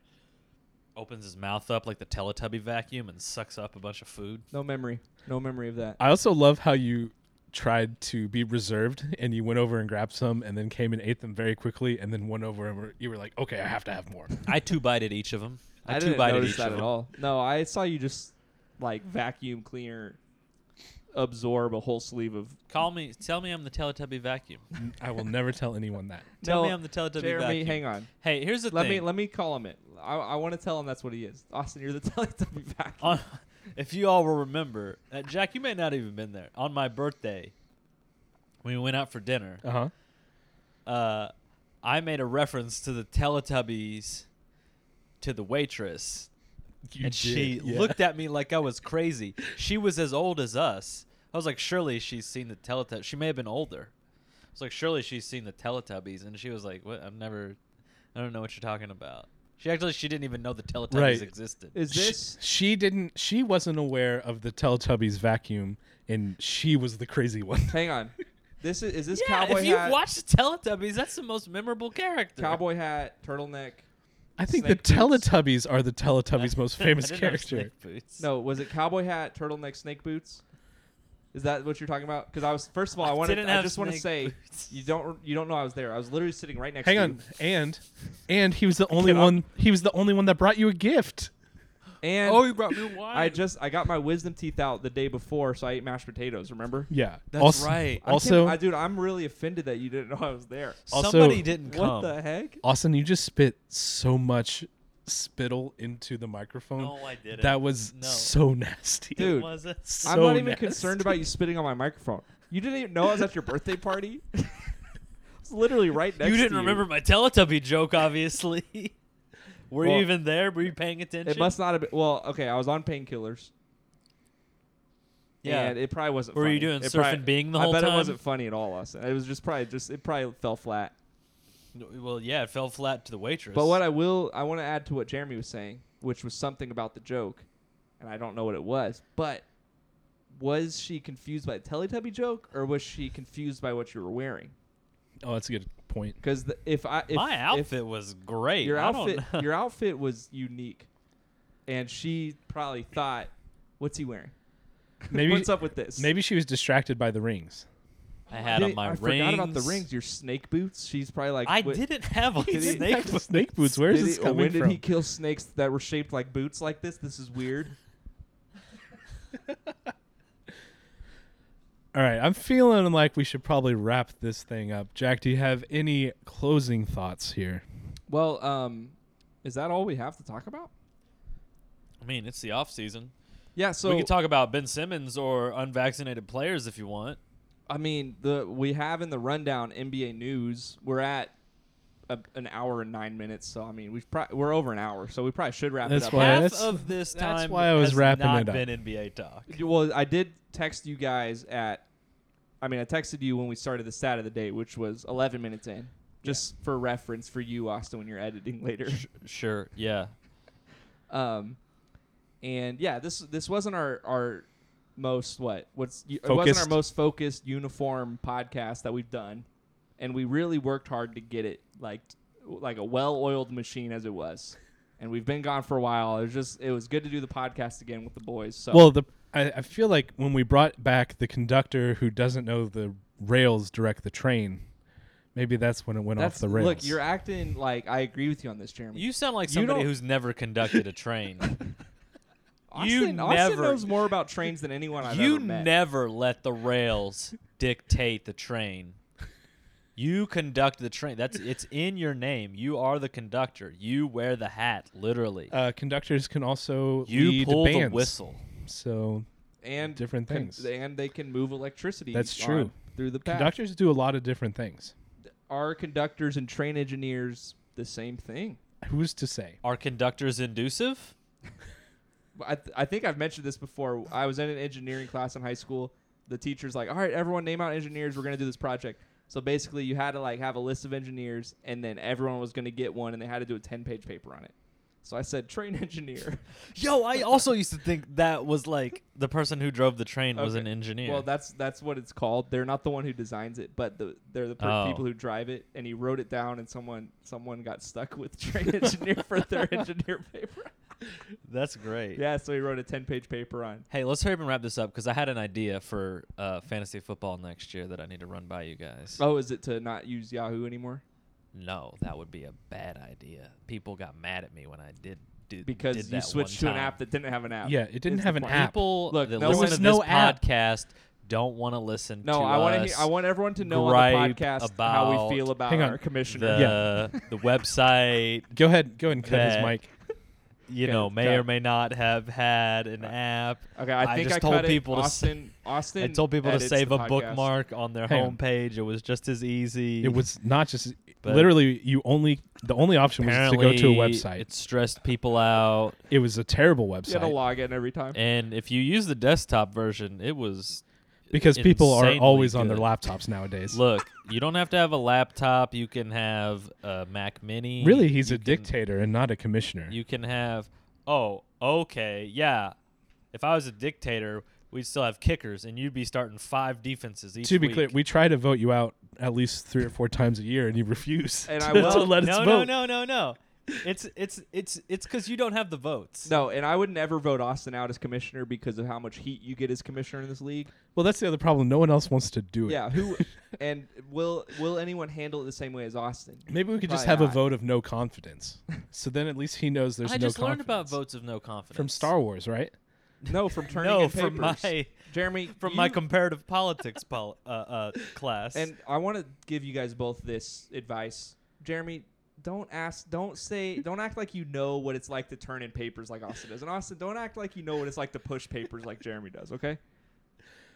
[SPEAKER 3] opens his mouth up like the Teletubby vacuum and sucks up a bunch of food.
[SPEAKER 4] No memory. No memory of that.
[SPEAKER 2] I also love how you tried to be reserved and you went over and grabbed some and then came and ate them very quickly and then went over and were, you were like, "Okay, I have to have more."
[SPEAKER 3] I two bited each of them.
[SPEAKER 4] I, didn't notice that at all. No, I saw you just like vacuum cleaner absorb a whole sleeve of.
[SPEAKER 3] Call me. Tell me I'm the Teletubby vacuum.
[SPEAKER 2] I will never tell anyone that.
[SPEAKER 3] Tell
[SPEAKER 4] No,
[SPEAKER 3] me I'm the Teletubby
[SPEAKER 4] Jeremy,
[SPEAKER 3] vacuum.
[SPEAKER 4] hang on.
[SPEAKER 3] Hey, here's the
[SPEAKER 4] Let
[SPEAKER 3] thing.
[SPEAKER 4] me let me call him it. I, I want to tell him that's what he is. Austin, you're the Teletubby vacuum.
[SPEAKER 3] on, if you all will remember, uh, Jack, you may not even been there. On my birthday, when we went out for dinner,
[SPEAKER 2] Uh
[SPEAKER 4] Uh-huh.
[SPEAKER 2] huh.
[SPEAKER 3] uh, I made a reference to the Teletubbies to the waitress, and she looked at me like I was crazy. She was as old as us. I was like, surely she's seen the Teletubbies. She may have been older. I was like, surely she's seen the Teletubbies, and she was like, "What? I've never. I don't know what you're talking about." She actually she didn't even know the Teletubbies
[SPEAKER 2] Right.
[SPEAKER 3] existed.
[SPEAKER 4] is
[SPEAKER 2] Sh-
[SPEAKER 4] this?
[SPEAKER 2] She, didn't. She wasn't aware of the Teletubbies vacuum, and she was the crazy one.
[SPEAKER 4] hang on. This is is this
[SPEAKER 3] Yeah,
[SPEAKER 4] cowboy
[SPEAKER 3] if you
[SPEAKER 4] hat?
[SPEAKER 3] watch the Teletubbies, that's the most memorable character.
[SPEAKER 4] cowboy hat, turtleneck.
[SPEAKER 2] I think
[SPEAKER 4] Snake
[SPEAKER 2] the
[SPEAKER 4] boots.
[SPEAKER 2] Teletubbies are the Teletubbies' most famous
[SPEAKER 3] I didn't have
[SPEAKER 2] character.
[SPEAKER 3] snake boots.
[SPEAKER 4] No, was it cowboy hat, turtleneck, snake boots? Is that what you're talking about? Because I was first of all, I
[SPEAKER 3] I
[SPEAKER 4] wanted,
[SPEAKER 3] didn't
[SPEAKER 4] I
[SPEAKER 3] have
[SPEAKER 4] just want to
[SPEAKER 3] snake
[SPEAKER 4] say,
[SPEAKER 3] boots.
[SPEAKER 4] you don't, you don't know I was there. I was literally sitting right next
[SPEAKER 2] Hang
[SPEAKER 4] to
[SPEAKER 2] on,
[SPEAKER 4] you.
[SPEAKER 2] and and he was the only
[SPEAKER 4] Get up.
[SPEAKER 2] one. He was the only one that brought you a gift.
[SPEAKER 4] And
[SPEAKER 3] Oh, brought me wine.
[SPEAKER 4] I just, I got my wisdom teeth out the day before, so I ate mashed potatoes. Remember?
[SPEAKER 2] Yeah,
[SPEAKER 3] That's
[SPEAKER 2] also,
[SPEAKER 3] right.
[SPEAKER 4] I can't-
[SPEAKER 2] Also,
[SPEAKER 4] I, dude, I'm really offended that you didn't know I was there.
[SPEAKER 2] also-
[SPEAKER 3] somebody didn't
[SPEAKER 4] What
[SPEAKER 3] come.
[SPEAKER 4] the heck?
[SPEAKER 2] Austin, you just spit so much spittle into the microphone.
[SPEAKER 3] No, I didn't.
[SPEAKER 2] That was
[SPEAKER 3] No.
[SPEAKER 2] so nasty.
[SPEAKER 4] Dude,
[SPEAKER 3] Was it?
[SPEAKER 2] So
[SPEAKER 4] I'm not even
[SPEAKER 2] nasty.
[SPEAKER 4] concerned about you spitting on my microphone. You didn't even know I was at your birthday party. I was literally right next.
[SPEAKER 3] You
[SPEAKER 4] to
[SPEAKER 3] didn't remember my Teletubby joke, obviously. Were
[SPEAKER 4] Well,
[SPEAKER 3] you even there? Were you paying attention?
[SPEAKER 4] It must not have been. Well, okay, I was on painkillers.
[SPEAKER 3] Yeah.
[SPEAKER 4] and it probably wasn't.
[SPEAKER 3] Were
[SPEAKER 4] funny.
[SPEAKER 3] you doing
[SPEAKER 4] It
[SPEAKER 3] surf
[SPEAKER 4] probably-
[SPEAKER 3] and being the
[SPEAKER 4] I
[SPEAKER 3] whole
[SPEAKER 4] bet
[SPEAKER 3] time?
[SPEAKER 4] it wasn't funny at all, Austin. It was just probably just it probably fell flat.
[SPEAKER 3] Well, yeah, it fell flat to the waitress.
[SPEAKER 4] But what I will I want to add to what Jeremy was saying, which was something about the joke, and I don't know what it was, but was she confused by the Teletubby joke or was she confused by what you were wearing?
[SPEAKER 2] Oh, that's a good point.
[SPEAKER 4] Because if I if,
[SPEAKER 3] my
[SPEAKER 4] if
[SPEAKER 3] outfit was great.
[SPEAKER 4] your
[SPEAKER 3] I don't
[SPEAKER 4] outfit
[SPEAKER 3] know.
[SPEAKER 4] your outfit was unique, and she probably thought, "What's he wearing?
[SPEAKER 2] Maybe-
[SPEAKER 4] what's up with this?
[SPEAKER 2] Maybe she was distracted by the rings.
[SPEAKER 3] I had on
[SPEAKER 4] Did-
[SPEAKER 3] my
[SPEAKER 4] I
[SPEAKER 3] rings.
[SPEAKER 4] forgot about the rings. Your snake boots. She's probably like,
[SPEAKER 3] I
[SPEAKER 4] "What-
[SPEAKER 3] didn't have on
[SPEAKER 4] Did he-
[SPEAKER 3] snake
[SPEAKER 4] Did
[SPEAKER 3] boots.
[SPEAKER 2] Snake boots. Where is
[SPEAKER 4] did
[SPEAKER 2] this
[SPEAKER 4] he-
[SPEAKER 2] coming
[SPEAKER 4] when did
[SPEAKER 2] from?
[SPEAKER 4] he kill snakes that were shaped like boots like this? This is weird.
[SPEAKER 2] All right, I'm feeling like we should probably wrap this thing up. Jack, do you have any closing thoughts here?
[SPEAKER 4] Well, um, is that all we have to talk about?
[SPEAKER 3] I mean, it's the off season.
[SPEAKER 4] Yeah. So
[SPEAKER 3] we could talk about Ben Simmons or unvaccinated players if you want.
[SPEAKER 4] I mean, the we have in the rundown NBA news. We're at a, an hour and nine minutes. So I mean, we've pro- we're over an hour. So we probably should wrap
[SPEAKER 2] That's
[SPEAKER 4] it up.
[SPEAKER 2] why-
[SPEAKER 3] Half
[SPEAKER 2] that's-
[SPEAKER 3] of this time
[SPEAKER 2] that's why I was
[SPEAKER 3] has
[SPEAKER 2] wrapping
[SPEAKER 3] not
[SPEAKER 2] it up.
[SPEAKER 3] been NBA talk.
[SPEAKER 4] Well, I did text you guys at. I mean, I texted you when we started the stat of the day, which was 11 minutes in, just for reference for you, Austin, when you're editing later.
[SPEAKER 3] Sure, yeah.
[SPEAKER 4] Um, and yeah, this this wasn't our our most what what's y- it wasn't our
[SPEAKER 2] Focused.
[SPEAKER 4] most focused uniform podcast that we've done, and we really worked hard to get it like like a well oiled machine as it was, and we've been gone for a while. It was just it was good to do the podcast again with the boys. So
[SPEAKER 2] Well, the I, I feel like when we brought back the conductor who doesn't know the rails direct the train, maybe that's when it went
[SPEAKER 4] That's
[SPEAKER 2] off the rails.
[SPEAKER 4] look. You're acting like I agree with you on this, Jeremy.
[SPEAKER 3] You sound like
[SPEAKER 4] You
[SPEAKER 3] somebody
[SPEAKER 4] don't-
[SPEAKER 3] who's never conducted a train. you
[SPEAKER 4] Austin, Austin
[SPEAKER 3] never-
[SPEAKER 4] knows more about trains than anyone I've
[SPEAKER 3] you
[SPEAKER 4] ever met.
[SPEAKER 3] never let the rails dictate the train. You conduct the train. That's it's in your name. You are the conductor. You wear the hat, literally.
[SPEAKER 2] uh, conductors can also
[SPEAKER 3] you
[SPEAKER 2] lead
[SPEAKER 3] pull
[SPEAKER 2] bands,
[SPEAKER 3] the whistle.
[SPEAKER 2] So
[SPEAKER 4] and
[SPEAKER 2] different
[SPEAKER 4] can-
[SPEAKER 2] things.
[SPEAKER 4] and they can move electricity.
[SPEAKER 2] That's
[SPEAKER 4] on
[SPEAKER 2] true.
[SPEAKER 4] through the path.
[SPEAKER 2] conductors do a lot of different things.
[SPEAKER 4] Are conductors and train engineers the same thing?
[SPEAKER 2] Who's to say?
[SPEAKER 3] Are conductors inducive?
[SPEAKER 4] I, th- I think I've mentioned this before. I was in an engineering class in high school. The teacher's like, "All right, everyone, name out engineers. We're gonna do this project." So basically, you had to like have a list of engineers, and then everyone was gonna get one, and they had to do a ten-page paper on it. So I said, "Train engineer."
[SPEAKER 3] Yo, I also used to think that was like the person who drove the train was
[SPEAKER 4] Okay.
[SPEAKER 3] an engineer.
[SPEAKER 4] Well, that's that's what it's called. They're not the one who designs it, but the, they're the per-
[SPEAKER 3] Oh.
[SPEAKER 4] people who drive it. And he wrote it down, and someone someone got stuck with train engineer for their engineer paper.
[SPEAKER 3] that's great.
[SPEAKER 4] Yeah, so he wrote a ten page paper on.
[SPEAKER 3] Hey, let's hurry up and wrap this up because I had an idea for uh, fantasy football next year that I need to run by you guys.
[SPEAKER 4] Oh, is it to not use Yahoo anymore?
[SPEAKER 3] No, that would be a bad idea. People got mad at me when I did do did
[SPEAKER 4] Because
[SPEAKER 3] that
[SPEAKER 4] you
[SPEAKER 3] one
[SPEAKER 4] switched to an
[SPEAKER 3] time.
[SPEAKER 4] app that didn't have an app.
[SPEAKER 2] Yeah, it didn't
[SPEAKER 4] is
[SPEAKER 2] have
[SPEAKER 4] the
[SPEAKER 2] an
[SPEAKER 4] point.
[SPEAKER 2] app.
[SPEAKER 3] people
[SPEAKER 4] Look,
[SPEAKER 3] that
[SPEAKER 4] no
[SPEAKER 3] listen
[SPEAKER 4] one-
[SPEAKER 3] to this
[SPEAKER 2] There was no app.
[SPEAKER 3] podcast don't want to listen
[SPEAKER 4] No,
[SPEAKER 3] to
[SPEAKER 4] I want to.
[SPEAKER 3] us
[SPEAKER 4] I want everyone to know on the
[SPEAKER 3] gripe
[SPEAKER 4] podcast how
[SPEAKER 3] about-
[SPEAKER 4] we feel about
[SPEAKER 2] Hang on.
[SPEAKER 4] our commissioner.
[SPEAKER 3] the the website
[SPEAKER 2] Go ahead, go ahead and cut his
[SPEAKER 3] That-
[SPEAKER 2] mic.
[SPEAKER 3] you
[SPEAKER 4] Okay,
[SPEAKER 3] know may or
[SPEAKER 4] cut.
[SPEAKER 3] may not have had an app.
[SPEAKER 4] Okay, I think I,
[SPEAKER 3] just
[SPEAKER 4] cut
[SPEAKER 3] told
[SPEAKER 4] it.
[SPEAKER 3] people to s-
[SPEAKER 4] Austin. Austin.
[SPEAKER 3] I told people to
[SPEAKER 4] edits
[SPEAKER 3] save
[SPEAKER 4] the
[SPEAKER 3] a
[SPEAKER 4] podcast.
[SPEAKER 3] bookmark on their
[SPEAKER 2] Hang on.
[SPEAKER 3] homepage. It was just as easy.
[SPEAKER 2] It was not just
[SPEAKER 3] But-
[SPEAKER 2] literally you only the only option was to go to a
[SPEAKER 3] Apparently,
[SPEAKER 2] website.
[SPEAKER 3] It stressed people out.
[SPEAKER 2] it was a terrible
[SPEAKER 4] You had to
[SPEAKER 2] website
[SPEAKER 4] log in every time.
[SPEAKER 3] And if you use the desktop version, it was
[SPEAKER 2] because people are
[SPEAKER 3] insanely
[SPEAKER 2] always on their
[SPEAKER 3] good.
[SPEAKER 2] laptops nowadays.
[SPEAKER 3] Look, you don't have to have a laptop. You can have a Mac Mini.
[SPEAKER 2] really, he's
[SPEAKER 3] You
[SPEAKER 2] a
[SPEAKER 3] can-
[SPEAKER 2] dictator and not a commissioner.
[SPEAKER 3] You can have. Oh, okay, yeah. If I was a dictator, we'd still have kickers, and you'd be starting five defenses each.
[SPEAKER 2] to be clear,
[SPEAKER 3] week.
[SPEAKER 2] we try to vote you out at least three or four times a year, and you refuse
[SPEAKER 4] And
[SPEAKER 2] to,
[SPEAKER 4] I
[SPEAKER 2] to
[SPEAKER 4] will-
[SPEAKER 2] let us
[SPEAKER 3] no,
[SPEAKER 2] vote.
[SPEAKER 3] no, no, no, no. It's it's it's it's because you don't have the votes.
[SPEAKER 4] No, and I would never vote Austin out as commissioner because of how much heat you get as commissioner in this league.
[SPEAKER 2] Well, that's the other problem. No one else wants to do it.
[SPEAKER 4] Yeah, who and will will anyone handle it the same way as Austin?
[SPEAKER 2] Maybe we could just
[SPEAKER 4] Probably
[SPEAKER 2] have a
[SPEAKER 4] not.
[SPEAKER 2] vote of no confidence. so then at least he knows there's
[SPEAKER 3] I
[SPEAKER 2] no
[SPEAKER 3] just learned about
[SPEAKER 2] confidence.
[SPEAKER 3] votes of no confidence
[SPEAKER 2] from Star Wars, right?
[SPEAKER 4] No, from turning
[SPEAKER 3] No,
[SPEAKER 4] in papers.
[SPEAKER 3] from my
[SPEAKER 4] Jeremy,
[SPEAKER 3] from my
[SPEAKER 4] you-
[SPEAKER 3] comparative politics pol- uh, uh, class.
[SPEAKER 4] and I want to give you guys both this advice. Jeremy, don't ask, don't say, don't act like you know what it's like to turn in papers like Austin does, and Austin, don't act like you know what it's like to push papers like Jeremy does. Okay?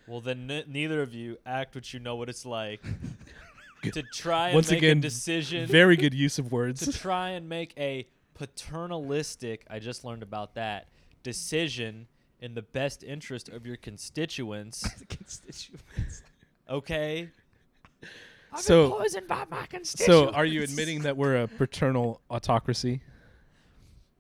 [SPEAKER 3] Well, then n- neither of you act what you know what it's like to try and
[SPEAKER 2] Once
[SPEAKER 3] make
[SPEAKER 2] again,
[SPEAKER 3] a decision,
[SPEAKER 2] Very good use of
[SPEAKER 3] to
[SPEAKER 2] words.
[SPEAKER 3] try and make a paternalistic, I just learned about that, decision in the best interest of your constituents,
[SPEAKER 4] Constituents.
[SPEAKER 3] okay?
[SPEAKER 2] so So are you admitting that we're a paternal autocracy?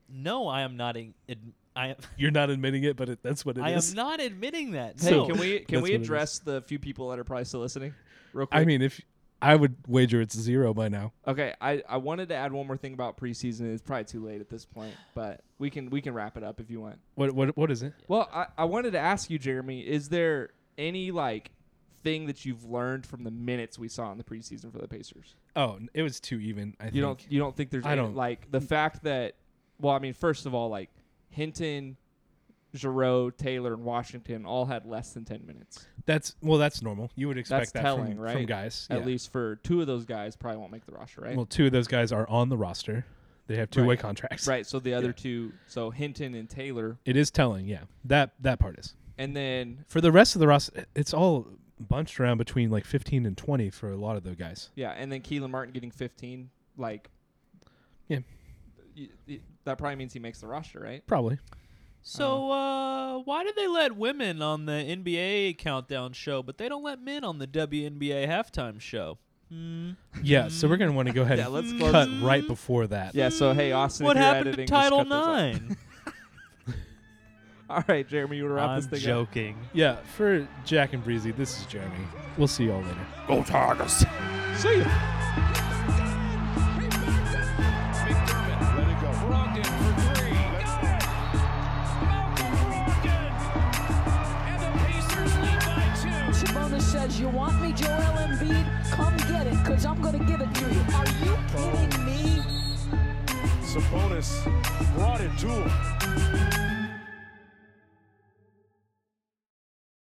[SPEAKER 3] No, I am not. In, ad- I am,
[SPEAKER 2] You're not admitting it, but it, that's what it is.
[SPEAKER 3] I am not admitting that.
[SPEAKER 4] Hey,
[SPEAKER 2] So-
[SPEAKER 3] no.
[SPEAKER 4] can we
[SPEAKER 2] That's
[SPEAKER 4] can
[SPEAKER 2] what
[SPEAKER 4] we
[SPEAKER 2] it is.
[SPEAKER 4] address the few people that are probably still listening? Real quick.
[SPEAKER 2] I mean, if I would wager it's zero by now.
[SPEAKER 4] Okay, I, I wanted to add one more thing about preseason. It's probably too late at this point, but we can we can wrap it up if you want.
[SPEAKER 2] What what what is it?
[SPEAKER 4] Well, I, I wanted to ask you, Jeremy, is there any like thing that you've learned from the minutes we saw in the preseason for the Pacers?
[SPEAKER 2] Oh, n- it was two even. I
[SPEAKER 4] You
[SPEAKER 2] think.
[SPEAKER 4] don't you don't think there's
[SPEAKER 2] I
[SPEAKER 4] any-
[SPEAKER 2] don't-
[SPEAKER 4] like the fact that well, I mean, first of all, like Hinton, Giroux, Taylor, and Washington all had less than ten minutes.
[SPEAKER 2] That's well, that's normal. You would
[SPEAKER 4] That's
[SPEAKER 2] expect that
[SPEAKER 4] telling,
[SPEAKER 2] from,
[SPEAKER 4] right?
[SPEAKER 2] from guys.
[SPEAKER 4] At
[SPEAKER 2] yeah.
[SPEAKER 4] least for two of those guys probably won't make the roster, right?
[SPEAKER 2] Well, two of those guys are on the roster. They have two-way contracts.
[SPEAKER 4] right. So the other two so Hinton and Taylor
[SPEAKER 2] It is telling. Yeah, that that part is.
[SPEAKER 4] and then
[SPEAKER 2] For the rest of the roster, it's all bunched around between like 15 and 20 for a lot of those guys.
[SPEAKER 4] Yeah, and then Keelan Martin getting 15, like,
[SPEAKER 2] Yeah.
[SPEAKER 4] y- y- that probably means he makes the roster, right?
[SPEAKER 2] Probably.
[SPEAKER 3] So, uh, why do they let women on the NBA countdown show, but they don't let men on the WNBA halftime show? Hmm.
[SPEAKER 2] Yeah. So we're gonna want to go ahead
[SPEAKER 4] Yeah,
[SPEAKER 2] and
[SPEAKER 4] let's close-
[SPEAKER 2] cut right before that.
[SPEAKER 4] Yeah. So hey, Austin,
[SPEAKER 3] what
[SPEAKER 4] if you're
[SPEAKER 3] happened
[SPEAKER 4] editing,
[SPEAKER 3] to
[SPEAKER 4] just
[SPEAKER 3] Title
[SPEAKER 4] cut this out.
[SPEAKER 3] Nine?
[SPEAKER 4] All right, Jeremy, you want to wrap
[SPEAKER 3] I'm
[SPEAKER 4] this thing up?
[SPEAKER 3] joking.
[SPEAKER 2] Yeah. For Jack and Breezy, this is Jeremy. We'll see y'all later.
[SPEAKER 4] See ya.
[SPEAKER 9] McDermott, let it go. Brogdon for three. Malcolm Brogdon.
[SPEAKER 10] says, You want me, Joel Embiid? Come get it, because I'm going to give it to you. Are you kidding me?
[SPEAKER 1] Sabonis brought it to him.